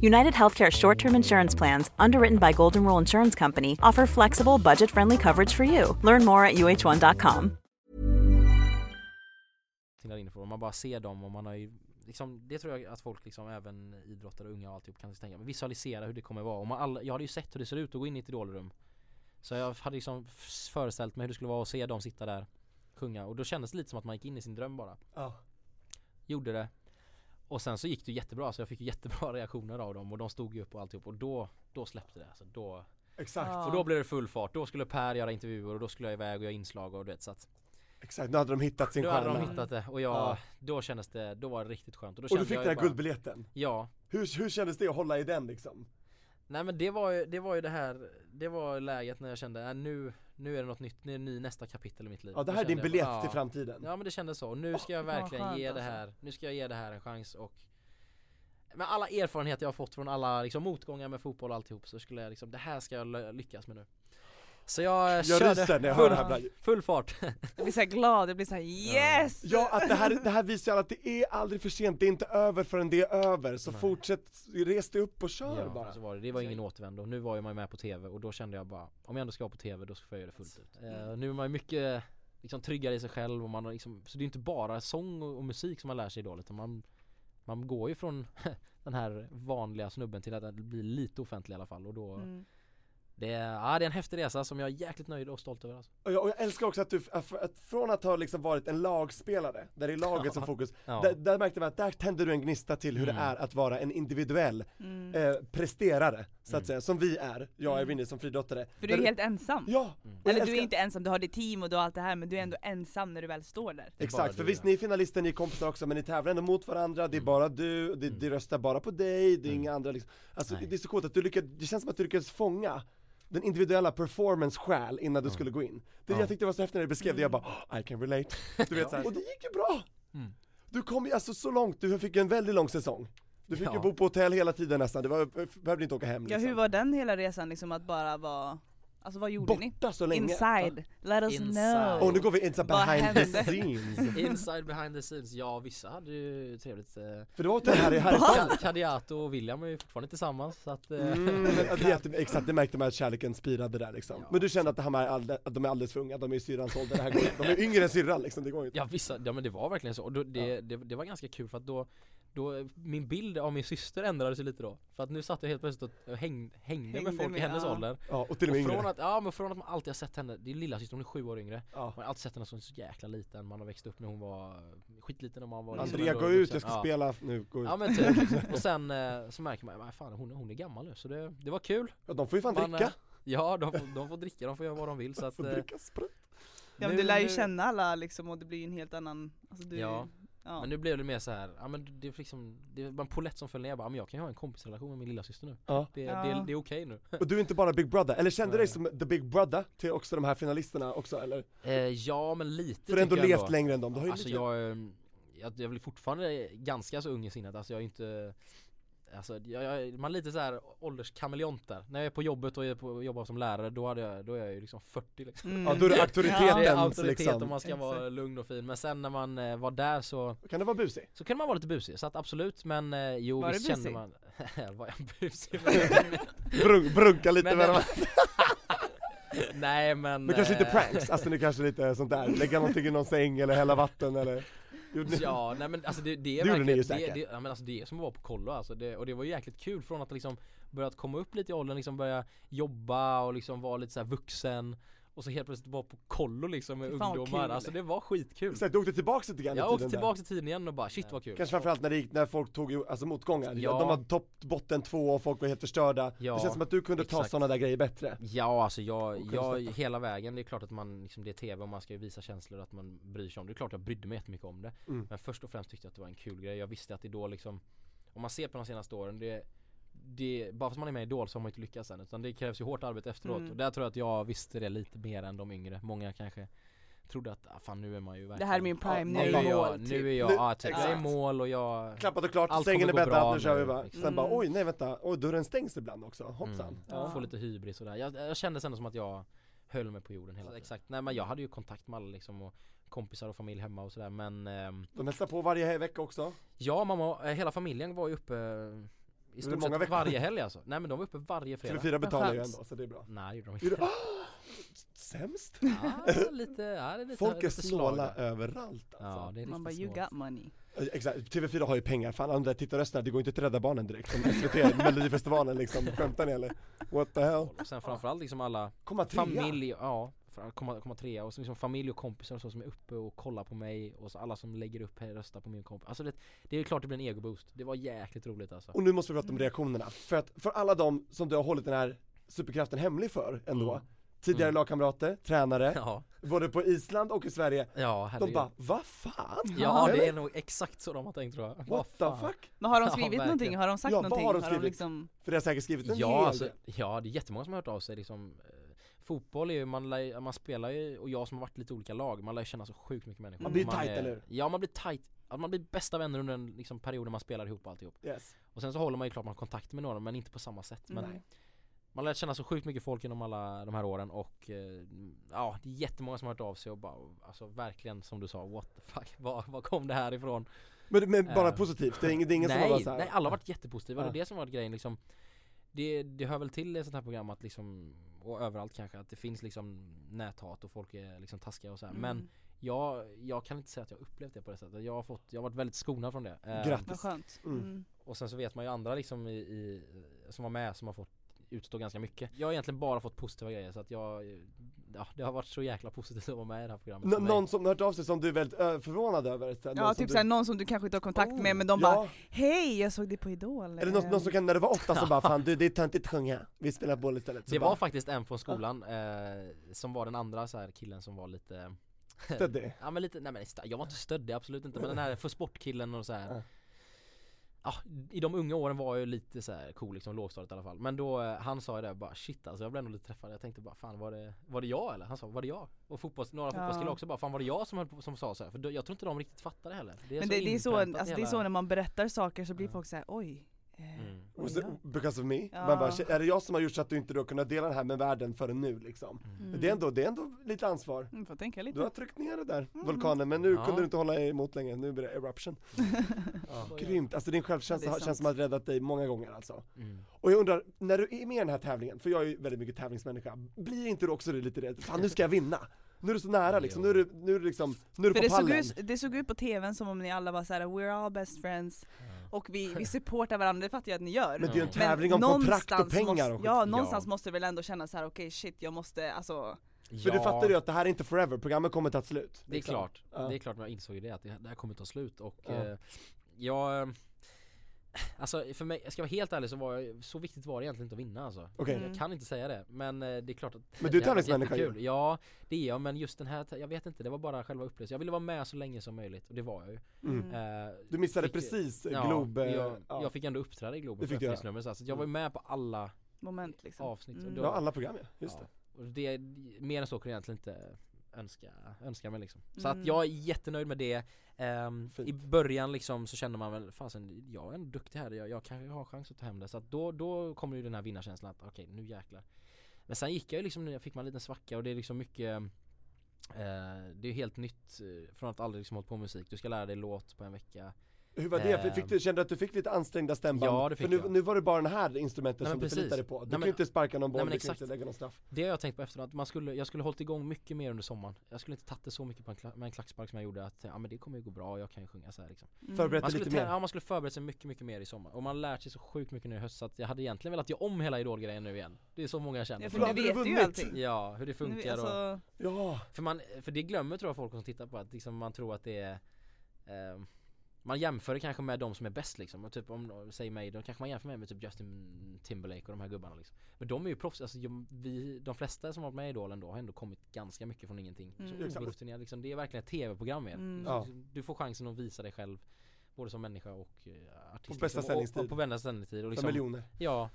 [SPEAKER 4] United Healthcare short term insurance plans, underwritten by Golden Rule Insurance Company, offer flexible, budget friendly coverage for you. Learn more at uh1.com.
[SPEAKER 3] tittar inifrån, man bara ser dem och man har ju liksom, Det tror jag att folk liksom, även idrottare, unga och alltihop kan tänka, men visualisera hur det kommer vara. Och man alla, jag hade ju sett hur det ser ut att gå in i ett idolrum Så jag hade liksom f- föreställt mig hur det skulle vara att se dem sitta där Sjunga, och då kändes det lite som att man gick in i sin dröm bara
[SPEAKER 2] Ja.
[SPEAKER 3] Gjorde det Och sen så gick det ju jättebra, så jag fick ju jättebra reaktioner av dem och de stod ju upp och alltihop och då, då släppte det alltså, då,
[SPEAKER 2] Exakt,
[SPEAKER 3] Och då blev det full fart, då skulle Per göra intervjuer och då skulle jag iväg och göra inslag och du vet så att
[SPEAKER 2] exakt, nu hade de hittat sin
[SPEAKER 3] Då hade de
[SPEAKER 2] stjärna
[SPEAKER 3] hittat det och jag,
[SPEAKER 2] Ja.
[SPEAKER 3] då kändes det, då var det riktigt skönt då
[SPEAKER 2] Och du
[SPEAKER 3] kände
[SPEAKER 2] fick
[SPEAKER 3] jag
[SPEAKER 2] den här
[SPEAKER 3] ju bara-
[SPEAKER 2] guldbiljetten,
[SPEAKER 3] Ja,
[SPEAKER 2] hur, hur kändes det att hålla i den liksom?
[SPEAKER 3] nej men det var ju det, var ju det här, det var läget när jag kände äh, nu, nu är det något nytt, nu är det ny nästa kapitel i mitt liv
[SPEAKER 2] Ja det
[SPEAKER 3] typ. Då
[SPEAKER 2] här är din
[SPEAKER 3] kände jag,
[SPEAKER 2] biljett
[SPEAKER 3] ja.
[SPEAKER 2] till framtiden
[SPEAKER 3] Ja men det kändes så, nu ska jag
[SPEAKER 1] fan vad
[SPEAKER 3] verkligen
[SPEAKER 1] skönt
[SPEAKER 3] ge det
[SPEAKER 1] alltså.
[SPEAKER 3] här, nu ska jag ge det här en chans och med alla erfarenheter jag har fått från alla liksom, motgångar med fotboll och alltihop så skulle jag liksom, det här ska jag lö- lyckas med nu Så jag, eh,
[SPEAKER 2] Jag ryser
[SPEAKER 3] körde
[SPEAKER 2] när jag hör
[SPEAKER 3] full,
[SPEAKER 2] det här Bragi.
[SPEAKER 3] full fart
[SPEAKER 1] Jag blir såhär glad, jag blir såhär yes!
[SPEAKER 2] Ja,
[SPEAKER 3] alltså,
[SPEAKER 2] att det här, det här visar ju alla att det är aldrig för sent, det är inte över förrän det är över, så fortsätt, res dig upp och kör
[SPEAKER 3] Ja,
[SPEAKER 2] bara
[SPEAKER 3] Så var det. det var ingen återvändo. Nu var ju man ju med på TV och då kände jag bara om jag ändå ska vara på TV då ska jag göra det fullt ut.
[SPEAKER 2] Mm.
[SPEAKER 3] Eh, nu är man ju mycket eh, liksom, tryggare i sig själv och man har liksom, så det är ju inte bara sång och, och musik som man lär sig idag utan man, man går ju från den här vanliga snubben till att bli lite offentlig i alla fall och då
[SPEAKER 1] Mm.
[SPEAKER 3] det, är, ja, det är en häftig resa som jag är jäkligt nöjd och stolt över alltså.
[SPEAKER 2] Och jag, och jag älskar också att du, att att från att ha liksom varit en lagspelare, där det är laget som fokus,
[SPEAKER 3] Ja. Mm.
[SPEAKER 2] där, där märkte man att där tände du en gnista till hur det är att vara en individuell
[SPEAKER 1] Mm.
[SPEAKER 2] eh, presterare,
[SPEAKER 3] Mm.
[SPEAKER 2] så att säga, som vi är, jag är Winnie som friidrottare
[SPEAKER 1] För du är
[SPEAKER 2] Där-
[SPEAKER 1] helt ensam.
[SPEAKER 2] Ja!
[SPEAKER 3] Mm.
[SPEAKER 2] och jag
[SPEAKER 1] Eller du är
[SPEAKER 2] älskar-
[SPEAKER 1] inte ensam, du har ditt team och du har allt det här men du är ändå ensam när du väl står där.
[SPEAKER 3] Det är bara
[SPEAKER 2] Exakt, för
[SPEAKER 3] du,
[SPEAKER 2] visst
[SPEAKER 3] ja.
[SPEAKER 2] ni är finalister, ni är kompisar också, men ni tävlar ändå mot varandra,
[SPEAKER 1] Mm.
[SPEAKER 2] det är bara du, det, det röstar bara på dig, det är inga andra liksom. Alltså det är så coolt att du lyckades, det känns som att du lyckades fånga den individuella performance själ innan du skulle gå in. Det jag tyckte var så häftigt när du beskrev det, jag
[SPEAKER 1] Mm.
[SPEAKER 2] bara "Oh, I can relate. Du vet såhär, och det gick ju bra! Du kom ju alltså så långt, du fick ju en väldigt lång säsong. Du fick ju
[SPEAKER 3] Ja.
[SPEAKER 2] bo på hotell hela tiden nästan, du var, eh, behövde inte åka hem
[SPEAKER 1] Ja
[SPEAKER 2] liksom.
[SPEAKER 1] hur var den hela resan liksom att bara vara, alltså vad gjorde ni?
[SPEAKER 2] Borta så länge.
[SPEAKER 1] Inside, let us
[SPEAKER 3] Inside.
[SPEAKER 1] know.
[SPEAKER 2] Och nu går vi inte
[SPEAKER 1] Vad
[SPEAKER 2] behind the
[SPEAKER 1] hände?
[SPEAKER 2] scenes.
[SPEAKER 3] Inside behind the scenes, ja vissa hade ju trevligt eh,
[SPEAKER 2] För det var hotell här i Härjedalen.
[SPEAKER 3] Ka- Kadiato och William är ju fortfarande tillsammans så att eh,
[SPEAKER 2] Mm, ja, det är jätte, exakt, det märkte man att kärleken spirade där liksom. Men du kände att, det här med allde, att de är alldeles för unga, de är i syrrans ålder, det här går, de är yngre än syrran liksom, det går ju inte.
[SPEAKER 3] Ja vissa, ja men det var verkligen så och då, det, det, det var ganska kul för att då, då Min bild av min syster ändrades ju lite då För att nu satt jag helt plötsligt och häng, hängde,
[SPEAKER 1] Hängde
[SPEAKER 3] med folk
[SPEAKER 1] med-
[SPEAKER 3] i hennes
[SPEAKER 1] ja.
[SPEAKER 3] ålder
[SPEAKER 2] Ja, och till och
[SPEAKER 3] och
[SPEAKER 2] med
[SPEAKER 3] från
[SPEAKER 2] yngre.
[SPEAKER 3] att, ja men från att man alltid har sett henne, det är lilla syster, hon är sju år yngre
[SPEAKER 2] Ja.
[SPEAKER 3] Man har alltid sett henne som så jäkla liten, man har växt upp när hon var skitliten och man var liksom
[SPEAKER 2] Andrea,
[SPEAKER 3] ändå
[SPEAKER 2] gå ut,
[SPEAKER 3] vuxen.
[SPEAKER 2] jag ska
[SPEAKER 3] ja.
[SPEAKER 2] spela nu, gå ut.
[SPEAKER 3] Ja men typ, och sen eh, så märker man, "Vad fan hon, hon är gammal nu så det, det var kul
[SPEAKER 2] Ja, de får ju fan
[SPEAKER 3] man, eh,
[SPEAKER 2] dricka,
[SPEAKER 3] Ja de, får- de får dricka, de får göra vad de vill så att
[SPEAKER 2] får
[SPEAKER 3] eh,
[SPEAKER 2] dricka sprit.
[SPEAKER 1] Ja men
[SPEAKER 3] Nu-
[SPEAKER 1] du lär ju
[SPEAKER 3] nu-
[SPEAKER 1] känna alla liksom och det blir ju en helt annan, alltså du,
[SPEAKER 3] Ja.
[SPEAKER 1] Ja.
[SPEAKER 3] Men nu blev det mer så här, ja men det är liksom, det var en polett som föll ner, jag bara, "Ja, men jag kan ju ha en kompisrelation med min lilla syster nu
[SPEAKER 2] Ja.
[SPEAKER 3] Det,
[SPEAKER 1] Ja.
[SPEAKER 3] det, det är okej nu
[SPEAKER 2] Och du är inte bara Big Brother, eller kände du dig
[SPEAKER 3] Nej.
[SPEAKER 2] som the Big Brother till också de här finalisterna också eller?
[SPEAKER 3] eh, Ja men lite
[SPEAKER 2] För du har ändå
[SPEAKER 3] tycker jag
[SPEAKER 2] levt längre än dem, du har ju
[SPEAKER 3] Alltså
[SPEAKER 2] lite...
[SPEAKER 3] jag, eh, jag, jag blir fortfarande ganska så ung i sinnet, alltså jag är inte Alltså jag, jag, man är lite så här ålderskameleont där När jag är på jobbet och är på, jobbar som lärare då, hade jag, då är jag ju liksom 40 liksom
[SPEAKER 1] Mm.
[SPEAKER 2] Ja då är det
[SPEAKER 1] Ja.
[SPEAKER 3] Det är
[SPEAKER 2] auktoritetens
[SPEAKER 3] auktoritet och
[SPEAKER 2] liksom.
[SPEAKER 3] man ska vara
[SPEAKER 1] Exakt.
[SPEAKER 3] lugn och fin Men sen när man eh, var där så,
[SPEAKER 2] Kan det vara busig?
[SPEAKER 3] så kunde man vara lite busig Så att absolut men eh, jo
[SPEAKER 1] Var du
[SPEAKER 3] visst
[SPEAKER 1] busig?
[SPEAKER 3] kände man Var jag busig? Men-
[SPEAKER 2] Brun, brunka lite
[SPEAKER 3] Men-
[SPEAKER 2] med dem.
[SPEAKER 3] Nej men
[SPEAKER 2] Men kanske lite
[SPEAKER 3] eh,
[SPEAKER 2] pranks, alltså ni kanske lite sånt där, lägga någonting i någon säng eller hälla vatten eller Gjorde ni-
[SPEAKER 3] Ja, nej men alltså det, det
[SPEAKER 2] Det
[SPEAKER 3] är
[SPEAKER 2] gjorde ni ju
[SPEAKER 3] det,
[SPEAKER 2] säkert.
[SPEAKER 3] det, ja, men alltså det är som att vara på kollo alltså det, och det var ju jäkligt kul från att liksom börjat komma upp lite i åldern, liksom börja jobba och liksom vara lite så här vuxen och så helt plötsligt vara på kollo liksom med
[SPEAKER 1] Fy fan vad
[SPEAKER 3] ungdomar,
[SPEAKER 1] kul.
[SPEAKER 3] alltså det var skitkul
[SPEAKER 2] Så att du åkte tillbaks lite grann i
[SPEAKER 3] Jag åkte
[SPEAKER 2] tiden där.
[SPEAKER 3] tillbaka till tiden igen och bara shit vad kul
[SPEAKER 2] Kanske framförallt när det gick, när folk tog ju- alltså, motgångar,
[SPEAKER 3] Ja.
[SPEAKER 2] de var topp, botten två och folk var helt förstörda
[SPEAKER 3] Ja,
[SPEAKER 2] Det känns som att du kunde ta
[SPEAKER 3] exakt.
[SPEAKER 2] sådana där grejer bättre
[SPEAKER 3] Ja alltså jag,
[SPEAKER 2] kunna
[SPEAKER 3] jag
[SPEAKER 2] stötta.
[SPEAKER 3] hela vägen, det är klart att man liksom, det är tv och man ska ju visa känslor och att man bryr sig om det. Det är klart jag brydde mig jättemycket om det.
[SPEAKER 2] Mm.
[SPEAKER 3] Men först och främst tyckte jag att det var en kul grej. Jag visste att Idol liksom, om man ser på de senaste åren, det, det, bara för att man är med i Idol så har man inte lyckats än. Utan det krävs ju hårt arbete efteråt.
[SPEAKER 1] Mm.
[SPEAKER 3] Och där tror jag att jag visste det lite mer än de yngre. Många kanske trodde att ah, fan nu är man ju verkligen
[SPEAKER 1] Det här är min prime, nu
[SPEAKER 3] nu är
[SPEAKER 1] är jag
[SPEAKER 3] jag,
[SPEAKER 1] mål,
[SPEAKER 3] nu
[SPEAKER 1] typ.
[SPEAKER 3] är jag,
[SPEAKER 2] Nu-
[SPEAKER 3] ja, typ, jag är
[SPEAKER 1] exakt.
[SPEAKER 3] mål och jag
[SPEAKER 2] Klappat och klart,
[SPEAKER 3] Allt
[SPEAKER 2] sängen är
[SPEAKER 3] kommer gå bra
[SPEAKER 2] bäddad, nu kör vi
[SPEAKER 3] nu.
[SPEAKER 2] bara Sen
[SPEAKER 3] Mm.
[SPEAKER 2] bara oj nej vänta, oj dörren stängs ibland också, hoppsan
[SPEAKER 3] Mm.
[SPEAKER 2] ja.
[SPEAKER 3] Få lite hybris och där. Jag, jag kände sen som att jag höll mig på jorden hela tiden. Exakt, nej men jag hade ju kontakt med alla liksom och kompisar och familj hemma och sådär men ehm,
[SPEAKER 2] De hälsar på varje vecka också
[SPEAKER 3] Ja mamma, eh, hela familjen var ju uppe eh, i stort
[SPEAKER 2] många
[SPEAKER 3] sett
[SPEAKER 2] veckor?
[SPEAKER 3] varje helg alltså. Nej men de var uppe varje fredag.
[SPEAKER 2] TV4 betalar ju
[SPEAKER 1] skönt.
[SPEAKER 2] ändå, så det är bra
[SPEAKER 3] Nej det gjorde de
[SPEAKER 2] Är
[SPEAKER 3] inte.
[SPEAKER 2] det- Sämst?
[SPEAKER 3] Ah, lite, ja, det är lite,
[SPEAKER 2] Folk är
[SPEAKER 3] lite slag
[SPEAKER 2] snåla
[SPEAKER 3] där.
[SPEAKER 2] överallt
[SPEAKER 3] Ja
[SPEAKER 2] alltså.
[SPEAKER 3] det är
[SPEAKER 1] Man bara
[SPEAKER 3] riktigt
[SPEAKER 1] you
[SPEAKER 3] snålt.
[SPEAKER 1] got money.
[SPEAKER 2] Eh, Exakt, TV4 har ju pengar, fan de där tittarrösterna, det går inte att rädda barnen direkt som SVT, Melodifestivalen liksom, skämtar ni eller? What the hell?
[SPEAKER 3] Och Sen framförallt liksom alla
[SPEAKER 2] Komma trea!
[SPEAKER 3] familj, ja, fra- komma, komma trea och så liksom familj och kompisar och så som är uppe och kollar på mig och så alla som lägger upp här röstar på min kompis. Alltså det, det är klart det blir en egoboost. Det var jäkligt roligt alltså.
[SPEAKER 2] Och nu måste vi prata om reaktionerna, för att för alla de som du har hållit den här superkraften hemlig för ändå
[SPEAKER 3] Mm.
[SPEAKER 2] Tidigare
[SPEAKER 3] Mm.
[SPEAKER 2] lagkamrater, tränare,
[SPEAKER 3] Ja,
[SPEAKER 2] både på Island och i Sverige
[SPEAKER 3] ja
[SPEAKER 2] De
[SPEAKER 3] herregud.
[SPEAKER 2] bara, vad fan?
[SPEAKER 3] Ja
[SPEAKER 2] Eller?
[SPEAKER 3] det är nog exakt så de har tänkt tror jag. Vad
[SPEAKER 2] What the
[SPEAKER 3] fan.
[SPEAKER 2] fuck?
[SPEAKER 1] Men har de
[SPEAKER 3] Ja,
[SPEAKER 1] skrivit
[SPEAKER 3] verkligen.
[SPEAKER 1] någonting? Har de sagt
[SPEAKER 2] Ja, vad
[SPEAKER 1] någonting?
[SPEAKER 2] har de skrivit?
[SPEAKER 1] liksom...
[SPEAKER 2] För det har säkert skrivit en hel
[SPEAKER 3] Ja, alltså,
[SPEAKER 2] del
[SPEAKER 3] ja det är jättemånga som har hört av sig liksom eh, Fotboll är ju, man, lär, ju- man spelar ju, och jag som har varit i lite olika lag, man lär ju känna så sjukt mycket människor
[SPEAKER 2] Man blir
[SPEAKER 3] Och
[SPEAKER 2] tajt,
[SPEAKER 3] är-
[SPEAKER 2] eller hur?
[SPEAKER 3] Ja man blir tight, att man blir bästa vänner under den liksom, perioden man spelar ihop och alltihop
[SPEAKER 2] Yes.
[SPEAKER 3] Och sen så håller man ju klart man har kontakt med några men inte på samma sätt
[SPEAKER 2] Mm.
[SPEAKER 3] men
[SPEAKER 1] Nej.
[SPEAKER 3] Man lär känna så sjukt mycket folk genom alla de här åren och eh, ja det är jättemånga som har hört av sig och bara alltså verkligen som du sa what the fuck, var, var kom det här ifrån?
[SPEAKER 2] Men, men bara
[SPEAKER 3] Eh.
[SPEAKER 2] positivt, det är ingen, det är ingen
[SPEAKER 3] nej,
[SPEAKER 2] som har varit så här.
[SPEAKER 3] nej, alla har varit jättepositiva,
[SPEAKER 2] Ja.
[SPEAKER 3] det är det som var grejen liksom det, det hör väl till i ett sånt här program att liksom, och överallt kanske, att det finns liksom näthat och folk är liksom taskiga och så här.
[SPEAKER 2] Mm.
[SPEAKER 3] men jag, jag kan inte säga att jag har upplevt det på det sättet, jag har, fått, jag har varit väldigt skonad från det Eh,
[SPEAKER 2] Grattis.
[SPEAKER 1] Vad skönt.
[SPEAKER 2] Mm.
[SPEAKER 1] Mm.
[SPEAKER 3] Och sen så vet man ju andra liksom i, i, som var med som har fått utstå ganska mycket Jag har egentligen bara fått positiva grejer så att jag, ja, det har varit så jäkla positivt att vara med i det här programmet för
[SPEAKER 2] Nå-
[SPEAKER 3] mig.
[SPEAKER 2] någon som har hört av sig som du är väldigt ö, förvånad över? så här, någon
[SPEAKER 1] Ja,
[SPEAKER 2] som
[SPEAKER 1] typ
[SPEAKER 2] du...
[SPEAKER 1] såhär någon som du kanske inte har kontakt
[SPEAKER 2] Oh,
[SPEAKER 1] med men de
[SPEAKER 2] ja.
[SPEAKER 1] bara Hej, jag såg dig på Idol.
[SPEAKER 2] Eller någon, någon som kan, när du var åtta så
[SPEAKER 3] Ja.
[SPEAKER 2] bara fan du det är töntigt att sjunga, vi spelar boll istället så
[SPEAKER 3] Det
[SPEAKER 2] bara,
[SPEAKER 3] var faktiskt en från skolan eh, som var den andra så här killen som var lite
[SPEAKER 2] Stöddig.
[SPEAKER 3] Ja men lite, nej men sta- jag var inte stöddig absolut inte men den här för sportkillen och så här.
[SPEAKER 2] Ja.
[SPEAKER 3] Ja, i de unga åren var jag ju lite så här cool liksom, lågstadiet i alla fall Men då, eh, han sa ju det bara shit alltså jag blev ändå lite träffad Jag tänkte bara fan var det, var det jag eller? Han sa var det jag? Och fotbolls, några fotbollskillar också bara fan var det jag som, höll på, som sa så här? För då, jag tror inte de riktigt fattade heller är
[SPEAKER 1] Men det, det, är så,
[SPEAKER 3] inpräntat i
[SPEAKER 1] alltså, det är
[SPEAKER 3] hela-
[SPEAKER 1] så när man berättar saker så blir
[SPEAKER 3] Ja.
[SPEAKER 1] folk såhär oj. eh,
[SPEAKER 3] Mm.
[SPEAKER 2] Och så, because of me,
[SPEAKER 1] Ja.
[SPEAKER 2] man bara, "Shit, är det jag som har gjort så att du inte då kunnat dela den här med världen förrän nu liksom?
[SPEAKER 1] Mm.
[SPEAKER 2] Det, är ändå, det är ändå lite ansvar
[SPEAKER 1] Mm, får tänka
[SPEAKER 2] Du har
[SPEAKER 1] lite.
[SPEAKER 2] tryckt ner det där,
[SPEAKER 1] Mm.
[SPEAKER 2] vulkanen, men nu
[SPEAKER 3] Ja.
[SPEAKER 2] kunde du inte hålla emot längre, nu blir det eruption
[SPEAKER 3] Ja.
[SPEAKER 2] Grymt, alltså din självkänsla
[SPEAKER 1] Ja, det är
[SPEAKER 2] har- känns
[SPEAKER 1] sant.
[SPEAKER 2] som att ha räddat dig många gånger alltså
[SPEAKER 3] Mm.
[SPEAKER 2] Och jag undrar, när du är med i den här tävlingen, för jag är ju väldigt mycket tävlingsmänniska, blir inte du också lite rädd? Fan nu ska jag vinna! Nu är du så nära liksom, nu är du, nu är du liksom, nu är
[SPEAKER 1] För
[SPEAKER 2] du på
[SPEAKER 1] det såg,
[SPEAKER 2] pallen!
[SPEAKER 1] ut, det såg ut på tvn som om ni alla var såhär we're all best friends och vi, vi supportar varandra, det fattar jag att ni gör.
[SPEAKER 2] Men det är ju en
[SPEAKER 3] Ja.
[SPEAKER 2] tävling om kontrakt och
[SPEAKER 1] någonstans
[SPEAKER 2] pengar och
[SPEAKER 1] måste, Ja,
[SPEAKER 2] skit.
[SPEAKER 1] någonstans
[SPEAKER 3] Ja.
[SPEAKER 1] måste du väl ändå känna så här: okej shit jag måste, alltså
[SPEAKER 2] För du
[SPEAKER 3] Ja.
[SPEAKER 2] fattar ju att det här är inte forever, programmet kommer ta slut
[SPEAKER 3] Det är
[SPEAKER 2] liksom.
[SPEAKER 3] klart,
[SPEAKER 2] Ja.
[SPEAKER 3] det är klart men eh, jag insåg ju det att det det här kommer ta slut och
[SPEAKER 2] Ja.
[SPEAKER 3] eh, jag eh, Alltså för mig, ska jag vara helt ärlig så var jag, så viktigt var det egentligen inte att vinna alltså
[SPEAKER 2] Okej,
[SPEAKER 1] Mm.
[SPEAKER 3] Jag kan inte säga det, men eh, det är klart att
[SPEAKER 2] Men du är
[SPEAKER 3] det hade varit
[SPEAKER 2] tävlingsmänniska ju.
[SPEAKER 3] jättekul. Ja, det är jag, men just den här, tä- jag vet inte, det var bara själva upplevelsen Jag ville vara med så länge som möjligt, och det var jag ju
[SPEAKER 2] mm.
[SPEAKER 3] Eh,
[SPEAKER 2] Du missade
[SPEAKER 3] fick-
[SPEAKER 2] precis
[SPEAKER 3] ja,
[SPEAKER 2] Glob... eh,
[SPEAKER 3] jag,
[SPEAKER 2] ja.
[SPEAKER 3] jag fick ändå uppträda i
[SPEAKER 2] Det
[SPEAKER 3] Globen
[SPEAKER 2] fick
[SPEAKER 3] för
[SPEAKER 2] du göra.
[SPEAKER 3] öppningsnumret så, här, så att jag var ju med på alla
[SPEAKER 1] moment liksom.
[SPEAKER 3] avsnitt och
[SPEAKER 1] Mm.
[SPEAKER 3] då-
[SPEAKER 2] ja, alla program ja, just
[SPEAKER 3] ja.
[SPEAKER 2] det
[SPEAKER 3] Och det, mer än så kunde jag egentligen inte önska, önska mig liksom. Så
[SPEAKER 1] Mm.
[SPEAKER 3] att jag är jättenöjd med det. Ehm,
[SPEAKER 2] Fint.
[SPEAKER 3] I början liksom så kände man väl, fasen jag är ändå duktig här, jag, jag kanske har chans att ta hem det. Så att då, då kommer ju den här vinnarkänslan att okej nu jäklar. Men sen gick jag ju liksom, nu fick man en liten svacka och det är liksom mycket eh, det är ju helt nytt eh, från att aldrig liksom hållit på med musik. Du ska lära dig låt på en vecka.
[SPEAKER 2] Hur var det?
[SPEAKER 3] Ehm.
[SPEAKER 2] Fick du, kände du att du fick lite ansträngda stämband?
[SPEAKER 3] Ja, det fick
[SPEAKER 2] För nu,
[SPEAKER 3] jag.
[SPEAKER 2] nu var det bara det här instrumentet
[SPEAKER 3] Nej,
[SPEAKER 2] som
[SPEAKER 3] men
[SPEAKER 2] du
[SPEAKER 3] precis.
[SPEAKER 2] förlitade dig på, du
[SPEAKER 3] Nej,
[SPEAKER 2] kan ju
[SPEAKER 3] men-
[SPEAKER 2] inte sparka någon
[SPEAKER 3] Nej,
[SPEAKER 2] boll,
[SPEAKER 3] men
[SPEAKER 2] du kan ju
[SPEAKER 3] exakt.
[SPEAKER 2] inte lägga någon straff
[SPEAKER 3] Det har jag tänkt på efteråt, att man skulle, jag skulle hållit igång mycket mer under sommaren. Jag skulle inte tagit det så mycket på en kla- med en klackspark som jag gjorde att eh, ja men det kommer ju gå bra, jag kan ju sjunga så här liksom.
[SPEAKER 1] Mm.
[SPEAKER 2] Förberett
[SPEAKER 3] Man
[SPEAKER 2] lite
[SPEAKER 3] skulle,
[SPEAKER 2] mer
[SPEAKER 3] tä- ja, man skulle förbereda sig mycket, mycket mer i sommar och man har lärt sig så sjukt mycket nu i höst så att jag hade egentligen velat göra om hela idolgrejen nu igen Det är så många jag
[SPEAKER 1] Ja,
[SPEAKER 3] känner
[SPEAKER 1] för
[SPEAKER 2] Då
[SPEAKER 1] nu
[SPEAKER 2] hade du
[SPEAKER 1] vet du ju
[SPEAKER 2] vunnit.
[SPEAKER 1] allting.
[SPEAKER 3] Ja, hur det
[SPEAKER 1] Nu,
[SPEAKER 3] funkar och,
[SPEAKER 1] alltså,
[SPEAKER 2] Ja,
[SPEAKER 3] för, man, för det glömmer tror jag folk som tittar på att liksom man tror att det är ehm, Man jämför det kanske med de som är bäst liksom, och typ om, säg mig, då kanske man jämför mig med typ Justin Timberlake och de här gubbarna liksom Men de är ju proffs, alltså jag- vi, de flesta som har varit med i Idol ändå har ändå kommit ganska mycket från ingenting
[SPEAKER 1] Mm.
[SPEAKER 3] så orutinerade, liksom, Det är verkligen ett tv-program igen liksom,
[SPEAKER 1] Mm.
[SPEAKER 2] Ja.
[SPEAKER 3] Du får chansen att visa dig själv Både som människa och eh, artist
[SPEAKER 2] På bästa
[SPEAKER 3] liksom, och-
[SPEAKER 2] sändningstid.
[SPEAKER 3] och På bästa sändningstid och
[SPEAKER 2] för
[SPEAKER 3] liksom,
[SPEAKER 2] miljoner
[SPEAKER 3] Ja,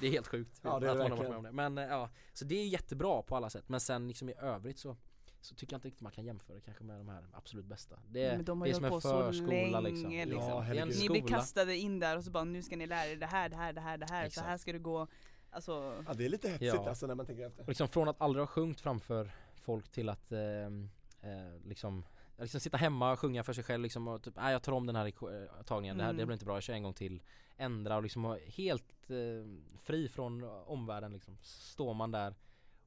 [SPEAKER 3] det är helt sjukt
[SPEAKER 2] Ja, det är
[SPEAKER 3] att
[SPEAKER 2] det
[SPEAKER 3] man har varit
[SPEAKER 2] verkligen.
[SPEAKER 3] med om det Men eh, ja, så det är jättebra på alla sätt Men sen liksom i övrigt så så tycker jag inte riktigt man kan jämföra det kanske med de här absolut bästa Det är,
[SPEAKER 1] Men de har
[SPEAKER 3] det
[SPEAKER 1] ju
[SPEAKER 3] är som en
[SPEAKER 1] hållit på så
[SPEAKER 3] förskola liksom,
[SPEAKER 1] länge,
[SPEAKER 2] liksom. Ja,
[SPEAKER 3] Det är en
[SPEAKER 2] herregud.
[SPEAKER 1] Ni
[SPEAKER 3] skola
[SPEAKER 1] blir kastade in där och så bara nu ska ni lära er det här, det här, det här, det här, så
[SPEAKER 3] Exakt.
[SPEAKER 1] här ska du gå. Alltså,
[SPEAKER 2] Ja det är lite hetsigt
[SPEAKER 3] Ja.
[SPEAKER 2] alltså när man tänker efter
[SPEAKER 3] Och liksom från att aldrig ha sjungit framför folk till att eh, eh, liksom ja, Liksom sitta hemma och sjunga för sig själv liksom och typ, nej jag tar om den här reko- eh, tagningen, det här det
[SPEAKER 1] Mm.
[SPEAKER 3] blir inte bra, jag kör en gång till Ändra och liksom vara helt eh, fri från omvärlden liksom Står man där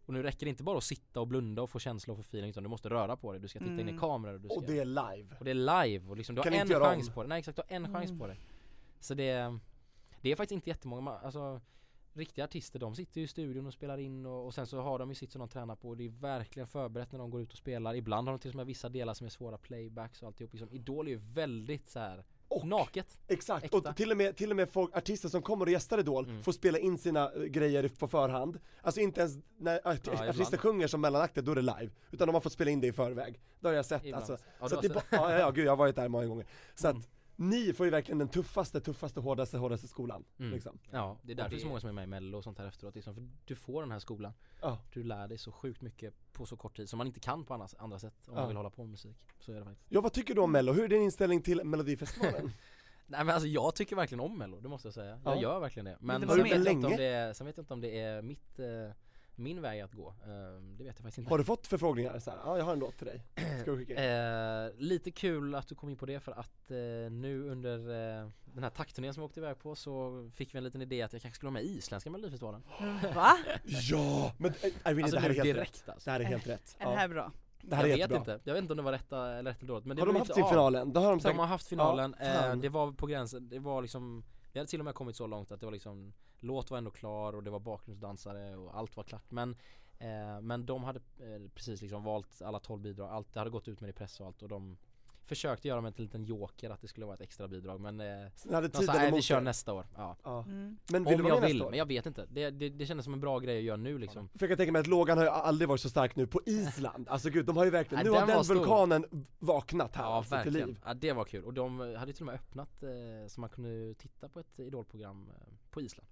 [SPEAKER 3] Och nu räcker det inte bara att sitta och blunda och få känslor och få feeling utan du måste röra på dig, du ska titta in i
[SPEAKER 1] Mm.
[SPEAKER 3] kameror och du ska
[SPEAKER 2] Och det är live
[SPEAKER 3] och det är live och liksom du har
[SPEAKER 2] Kan
[SPEAKER 3] en
[SPEAKER 2] inte göra
[SPEAKER 3] chans
[SPEAKER 2] om.
[SPEAKER 3] på det, nej exakt du har en chans
[SPEAKER 1] Mm.
[SPEAKER 3] på det Så det Det är faktiskt inte jättemånga, man- alltså Riktiga artister de sitter ju i studion och spelar in och, och sen så har de ju sitt som de tränar på och det är verkligen förberett när de går ut och spelar Ibland har de till och med vissa delar som är svåra playbacks och alltihop liksom Idol är ju väldigt så här
[SPEAKER 2] Och-
[SPEAKER 3] naket
[SPEAKER 2] Exakt,
[SPEAKER 3] Äkta. Mm.
[SPEAKER 2] och till och med, till och med folk, artister som kommer och gästar Idol får spela in sina eh, grejer på förhand Alltså inte ens när art-
[SPEAKER 3] ibland.
[SPEAKER 2] artister sjunger som mellanakter, då är det live Utan de har fått spela in det i förväg, det har jag sett
[SPEAKER 3] Ibland.
[SPEAKER 2] alltså
[SPEAKER 3] Ja, du
[SPEAKER 2] så att
[SPEAKER 3] har
[SPEAKER 2] det är ba-
[SPEAKER 3] sett. Mm.
[SPEAKER 2] ja, ja, ja, gud jag har varit där många gånger Så att ni får ju verkligen den tuffaste, tuffaste, hårdaste, hårdaste skolan
[SPEAKER 3] Mm.
[SPEAKER 2] liksom
[SPEAKER 3] Ja, det är därför
[SPEAKER 2] det-
[SPEAKER 3] det är så många som är med i mello och sånt här efteråt liksom, för du får den här skolan
[SPEAKER 2] Ja.
[SPEAKER 3] Du lär dig så sjukt mycket på så kort tid som man inte kan på annars, andra sätt om
[SPEAKER 2] Ja.
[SPEAKER 3] man vill hålla på med musik Så är det faktiskt
[SPEAKER 2] Ja vad tycker du om mello? Hur är din inställning till melodifestivalen?
[SPEAKER 3] Nej men alltså jag tycker verkligen om mello, det måste jag säga. Jag
[SPEAKER 2] Ja.
[SPEAKER 3] gör verkligen det. Men
[SPEAKER 1] det
[SPEAKER 3] sen
[SPEAKER 1] var
[SPEAKER 3] vet,
[SPEAKER 1] med
[SPEAKER 3] jag inte
[SPEAKER 2] länge.
[SPEAKER 3] om det är, sen vet jag inte om det är mitt, eh, min väg att gå. Eh, det vet jag faktiskt inte.
[SPEAKER 2] har du fått förfrågningar så här? ja jag har en låt till dig, ska du skicka in?
[SPEAKER 3] Eh, lite kul att du kom in på det för att eh, nu under eh, den här tackturnén som jag åkte iväg på så fick vi en liten idé att jag kanske skulle vara med i Isländska melodifestivalen.
[SPEAKER 1] va?
[SPEAKER 2] Ja! Men eh, Irene
[SPEAKER 3] Alltså
[SPEAKER 2] det här är
[SPEAKER 3] nu
[SPEAKER 2] helt rätt
[SPEAKER 3] direkt alltså.
[SPEAKER 2] Det här är helt rätt
[SPEAKER 1] Är det här bra?
[SPEAKER 2] Det här är
[SPEAKER 3] jag
[SPEAKER 2] jättebra.
[SPEAKER 3] vet inte, jag vet inte om det var rätta eller rätt eller dåligt men det
[SPEAKER 2] Har de
[SPEAKER 3] blev
[SPEAKER 2] haft
[SPEAKER 3] inte
[SPEAKER 2] sin
[SPEAKER 3] av.
[SPEAKER 2] finalen? Då har de
[SPEAKER 3] De
[SPEAKER 2] sagt,
[SPEAKER 3] har haft finalen,
[SPEAKER 2] Ja,
[SPEAKER 3] eh,
[SPEAKER 2] fan.
[SPEAKER 3] det var på gränsen, det var liksom Vi hade till och med kommit så långt att det var liksom Låt var ändå klar och det var bakgrundsdansare och allt var klart men eh, Men de hade eh, precis liksom valt alla 12 bidrag, allt, det hade gått ut med det i press och allt och de Försökte göra med en liten joker att det skulle vara ett extra bidrag men eh,
[SPEAKER 2] sen hade
[SPEAKER 3] De sa
[SPEAKER 2] tiden
[SPEAKER 3] "Nej, vi
[SPEAKER 2] emot
[SPEAKER 3] kör
[SPEAKER 2] er."
[SPEAKER 3] nästa år, ja.
[SPEAKER 2] ja.
[SPEAKER 1] Mm.
[SPEAKER 2] Men vill
[SPEAKER 3] Om
[SPEAKER 2] du vara
[SPEAKER 3] jag
[SPEAKER 2] med
[SPEAKER 3] vill,
[SPEAKER 2] nästa
[SPEAKER 3] men
[SPEAKER 2] år?
[SPEAKER 3] jag vet inte det, det, det kändes som en bra grej att göra nu liksom
[SPEAKER 2] För jag kan tänka mig att lågan har ju aldrig varit så stark nu på Island, alltså gud de har ju verkligen,
[SPEAKER 3] Nej,
[SPEAKER 2] nu
[SPEAKER 3] den
[SPEAKER 2] har den
[SPEAKER 3] var stor.
[SPEAKER 2] vulkanen vaknat här
[SPEAKER 3] Ja
[SPEAKER 2] alltså, till
[SPEAKER 3] verkligen,
[SPEAKER 2] liv
[SPEAKER 3] ja, det var kul och de hade ju till och med öppnat eh, så man kunde titta på ett idolprogram eh, på Island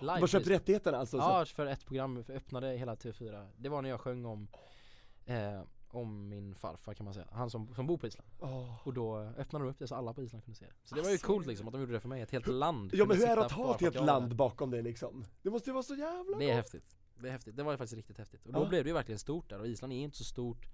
[SPEAKER 3] Live
[SPEAKER 2] De
[SPEAKER 3] på
[SPEAKER 2] har köpt
[SPEAKER 3] Island.
[SPEAKER 2] rättigheterna alltså? så att-
[SPEAKER 3] Ja, för ett program, för öppnade hela TV4 Det var när jag sjöng om eh, Om min farfar kan man säga, han som, som bor på Island
[SPEAKER 2] Åh.
[SPEAKER 3] Och då öppnade de upp det så alla på Island kunde se det Så det var ju coolt liksom att de gjorde det för mig, ett helt land
[SPEAKER 2] Alltså, Ja men
[SPEAKER 3] kunde
[SPEAKER 2] hur är det
[SPEAKER 3] sitta
[SPEAKER 2] att
[SPEAKER 3] bara
[SPEAKER 2] ha ett
[SPEAKER 3] för
[SPEAKER 2] helt
[SPEAKER 3] jag var
[SPEAKER 2] land bakom dig liksom? Det måste ju vara så
[SPEAKER 3] där.
[SPEAKER 2] jävla
[SPEAKER 3] Det är
[SPEAKER 2] bra.
[SPEAKER 3] häftigt Det är häftigt, det var ju faktiskt riktigt häftigt Och då
[SPEAKER 2] Ja.
[SPEAKER 3] blev det ju verkligen stort där och Island är inte så stort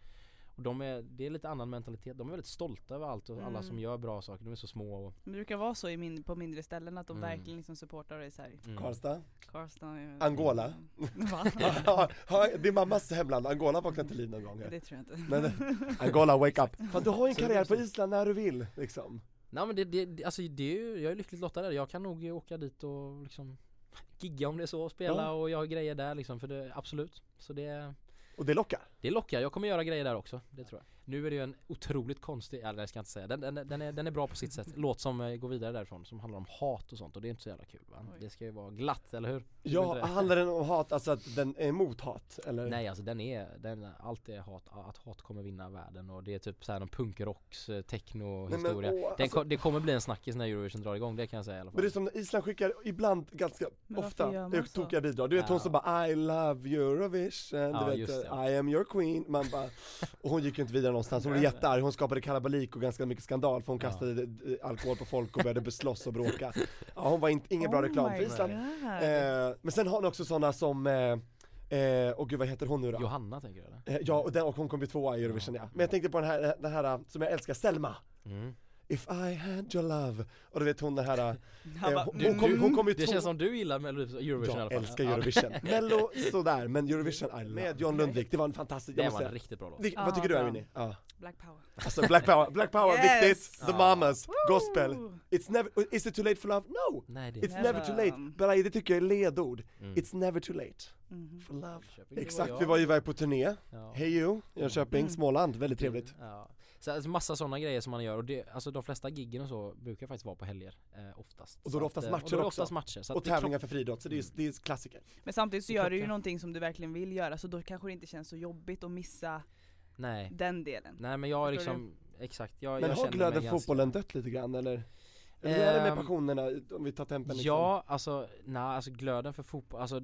[SPEAKER 3] och de är, det är lite annan mentalitet, de är väldigt stolta över allt och alla
[SPEAKER 1] Mm.
[SPEAKER 3] som gör bra saker, de är så små och
[SPEAKER 1] Det brukar vara så i min, på mindre ställen att de
[SPEAKER 3] Mm.
[SPEAKER 1] verkligen liksom supportar dig såhär.
[SPEAKER 3] mm.
[SPEAKER 2] Karlstad,
[SPEAKER 1] Karlstad. eh,
[SPEAKER 2] Angola?
[SPEAKER 1] Va?
[SPEAKER 2] Ja, ja, det är mammas hemland, Angola vaknade till liv någon gång
[SPEAKER 1] Det tror jag inte.
[SPEAKER 2] Men eh, Angola wake up! Fan du har ju en
[SPEAKER 3] Så det
[SPEAKER 2] karriär
[SPEAKER 3] måste-
[SPEAKER 2] på Island när du vill liksom
[SPEAKER 3] Nej men det, det- det, alltså det är ju, jag är lyckligt lottad där. Jag kan nog åka dit och liksom gigga om det är så, och spela
[SPEAKER 2] Ja.
[SPEAKER 3] och jag har grejer där liksom för det, absolut. Så det,
[SPEAKER 2] Och det lockar
[SPEAKER 3] det lockar, jag kommer göra grejer där också, det tror jag. Nu är det ju en otroligt konstig, eller jag ska inte säga, den, den, den, är, den är bra på sitt sätt. Låt som eh, går vidare därifrån som handlar om hat och sånt och det är inte så jävla kul va? Det ska ju vara glatt, eller hur? Tycker du inte
[SPEAKER 2] Ja,
[SPEAKER 3] det?
[SPEAKER 2] handlar den om hat, alltså att den är emot hat? Eller?
[SPEAKER 3] Nej alltså den är, den, allt är hat, att hat kommer vinna världen och det är typ såhär någon punkrocks eh, techno-historia
[SPEAKER 2] Nej, men, åh,
[SPEAKER 3] Den
[SPEAKER 2] alltså-
[SPEAKER 3] ko- Det kommer bli en snackis när Eurovision drar igång, det kan jag säga i alla
[SPEAKER 2] Men det är
[SPEAKER 3] fall
[SPEAKER 2] som när Island skickar ibland ganska
[SPEAKER 1] Men varför gör
[SPEAKER 2] ofta
[SPEAKER 1] man så?
[SPEAKER 2] tokiga bidrag, du vet hon
[SPEAKER 3] Ja.
[SPEAKER 2] som bara I love Eurovision,
[SPEAKER 3] Ja,
[SPEAKER 2] du
[SPEAKER 3] just
[SPEAKER 2] vet
[SPEAKER 3] det.
[SPEAKER 2] I am your queen, man bara Och hon gick ju inte vidare någonstans, hon blev jättearg, hon skapade kalabalik och ganska mycket skandal för hon
[SPEAKER 3] Ja.
[SPEAKER 2] kastade eh, alkohol på folk och började slåss och bråka Ja hon var inte, ingen bra
[SPEAKER 1] Oh
[SPEAKER 2] reklam
[SPEAKER 1] my
[SPEAKER 2] för Island
[SPEAKER 1] God.
[SPEAKER 2] eh, Men sen har hon också sådana som, eh, eh, och gud vad heter hon nu då?
[SPEAKER 3] Johanna tänker du eller?
[SPEAKER 2] Eh, Ja, och, den, och hon kom ju tvåa i Eurovision ja. Men jag tänkte på den här, den här som jag älskar, Selma
[SPEAKER 3] Mm.
[SPEAKER 2] If I had your love, och du vet hon den här, eh,
[SPEAKER 1] Mm. Han bara,
[SPEAKER 2] hon, hon, kom, hon kom ju
[SPEAKER 3] Det
[SPEAKER 2] två-
[SPEAKER 3] känns som du gillar Mello- Eurovision i alla fall
[SPEAKER 2] jag älskar
[SPEAKER 3] Ja.
[SPEAKER 2] Eurovision, mello sådär, men Eurovision I love. Med John Lundvik, det var en fantastisk,
[SPEAKER 3] Det
[SPEAKER 2] jag måste
[SPEAKER 3] var en
[SPEAKER 2] säga
[SPEAKER 3] riktigt bra låt
[SPEAKER 2] Vil- Vad tycker du Irene? Ja.
[SPEAKER 1] Black power.
[SPEAKER 2] Alltså black power, black power,
[SPEAKER 1] Yes.
[SPEAKER 2] viktigt! The
[SPEAKER 3] Ja.
[SPEAKER 2] mamas, gospel,
[SPEAKER 1] Woo.
[SPEAKER 2] it's never, is it too late for love? No!
[SPEAKER 3] Nej det
[SPEAKER 2] It's never too late, Bella det tycker jag är ledord,
[SPEAKER 3] Mm.
[SPEAKER 2] it's never too late for love
[SPEAKER 3] Jönköping, det
[SPEAKER 2] Exakt, vi var ju iväg på turné,
[SPEAKER 3] Ja.
[SPEAKER 2] hej jo, Jönköping, Småland, väldigt trevligt
[SPEAKER 3] Ja. Så alltså massa sådana grejer som man gör och det, alltså de flesta giggen och så brukar faktiskt vara på helger eh, oftast
[SPEAKER 2] Och då är det
[SPEAKER 3] Så
[SPEAKER 2] oftast
[SPEAKER 3] eh,
[SPEAKER 2] matcher
[SPEAKER 3] och då är Mm. det
[SPEAKER 2] också.
[SPEAKER 3] oftast matcher så att
[SPEAKER 2] Och
[SPEAKER 3] det krock-
[SPEAKER 2] tävlingar för friidrott, så det är ju det är klassiker
[SPEAKER 1] Men samtidigt så
[SPEAKER 3] Det
[SPEAKER 1] gör du ju
[SPEAKER 3] krockar.
[SPEAKER 1] någonting som du verkligen vill göra så då kanske det inte känns så jobbigt att missa
[SPEAKER 3] Nej,
[SPEAKER 1] den delen.
[SPEAKER 3] nej men jag är
[SPEAKER 1] Förstår
[SPEAKER 3] liksom, exakt jag,
[SPEAKER 2] Men
[SPEAKER 3] jag
[SPEAKER 2] har
[SPEAKER 3] känner
[SPEAKER 2] glöden
[SPEAKER 3] mig ganska-
[SPEAKER 2] fotbollen dött lite grann eller? Eller hur är det med
[SPEAKER 3] Ehm,
[SPEAKER 2] passionerna, om vi tar tempen liksom?
[SPEAKER 3] Ja, alltså, nej, alltså glöden för fotboll, alltså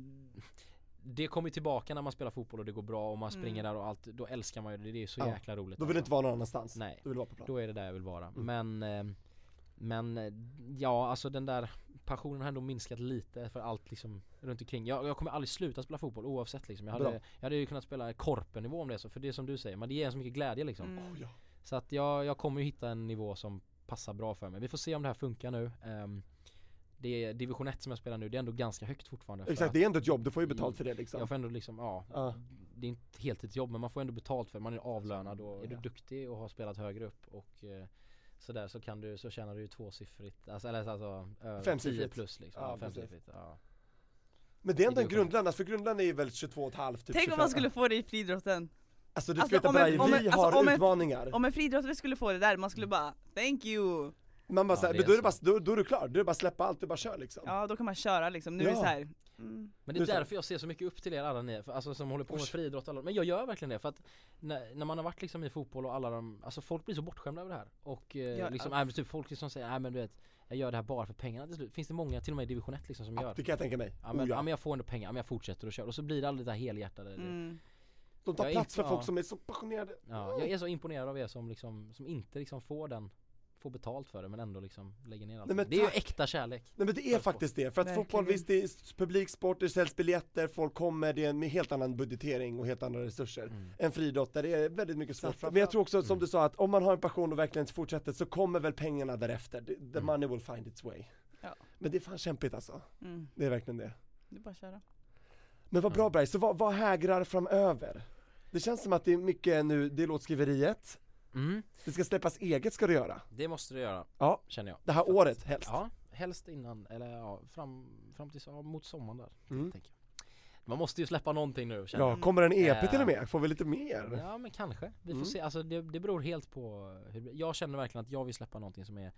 [SPEAKER 3] det kommer ju tillbaka när man spelar fotboll och det går bra och man
[SPEAKER 1] Mm.
[SPEAKER 3] springer där och allt, då älskar man ju det, det är så
[SPEAKER 2] Ja,
[SPEAKER 3] jäkla roligt alltså.
[SPEAKER 2] Då vill du inte vara någon annanstans?
[SPEAKER 3] Nej.
[SPEAKER 2] Du vill vara på plan?
[SPEAKER 3] Då är det där jag vill vara,
[SPEAKER 2] Mm.
[SPEAKER 3] men eh, Men eh, ja, alltså den där passionen har ändå minskat lite för allt liksom runt omkring Jag, jag kommer aldrig sluta spela fotboll oavsett liksom Jag hade,
[SPEAKER 2] Bra.
[SPEAKER 3] jag hade ju kunnat spela korpennivå om det är så, för det är som du säger, men det ger en så mycket glädje liksom
[SPEAKER 1] Mm.
[SPEAKER 2] Oh, ja.
[SPEAKER 3] så att jag, jag kommer ju hitta en nivå som passar bra för mig. Vi får se om det här funkar nu. Ehm, det är division 1 som jag spelar nu, det är ändå ganska högt fortfarande. för
[SPEAKER 2] Exakt,
[SPEAKER 3] att
[SPEAKER 2] det är ändå ett jobb, du får ju betalt för det liksom
[SPEAKER 3] Jag får ändå liksom, ja.
[SPEAKER 2] Ja.
[SPEAKER 3] Det är inte ett heltidsjobb men man får ändå betalt för det. Man är avlönad och är du duktig och har spelat högre upp och eh, sådär så kan du, så tjänar du ju tvåsiffrigt, alltså, eller alltså över
[SPEAKER 2] Femsiffrigt.
[SPEAKER 3] 10 plus liksom.
[SPEAKER 2] Ja,
[SPEAKER 3] Ja,
[SPEAKER 2] precis.
[SPEAKER 3] femsiffrigt. Ja.
[SPEAKER 2] Men det är ändå
[SPEAKER 3] Det
[SPEAKER 2] en
[SPEAKER 3] är ju
[SPEAKER 2] grundlön, alltså, för grundlön är ju väl 22,5 typ
[SPEAKER 1] Tänk
[SPEAKER 2] 25.
[SPEAKER 1] om man skulle få det i friidrotten.
[SPEAKER 2] Alltså du ska
[SPEAKER 1] Alltså,
[SPEAKER 2] veta
[SPEAKER 1] om
[SPEAKER 2] Brahe,
[SPEAKER 1] en- om en-
[SPEAKER 2] vi
[SPEAKER 1] alltså,
[SPEAKER 2] har
[SPEAKER 1] om en-
[SPEAKER 2] utmaningar
[SPEAKER 1] Om en friidrottare skulle få det där, man
[SPEAKER 2] Mm.
[SPEAKER 1] skulle bara 'thank you'
[SPEAKER 2] Man bara
[SPEAKER 3] Ja,
[SPEAKER 2] såhär,
[SPEAKER 3] det
[SPEAKER 2] men
[SPEAKER 3] är
[SPEAKER 2] då är det
[SPEAKER 3] så.
[SPEAKER 2] bara, då, då är du klar, då är det bara att släppa allt, du bara kör liksom
[SPEAKER 1] Ja då kan man köra liksom, nu är det
[SPEAKER 2] Ja.
[SPEAKER 1] så här. Mm.
[SPEAKER 3] Men det är
[SPEAKER 2] Det är så.
[SPEAKER 3] därför jag ser så mycket upp till er alla ni, för, alltså, som håller på med
[SPEAKER 2] Oj.
[SPEAKER 3] friidrott och alla, Men jag gör verkligen det för att när, när man har varit liksom i fotboll och alla de, alltså folk blir så bortskämda över det här Och eh,
[SPEAKER 1] Ja,
[SPEAKER 3] liksom,
[SPEAKER 1] ja.
[SPEAKER 3] nej, men typ folk som säger nej men du vet Jag gör det här bara för pengarna till slut Finns det många till och med i division 1 liksom som
[SPEAKER 2] Ja,
[SPEAKER 3] gör
[SPEAKER 2] Det kan jag tänka mig,
[SPEAKER 3] Ja men,
[SPEAKER 2] oh,
[SPEAKER 3] ja,
[SPEAKER 2] ja.
[SPEAKER 3] men jag får ändå pengar, ja, men jag fortsätter och kör och så blir det aldrig det här helhjärtade det-
[SPEAKER 1] Mm.
[SPEAKER 2] De tar
[SPEAKER 3] jag är
[SPEAKER 2] plats
[SPEAKER 3] inte-
[SPEAKER 2] för folk
[SPEAKER 3] ja.
[SPEAKER 2] som är så passionerade
[SPEAKER 3] ja, Jag är så imponerad av er som liksom, som inte liksom får den Får betalt för det men ändå liksom lägger ner allt
[SPEAKER 2] Nej, men
[SPEAKER 3] Det är ju
[SPEAKER 2] tack.
[SPEAKER 3] äkta kärlek
[SPEAKER 2] Nej men det är faktiskt det, för att
[SPEAKER 1] Verkligen.
[SPEAKER 2] fotboll visst det är publiksport, det säljs biljetter, folk kommer, det är en helt annan budgetering och helt andra resurser än friidrott där det är väldigt mycket svårt. Men jag tror också som du sa att om man har en passion och verkligen fortsätter så kommer väl pengarna därefter, the the money will find its way.
[SPEAKER 1] Ja.
[SPEAKER 2] Men det är fan kämpigt alltså,
[SPEAKER 1] Mm.
[SPEAKER 2] det är verkligen det.
[SPEAKER 1] Det är bara att köra.
[SPEAKER 2] Men vad bra Berg, så vad, vad hägrar framöver? Det känns som att det är mycket nu, det är låtskriveriet,
[SPEAKER 3] mm.
[SPEAKER 2] det ska släppas eget ska du göra.
[SPEAKER 3] Det måste du göra,
[SPEAKER 2] Ja,
[SPEAKER 3] känner jag
[SPEAKER 2] det här
[SPEAKER 3] För att-
[SPEAKER 2] året helst.
[SPEAKER 3] Ja, helst innan, eller ja, fram, fram till, ja, mot sommaren där,
[SPEAKER 2] Mm.
[SPEAKER 3] tänker jag. Man måste ju släppa någonting nu känner
[SPEAKER 2] Ja, kommer en EP
[SPEAKER 3] Eh.
[SPEAKER 2] till och med? Får vi lite
[SPEAKER 3] jag.
[SPEAKER 2] mer?
[SPEAKER 3] Ja men kanske, vi får
[SPEAKER 2] Mm.
[SPEAKER 3] se, alltså det, det beror helt på hur, jag känner verkligen att jag vill släppa någonting som är,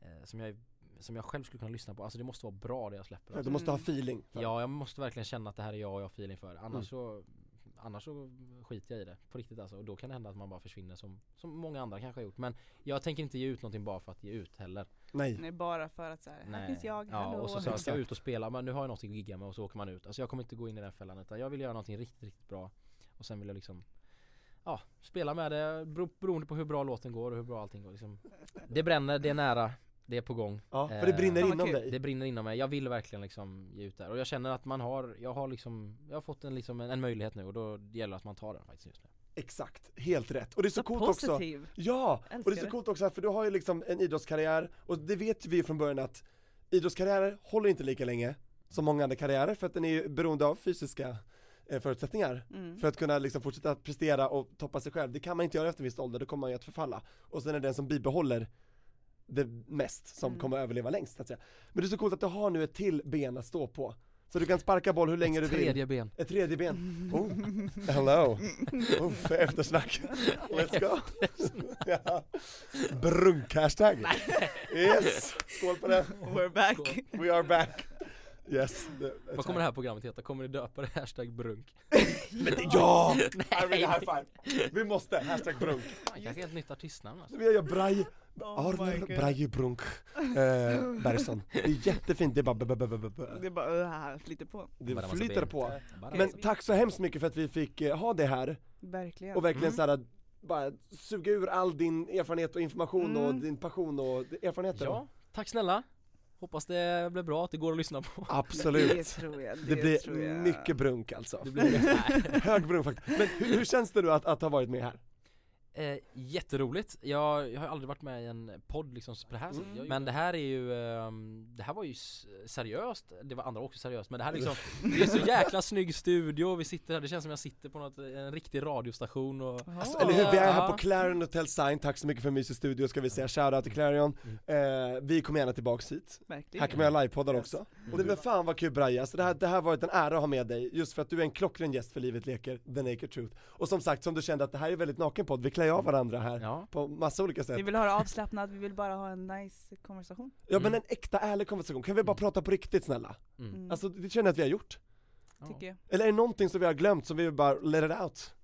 [SPEAKER 3] eh, som jag, som jag själv skulle kunna lyssna på, alltså det måste vara bra det jag släpper Alltså,
[SPEAKER 2] Du måste
[SPEAKER 1] Mm.
[SPEAKER 2] ha feeling. för-
[SPEAKER 3] Ja, jag måste verkligen känna att det här är jag och jag har feeling för det.
[SPEAKER 1] Mm.
[SPEAKER 3] Annars så Annars så skiter jag i det på riktigt alltså och då kan det hända att man bara försvinner som, som många andra kanske har gjort men jag tänker inte ge ut någonting bara för att ge ut heller
[SPEAKER 2] Nej.
[SPEAKER 1] Nej bara för att så här, här finns jag,
[SPEAKER 3] ja,
[SPEAKER 1] hallå.
[SPEAKER 3] och så, så ska
[SPEAKER 2] Exakt.
[SPEAKER 3] jag ut och spela, men nu har jag någonting att gigga med och så åker man ut Alltså jag kommer inte gå in i den fällan utan jag vill göra någonting riktigt, riktigt bra Och sen vill jag liksom Ja, spela med det bero, beroende på hur bra låten går och hur bra allting går liksom. Det bränner, det är nära, det är på gång
[SPEAKER 2] Ja, för det brinner
[SPEAKER 1] Eh. Fan, vad
[SPEAKER 2] inom
[SPEAKER 1] kul.
[SPEAKER 2] dig.
[SPEAKER 3] det brinner inom mig, jag vill verkligen liksom ge ut det här och jag känner att man har, jag har liksom, jag har fått en, liksom, en, en möjlighet nu och då gäller det att man tar den faktiskt just nu
[SPEAKER 2] Exakt, helt rätt. Och det är så,
[SPEAKER 1] Så
[SPEAKER 2] coolt
[SPEAKER 1] positiv.
[SPEAKER 2] också. Ja, och
[SPEAKER 1] Älskar
[SPEAKER 2] det är så
[SPEAKER 1] det.
[SPEAKER 2] coolt också för du har ju liksom en idrottskarriär och det vet vi ju från början att idrottskarriärer håller inte lika länge som många andra karriärer för att den är ju beroende av fysiska eh, förutsättningar
[SPEAKER 1] Mm.
[SPEAKER 2] för att kunna liksom fortsätta prestera och toppa sig själv. Det kan man inte göra efter en viss ålder, då kommer man ju att förfalla. Och sen är det den som bibehåller
[SPEAKER 1] Mm.
[SPEAKER 2] det mest som kommer att överleva längst så att säga. Men det är så coolt att du har nu ett till ben att stå på. Så Så du kan sparka boll hur länge
[SPEAKER 3] Ett
[SPEAKER 2] du vill.
[SPEAKER 3] Tredje ben.
[SPEAKER 2] Ett tredje
[SPEAKER 1] Mm.
[SPEAKER 2] ben. Oh, hello. Uff, eftersnack. Let's go. ja. Brunk hashtag. Yes. Skål på det.
[SPEAKER 1] We're back.
[SPEAKER 2] We are back. Yes.
[SPEAKER 3] Vad kommer det här programmet heta? Kommer det döpa det hashtag brunk?
[SPEAKER 2] Ja! I mean, high five. Vi måste. Hashtag brunk.
[SPEAKER 3] Kanske ett nytt artistnamn alltså.
[SPEAKER 2] Vi gör Braj,
[SPEAKER 1] Oh my
[SPEAKER 2] Arner
[SPEAKER 1] God.
[SPEAKER 2] Braje Brunk eh, Bergson. Det är jättefint, det är bara b- b- b- b- b-
[SPEAKER 1] Det är bara, uh, här, flyter på.
[SPEAKER 2] det
[SPEAKER 3] Bara massa
[SPEAKER 2] flyter
[SPEAKER 3] ben.
[SPEAKER 2] på.
[SPEAKER 3] Bara-
[SPEAKER 2] Men tack så hemskt mycket för att vi fick eh, ha det här
[SPEAKER 1] Verkligen.
[SPEAKER 2] och verkligen
[SPEAKER 3] Mm.
[SPEAKER 2] så här, bara suga ur all din erfarenhet och information och
[SPEAKER 1] Mm.
[SPEAKER 2] din passion och d- erfarenheter.
[SPEAKER 3] Ja, tack snälla. Hoppas det blev bra, att det går att lyssna på.
[SPEAKER 1] Det
[SPEAKER 2] Absolut.
[SPEAKER 1] tror jag.
[SPEAKER 2] Det blir
[SPEAKER 1] tror jag.
[SPEAKER 2] mycket brunk alltså.
[SPEAKER 3] Det blir
[SPEAKER 2] Hög brunk faktiskt. Men hur, hur känns det nu att, att ha varit med här?
[SPEAKER 3] eh, jätteroligt. Jag, jag har aldrig varit med i en podd liksom på det här sättet.
[SPEAKER 2] Mm.
[SPEAKER 3] Men det här är ju, ehm, det här var ju s- seriöst. Det var andra också seriöst men det här liksom, det är så jäkla snygg studio. Vi sitter här, det känns som jag sitter på något, en riktig radiostation och
[SPEAKER 2] Alltså, eller hur, vi är här
[SPEAKER 3] Ja.
[SPEAKER 2] på Clarion Hotel Sign, tack så mycket för en mysig studio ska vi säga, shoutout till Clarion.
[SPEAKER 3] Mm.
[SPEAKER 2] Eh, vi kommer gärna tillbaks hit.
[SPEAKER 1] Verkligen.
[SPEAKER 2] Här kommer jag livepoddar också. Och det men fan vad kul Braja, så det här, det här har varit en ära att ha med dig, just för att du är en klockren gäst för Livet Leker, The Naked Truth. Och som sagt, som du kände att det här är en väldigt naken podd, vi klär ju av varandra här
[SPEAKER 3] ja.
[SPEAKER 2] på massa olika sätt.
[SPEAKER 1] Vi vill ha det avslappnat, vi vill bara ha en nice konversation.
[SPEAKER 2] Ja men en äkta ärlig konversation, kan vi bara prata på riktigt snälla?
[SPEAKER 1] Mm.
[SPEAKER 2] Alltså det känner jag att vi har gjort.
[SPEAKER 1] tycker jag.
[SPEAKER 2] Eller är det någonting som vi har glömt som vi bara let it out?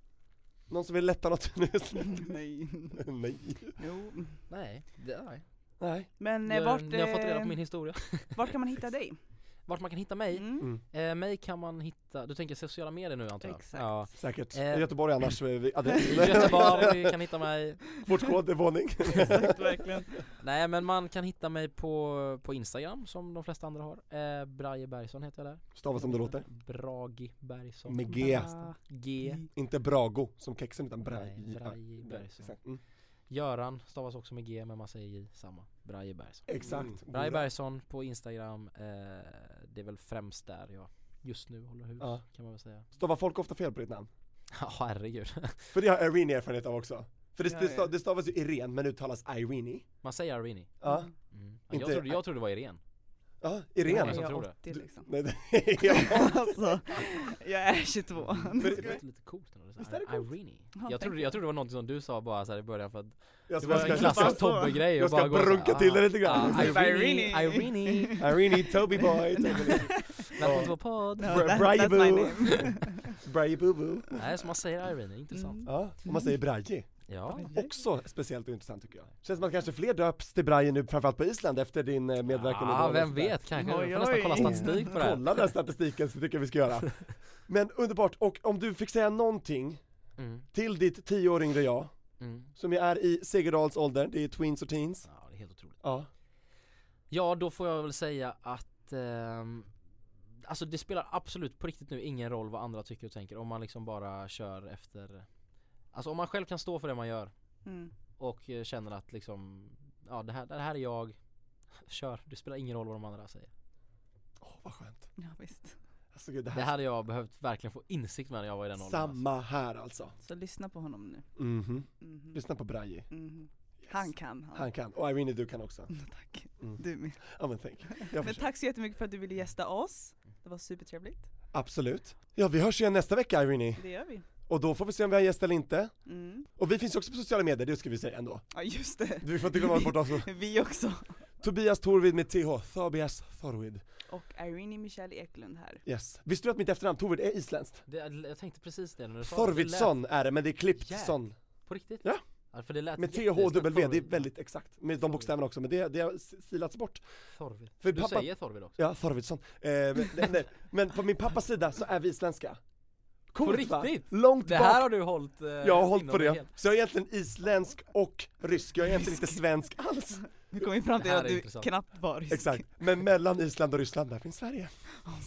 [SPEAKER 2] Någon som vill lätta något nu?
[SPEAKER 1] Nej.
[SPEAKER 2] Nej.
[SPEAKER 1] Jo.
[SPEAKER 3] Nej, det, nej.
[SPEAKER 2] Nej.
[SPEAKER 1] Men eh,
[SPEAKER 3] jag,
[SPEAKER 1] vart,
[SPEAKER 3] ni har fått reda
[SPEAKER 1] eh,
[SPEAKER 3] på min historia.
[SPEAKER 1] vart kan man hitta dig?
[SPEAKER 3] Vart man kan hitta mig?
[SPEAKER 1] Mm.
[SPEAKER 2] Mm.
[SPEAKER 3] Eh, mig kan man hitta, du tänker sociala medier nu antar jag?
[SPEAKER 1] Exakt.
[SPEAKER 3] Ja.
[SPEAKER 2] Säkert.
[SPEAKER 3] Eh.
[SPEAKER 2] Göteborg annars, eh, vi- adress.
[SPEAKER 3] Göteborg kan hitta mig
[SPEAKER 2] Vårt kod är våning.
[SPEAKER 1] Exakt, verkligen.
[SPEAKER 3] Nej men man kan hitta mig på, på Instagram som de flesta andra har eh, Braje Bergson heter jag där
[SPEAKER 2] Stava som det låter.
[SPEAKER 3] Bragi Bergson
[SPEAKER 2] Med
[SPEAKER 1] Ah,
[SPEAKER 2] G.
[SPEAKER 3] G
[SPEAKER 2] Inte Brago som kexen utan
[SPEAKER 3] Nej,
[SPEAKER 2] Braja.
[SPEAKER 3] Braje Bergson
[SPEAKER 2] Exakt. Mm.
[SPEAKER 3] Göran stavas också med G men man säger J samma Braje Bergson
[SPEAKER 2] Exakt.
[SPEAKER 3] Braje Bergson på Instagram eh, Det är väl främst där jag just nu håller hus
[SPEAKER 2] Ja.
[SPEAKER 3] kan man väl säga
[SPEAKER 2] Stavar folk ofta fel på ditt namn?
[SPEAKER 3] Ja herregud
[SPEAKER 2] För det har Irene erfarenhet av också. För det,
[SPEAKER 1] Ja,
[SPEAKER 2] det, sta-
[SPEAKER 1] ja.
[SPEAKER 2] det stavas ju Irene men uttalas Irene.
[SPEAKER 3] Man säger Irini
[SPEAKER 2] Ja.
[SPEAKER 3] mm. ja, jag,
[SPEAKER 2] Inte-
[SPEAKER 3] trodde, jag trodde det var Irene
[SPEAKER 2] Ja,
[SPEAKER 3] Det är
[SPEAKER 2] Irene.
[SPEAKER 3] många som
[SPEAKER 1] jag
[SPEAKER 3] tror det.
[SPEAKER 1] 80 liksom.
[SPEAKER 2] Nej, det, ja.
[SPEAKER 1] alltså, jag är 22.
[SPEAKER 3] Det låter lite coolt ändå,
[SPEAKER 2] Visst är det coolt?
[SPEAKER 3] Irini
[SPEAKER 1] Ja,
[SPEAKER 3] jag trodde, jag trodde det var någonting som du sa bara så här i början för att Det
[SPEAKER 2] Jag ska, jag
[SPEAKER 3] var
[SPEAKER 2] ska
[SPEAKER 3] en klassisk
[SPEAKER 2] klassa.
[SPEAKER 3] Tobbe-grej
[SPEAKER 2] Jag
[SPEAKER 3] och
[SPEAKER 2] ska
[SPEAKER 3] bara gå så här,
[SPEAKER 2] brunka till
[SPEAKER 3] ah,
[SPEAKER 2] det lite grann.
[SPEAKER 3] ah, Irene,
[SPEAKER 1] Irene.
[SPEAKER 3] Irene,
[SPEAKER 2] Irene, Toby boy, Toby
[SPEAKER 3] välkommen till vår podd!
[SPEAKER 1] No,
[SPEAKER 2] Bra-
[SPEAKER 1] that,
[SPEAKER 2] Braje
[SPEAKER 1] that's
[SPEAKER 2] Boo.
[SPEAKER 1] my name.
[SPEAKER 2] Braje boo boo.
[SPEAKER 3] Nej som man säger Irene, intressant
[SPEAKER 1] Mm.
[SPEAKER 2] Ja, och man säger Braje.
[SPEAKER 3] Ja,
[SPEAKER 2] Också speciellt och intressant tycker jag. Känns som att kanske fler döps till Braje nu, framförallt på Island efter din eh, medverkan
[SPEAKER 3] ah,
[SPEAKER 2] i
[SPEAKER 3] vem vet kanske, vi
[SPEAKER 1] Oj,
[SPEAKER 3] får nästan
[SPEAKER 1] oj.
[SPEAKER 3] kolla statistik på det här
[SPEAKER 2] Kolla den statistiken så tycker jag vi ska göra. Men underbart, och om du fick säga någonting
[SPEAKER 3] mm,
[SPEAKER 2] till ditt tio år yngre jag,
[SPEAKER 3] mm.
[SPEAKER 2] som ju är i Segerdals ålder, det är tweens och teens.
[SPEAKER 3] Ja, det är helt otroligt
[SPEAKER 2] Ja.
[SPEAKER 3] Ja, då får jag väl säga att ehm, Alltså det spelar absolut på riktigt nu ingen roll vad andra tycker och tänker om man liksom bara kör efter Alltså om man själv kan stå för det man gör
[SPEAKER 1] Mm.
[SPEAKER 3] och eh, känner att liksom Ja det här, det här är jag Kör, det spelar ingen roll vad de andra säger
[SPEAKER 2] Åh vad skönt.
[SPEAKER 1] Ja, visst.
[SPEAKER 2] Alltså gud, det
[SPEAKER 3] Det
[SPEAKER 2] här,
[SPEAKER 3] hade jag behövt verkligen få insikt med när jag var i den åldern alltså.
[SPEAKER 2] samma här alltså.
[SPEAKER 1] Så lyssna på honom nu.
[SPEAKER 2] Mhm.
[SPEAKER 1] Mhm.
[SPEAKER 2] Lyssna på Braji.
[SPEAKER 1] Mhm. Han kan han.
[SPEAKER 2] Han kan, och Irene du kan också.
[SPEAKER 1] Tack.
[SPEAKER 2] Mm.
[SPEAKER 1] Du med.
[SPEAKER 2] Ja men tänk. Jag
[SPEAKER 1] Men
[SPEAKER 2] försöker.
[SPEAKER 1] tack så jättemycket för att du ville gästa oss. Det var supertrevligt.
[SPEAKER 2] Absolut. Ja vi hörs igen nästa vecka Irene.
[SPEAKER 1] Det gör vi.
[SPEAKER 2] Och då får vi se om vi har en gäst eller inte.
[SPEAKER 1] Mm.
[SPEAKER 2] Och vi finns ju också på sociala medier, det ska vi säga ändå.
[SPEAKER 1] Ja just det.
[SPEAKER 2] Vi får inte glömma bort oss.
[SPEAKER 1] Vi också.
[SPEAKER 2] Tobias Torvid med TH, Tobias Thorvid.
[SPEAKER 1] Och Irene Michelle Eklund här.
[SPEAKER 2] Yes. Visste du att mitt efternamn Torvid är isländskt?
[SPEAKER 3] Det, jag tänkte precis det när du sa det. Det lät-
[SPEAKER 2] Thorvidsson är det, men det är klippt
[SPEAKER 3] Jäklar.
[SPEAKER 2] son.
[SPEAKER 3] På riktigt?
[SPEAKER 2] Ja.
[SPEAKER 3] för det lät
[SPEAKER 2] Med
[SPEAKER 3] jättesnabbt
[SPEAKER 2] THW, det är
[SPEAKER 3] Thorvid.
[SPEAKER 2] väldigt exakt. Med de bokstäverna också, men det, det har s- silats bort.
[SPEAKER 3] Thorvid.
[SPEAKER 2] För
[SPEAKER 3] du
[SPEAKER 2] pappa-
[SPEAKER 3] säger Thorvid också?
[SPEAKER 2] Ja, Thorvidsson. Eh, men, nej, nej. men på min pappas sida så är vi isländska. Coolt va?
[SPEAKER 3] riktigt?
[SPEAKER 2] Långt
[SPEAKER 3] Det
[SPEAKER 2] bak.
[SPEAKER 3] här har du hållit eh,
[SPEAKER 2] Jag har hållit
[SPEAKER 3] inom
[SPEAKER 2] på
[SPEAKER 3] dig
[SPEAKER 2] det.
[SPEAKER 3] helt.
[SPEAKER 2] Så jag är egentligen isländsk och rysk, jag är egentligen inte svensk alls.
[SPEAKER 1] Vi kom ju fram
[SPEAKER 3] Det
[SPEAKER 1] till
[SPEAKER 3] här
[SPEAKER 1] att
[SPEAKER 3] är
[SPEAKER 1] du
[SPEAKER 3] intressant.
[SPEAKER 1] knappt var Alltså, rysk.
[SPEAKER 2] Exakt, men mellan Island och Ryssland, där finns Sverige.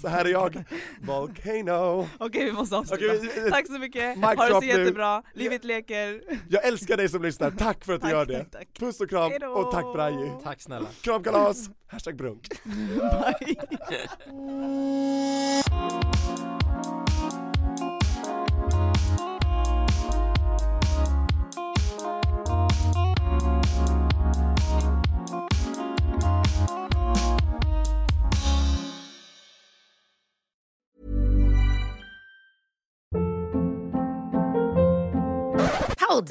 [SPEAKER 2] Så här är jag, Volcano.
[SPEAKER 1] Okej vi måste avsluta.
[SPEAKER 2] Okej, vi-
[SPEAKER 1] Alltså, Tack så mycket,
[SPEAKER 2] Mic
[SPEAKER 1] ha det så
[SPEAKER 2] drop nu.
[SPEAKER 1] jättebra, livet leker.
[SPEAKER 2] eh, Jag älskar dig som lyssnar, tack för att du
[SPEAKER 1] Tack,
[SPEAKER 2] gör det.
[SPEAKER 1] tack, tack.
[SPEAKER 2] Puss och kram,
[SPEAKER 1] Hejdå.
[SPEAKER 2] och tack Braji.
[SPEAKER 3] Tack snälla.
[SPEAKER 2] Kram kalas, hashtag brunk.
[SPEAKER 1] Bye.
[SPEAKER 5] Hold